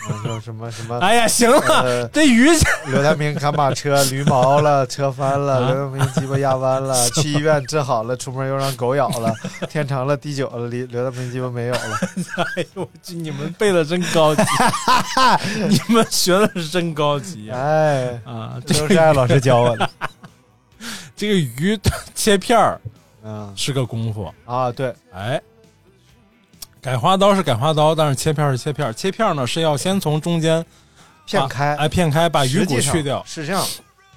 Speaker 8: 我说什么什么？
Speaker 9: 哎呀，行了，
Speaker 8: 呃，
Speaker 9: 这鱼
Speaker 8: 刘大明砍马车，驴毛了，车翻了，
Speaker 9: 啊
Speaker 8: 刘大明鸡巴压弯了，去医院治好了，出门又让狗咬了，天长了地久了，刘刘大明鸡巴没有了。
Speaker 9: 哎呦我去！你们背的真高级， 你们学的是真高级啊！
Speaker 8: 哎，
Speaker 9: 啊
Speaker 8: 这
Speaker 9: 这
Speaker 8: 都是艾老师教我的。
Speaker 9: 这个鱼切片儿
Speaker 8: 嗯
Speaker 9: 是个功夫，
Speaker 8: 啊，对，
Speaker 9: 哎，改花刀是改花刀，但是切片儿是切片儿。切片儿呢是要先从中间
Speaker 8: 片
Speaker 9: 把
Speaker 8: 开，
Speaker 9: 哎，片开，把鱼
Speaker 8: 实际
Speaker 9: 骨
Speaker 8: 上
Speaker 9: 去掉
Speaker 8: 是这样，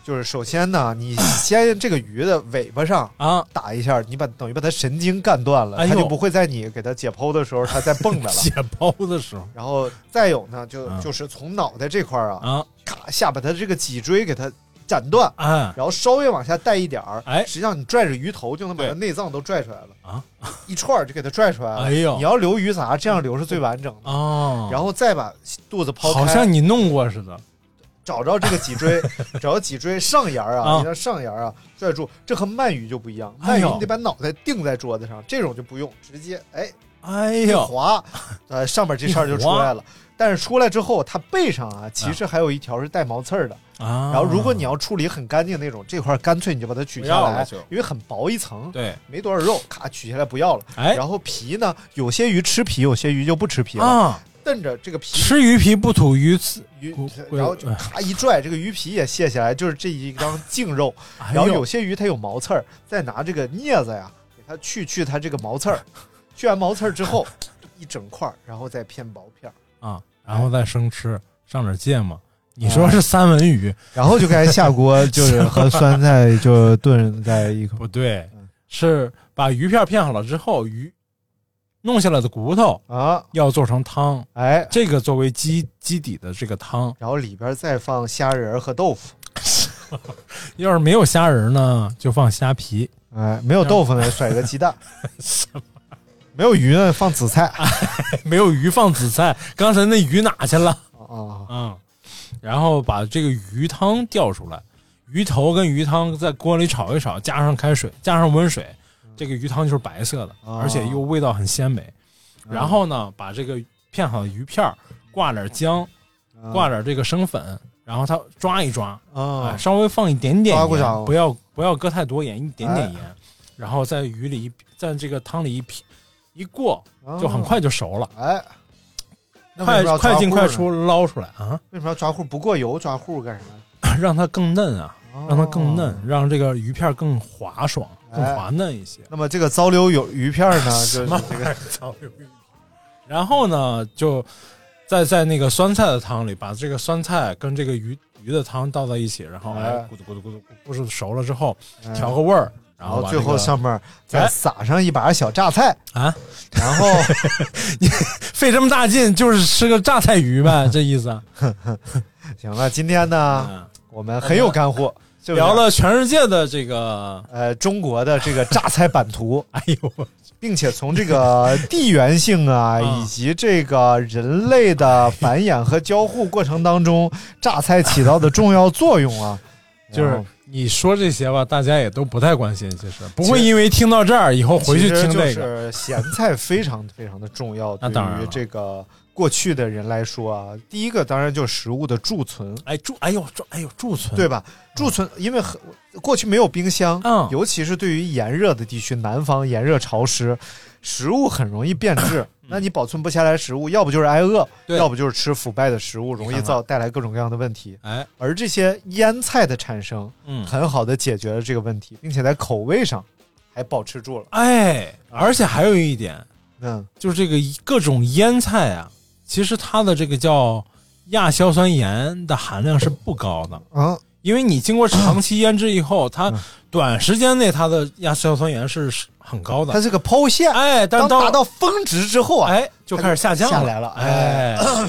Speaker 8: 就是首先呢，你先这个鱼的尾巴上
Speaker 9: 啊，
Speaker 8: 打一下，你把等于把它神经干断了，
Speaker 9: 哎呦
Speaker 8: 它就不会在你给它解剖的时候它再蹦着了
Speaker 9: 解。剖的时候
Speaker 8: 然后再有呢，就
Speaker 9: 嗯
Speaker 8: 就是从脑袋这块儿啊，
Speaker 9: 啊，
Speaker 8: 咔下把它这个脊椎给它斩断，
Speaker 9: 哎，
Speaker 8: 然后稍微往下带一点儿，
Speaker 9: 哎
Speaker 8: 实际上你拽着鱼头就能把它内脏都拽出来了
Speaker 9: 啊，
Speaker 8: 一串儿就给它拽出来了。
Speaker 9: 哎呦
Speaker 8: 你要留鱼杂，这样留是最完整的。
Speaker 9: 哦，
Speaker 8: 然后再把肚子抛开，
Speaker 9: 好像你弄过似的，
Speaker 8: 找着这个脊 椎，找着脊椎上沿儿
Speaker 9: 啊
Speaker 8: 啊，你的上沿儿啊拽住，这和鳗鱼就不一样，鳗
Speaker 9: 哎
Speaker 8: 鱼
Speaker 9: 呦
Speaker 8: 你得把脑袋定在桌子上，这种就不用，直接哎
Speaker 9: 哎
Speaker 8: 一
Speaker 9: 呦，
Speaker 8: 划，呃上面这串儿就出来了。但是出来之后，它背上啊其实还有一条是带毛刺儿的，
Speaker 9: 啊，
Speaker 8: 然后如果你要处理很干净那种，这块儿干脆你就把它取下
Speaker 9: 不要
Speaker 8: 来
Speaker 9: 了就，
Speaker 8: 因为很薄一层，
Speaker 9: 对，
Speaker 8: 没多少肉，咔取下来不要了。
Speaker 9: 哎
Speaker 8: 然后皮呢，有些鱼吃皮，有些鱼就不吃皮了，
Speaker 9: 啊，
Speaker 8: 瞪着这个皮
Speaker 9: 吃鱼皮不吐鱼刺，
Speaker 8: 鱼
Speaker 9: 骨，骨
Speaker 8: 然后就
Speaker 9: 哎
Speaker 8: 咔一拽，这个鱼皮也卸下来，就是这一张净 肉。
Speaker 9: 哎
Speaker 8: 然后
Speaker 9: 呦
Speaker 8: 有些鱼它有毛刺儿，再拿这个镊子呀，给它去去它这个毛刺儿。去完毛刺儿之后，一整块儿，然后再片薄片儿，
Speaker 9: 啊，然后再生吃，上点芥末。你说是三文鱼？
Speaker 8: 然后就该下锅，就是和酸菜就炖在一口。
Speaker 9: 不对
Speaker 8: 嗯，
Speaker 9: 是把鱼片片好了之后，鱼弄下来的骨头
Speaker 8: 啊，
Speaker 9: 要做成汤，
Speaker 8: 哎，
Speaker 9: 这个作为基基底的这个汤。
Speaker 8: 然后里边再放虾仁儿和豆腐。
Speaker 9: 要是没有虾仁呢，就放虾皮。
Speaker 8: 哎，没有豆腐呢， 甩个鸡蛋；没有鱼呢，放紫菜。啊
Speaker 9: 没有鱼放紫菜，刚才那鱼哪去了？
Speaker 8: 啊，
Speaker 9: 嗯，然后把这个鱼汤调出来，鱼头跟鱼汤在锅里炒一炒，加上开水，加上温水，这个鱼汤就是白色的，
Speaker 8: 哦
Speaker 9: 而且又味道很鲜美。然后呢，把这个片好的鱼片儿挂点姜，
Speaker 8: 啊
Speaker 9: 挂点这个生粉，然后它抓一抓，
Speaker 8: 啊
Speaker 9: 哎，稍微放一点点
Speaker 8: 抓过掌
Speaker 9: 盐，不要不要搁太多盐，一点
Speaker 8: 哎
Speaker 9: 点盐，然后在鱼里一在这个汤里一撇一过，就很快就熟了。
Speaker 8: 哎，哦那为什
Speaker 9: 快
Speaker 8: 么要抓
Speaker 9: 快进
Speaker 8: 户
Speaker 9: 快
Speaker 8: 呢
Speaker 9: 出捞出来啊，
Speaker 8: 为什么要抓户？不过油抓户干什么？
Speaker 9: 让它更嫩啊，让它更嫩
Speaker 8: 哦，
Speaker 9: 让这个鱼片更滑爽、更
Speaker 8: 哎
Speaker 9: 滑嫩一些。
Speaker 8: 那么这个糟溜有鱼片 呢，就是这个
Speaker 9: 然后呢，就再在那个酸菜的汤里把这个酸菜跟这个鱼鱼的汤倒在一起，然后哎
Speaker 8: 哎
Speaker 9: 咕嘟咕嘟咕嘟，咕嘟熟了之后调个味儿，然
Speaker 8: 然
Speaker 9: 后
Speaker 8: 后
Speaker 9: 把
Speaker 8: 最
Speaker 9: 这
Speaker 8: 后
Speaker 9: 个哎
Speaker 8: 上面再撒上一把小榨菜，
Speaker 9: 啊，
Speaker 8: 然后
Speaker 9: 费这么大劲就是吃个榨菜鱼呗，这意思 啊。
Speaker 8: 行了，今天呢
Speaker 9: 嗯
Speaker 8: 我们很有干货，是不是
Speaker 9: 聊了全世界的这个，
Speaker 8: 呃中国的这个榨菜版图
Speaker 9: ，哎呦，
Speaker 8: 并且从这个地缘性啊
Speaker 9: 嗯
Speaker 8: 以及这个人类的繁衍和交互过程当中，榨菜起到的重要作用啊，
Speaker 9: 就是
Speaker 8: 然后
Speaker 9: 你说这些吧，大家也都不太关心，其实不会因为听到这儿以后回去听
Speaker 8: 其
Speaker 9: 这
Speaker 8: 实就是
Speaker 9: 个。
Speaker 8: 咸菜非常非常的重要，
Speaker 9: 那
Speaker 8: 对
Speaker 9: 当然了
Speaker 8: 于这个过去的人来说啊，第一个当然就是食物的贮存，
Speaker 9: 哎贮，哎呦贮，哎呦贮存，
Speaker 8: 对吧？贮存，因为很过去没有冰箱，
Speaker 9: 嗯
Speaker 8: 尤其是对于炎热的地区，南方炎热潮湿，食物很容易变 质。那你保存不下来食物，要不就是挨饿，
Speaker 9: 对
Speaker 8: 要不就是吃腐败的食物，容易造带来各种各样的问题。
Speaker 9: 哎，
Speaker 8: 而这些腌菜的产生，
Speaker 9: 嗯，
Speaker 8: 很好的解决了这个问题，并且在口味上还保持住了。
Speaker 9: 哎，
Speaker 8: 啊
Speaker 9: 而且还有一点，
Speaker 8: 嗯，
Speaker 9: 就是这个各种腌菜啊，其实它的这个叫亚硝酸盐的含量是不高的，
Speaker 8: 啊，
Speaker 9: 因为你经过长期腌制以后，它
Speaker 8: 嗯
Speaker 9: 短时间内它的亚硝酸盐是是很高
Speaker 8: 它
Speaker 9: 的。
Speaker 8: 是个抛线，
Speaker 9: 哎，但
Speaker 8: 当
Speaker 9: 是
Speaker 8: 达到峰值之后啊，
Speaker 9: 哎就开始下降
Speaker 8: 下来了
Speaker 9: 哎，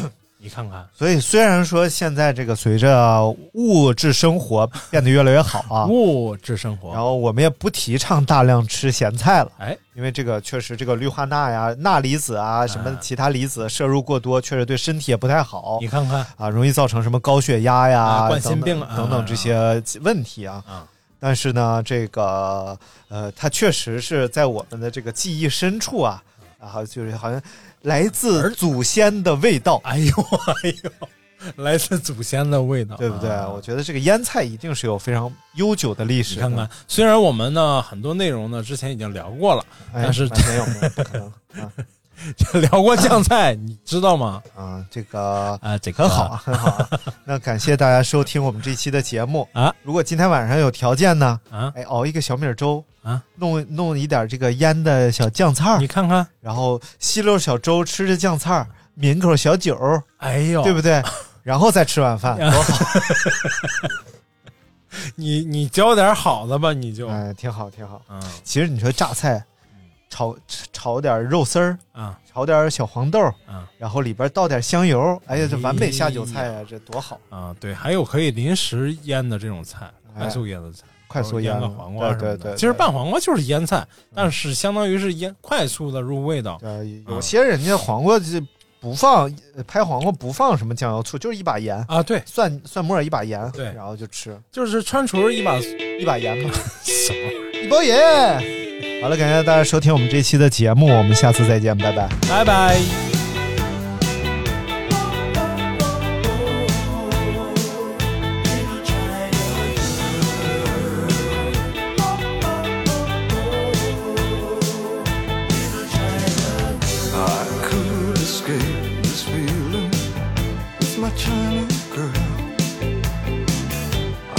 Speaker 9: 你看看，
Speaker 8: 所以虽然说现在这个随着物质生活变得越来越好啊，
Speaker 9: 物质生
Speaker 8: 然
Speaker 9: 活，
Speaker 8: 后我们也不提倡大量吃咸菜了，
Speaker 9: 哎，
Speaker 8: 因为这个确实这个氯化钠呀、钠离子啊什么其他离子摄入过多，确实对身体也不太好
Speaker 9: 你看看，
Speaker 8: 啊，容易造成什么高血压
Speaker 9: 啊
Speaker 8: 呀、
Speaker 9: 冠心病
Speaker 8: 等
Speaker 9: 啊
Speaker 8: 等等等这些问题啊。
Speaker 9: 啊
Speaker 8: 但是呢，这个呃，它确实是在我们的这个记忆深处啊，啊，就是好像来自祖先的味道。
Speaker 9: 哎呦 哎呦，来自祖先的味道，
Speaker 8: 对不对？
Speaker 9: 啊
Speaker 8: 我觉得这个腌菜一定是有非常悠久的历史
Speaker 9: 你
Speaker 8: 的。
Speaker 9: 看看，虽然我们呢很多内容呢之前已经聊过了，
Speaker 8: 哎，
Speaker 9: 但是
Speaker 8: 完全有没有不可能啊
Speaker 9: 聊过酱 菜，你知道吗？
Speaker 8: 啊！这个
Speaker 9: 啊，这个
Speaker 8: 很好啊，很好啊。 那感谢大家收听我们这期的节目
Speaker 9: 啊！
Speaker 8: 如果今天晚上有条件呢，
Speaker 9: 啊，
Speaker 8: 哎，熬一个小米粥
Speaker 9: 啊，
Speaker 8: 弄弄一点这个腌的小酱菜儿
Speaker 9: 你，啊看看，
Speaker 8: 然后吸溜小粥，吃着酱菜儿，抿口小酒儿，
Speaker 9: 哎呦，
Speaker 8: 对不对？然后再吃晚 饭，
Speaker 9: 哦
Speaker 8: 多好！
Speaker 9: 你你教点好的吧，你就，
Speaker 8: 哎，挺好，挺好。
Speaker 9: 嗯，
Speaker 8: 其实你说榨菜，炒炒点肉丝儿
Speaker 9: 啊，
Speaker 8: 炒点小黄豆
Speaker 9: 啊，
Speaker 8: 然后里边倒点香油，哎呀，这完美下
Speaker 9: 哎呀
Speaker 8: 酒菜啊，这多好！
Speaker 9: 啊，对，还有可以临时腌的这种菜，
Speaker 8: 哎
Speaker 9: 快速腌的菜，
Speaker 8: 快速腌
Speaker 9: 腌
Speaker 8: 的
Speaker 9: 个黄瓜什么
Speaker 8: 对
Speaker 9: 的。
Speaker 8: 对对嗯
Speaker 9: 其实拌黄瓜就是腌菜，但是相当于是腌快速的入味道。
Speaker 8: 呃，有些人家黄瓜就不放，呃拍黄瓜不放什么酱油醋，就是一把盐
Speaker 9: 啊，对，
Speaker 8: 蒜蒜末一把盐，
Speaker 9: 对
Speaker 8: 然后就吃，
Speaker 9: 就是川厨一把啊
Speaker 8: 一把盐嘛，
Speaker 9: 什么？
Speaker 8: 一包盐。好了，感谢大家收听我们这期的节目，我们下次再见，拜拜。
Speaker 9: 拜拜。
Speaker 11: I could escape this feeling with my China girl.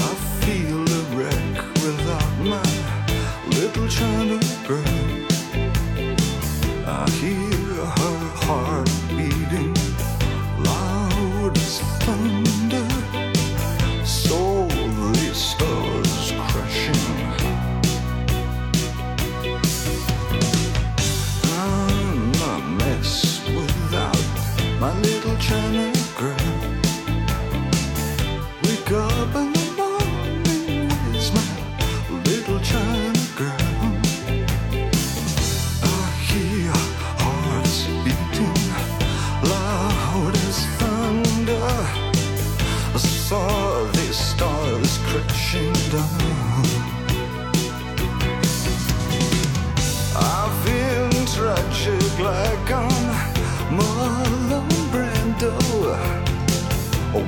Speaker 11: I feel a wreck without my little China girl. I hear her heart beating loud as thunder. So the stars crashing. I'm a mess without my little China girl. Wake up in the morning is my little China girl. I hear hearts beating loud as thunder. I saw the stars crashing down. I've been tragic like on Marlon Brando.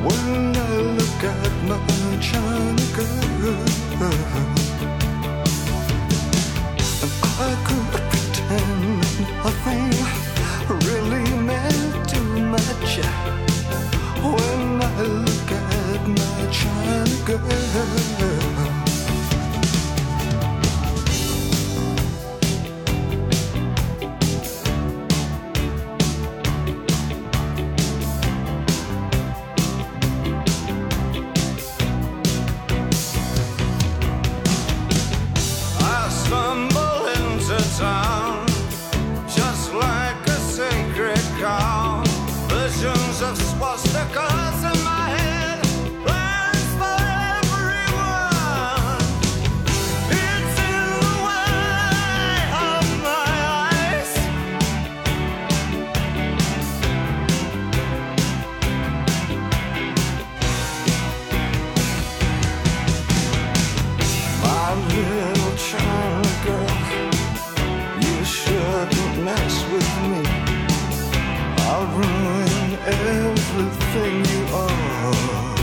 Speaker 11: When I look at my China girl, I could pretend nothing really meant too much. When I look at my China girl. I stumble into town just like a sacred cow. Visions of swastikas in my head, plans for everyone. It's in the way of my eyes. My little China girl, you shouldn't mess with me. I'll ruin everything you are.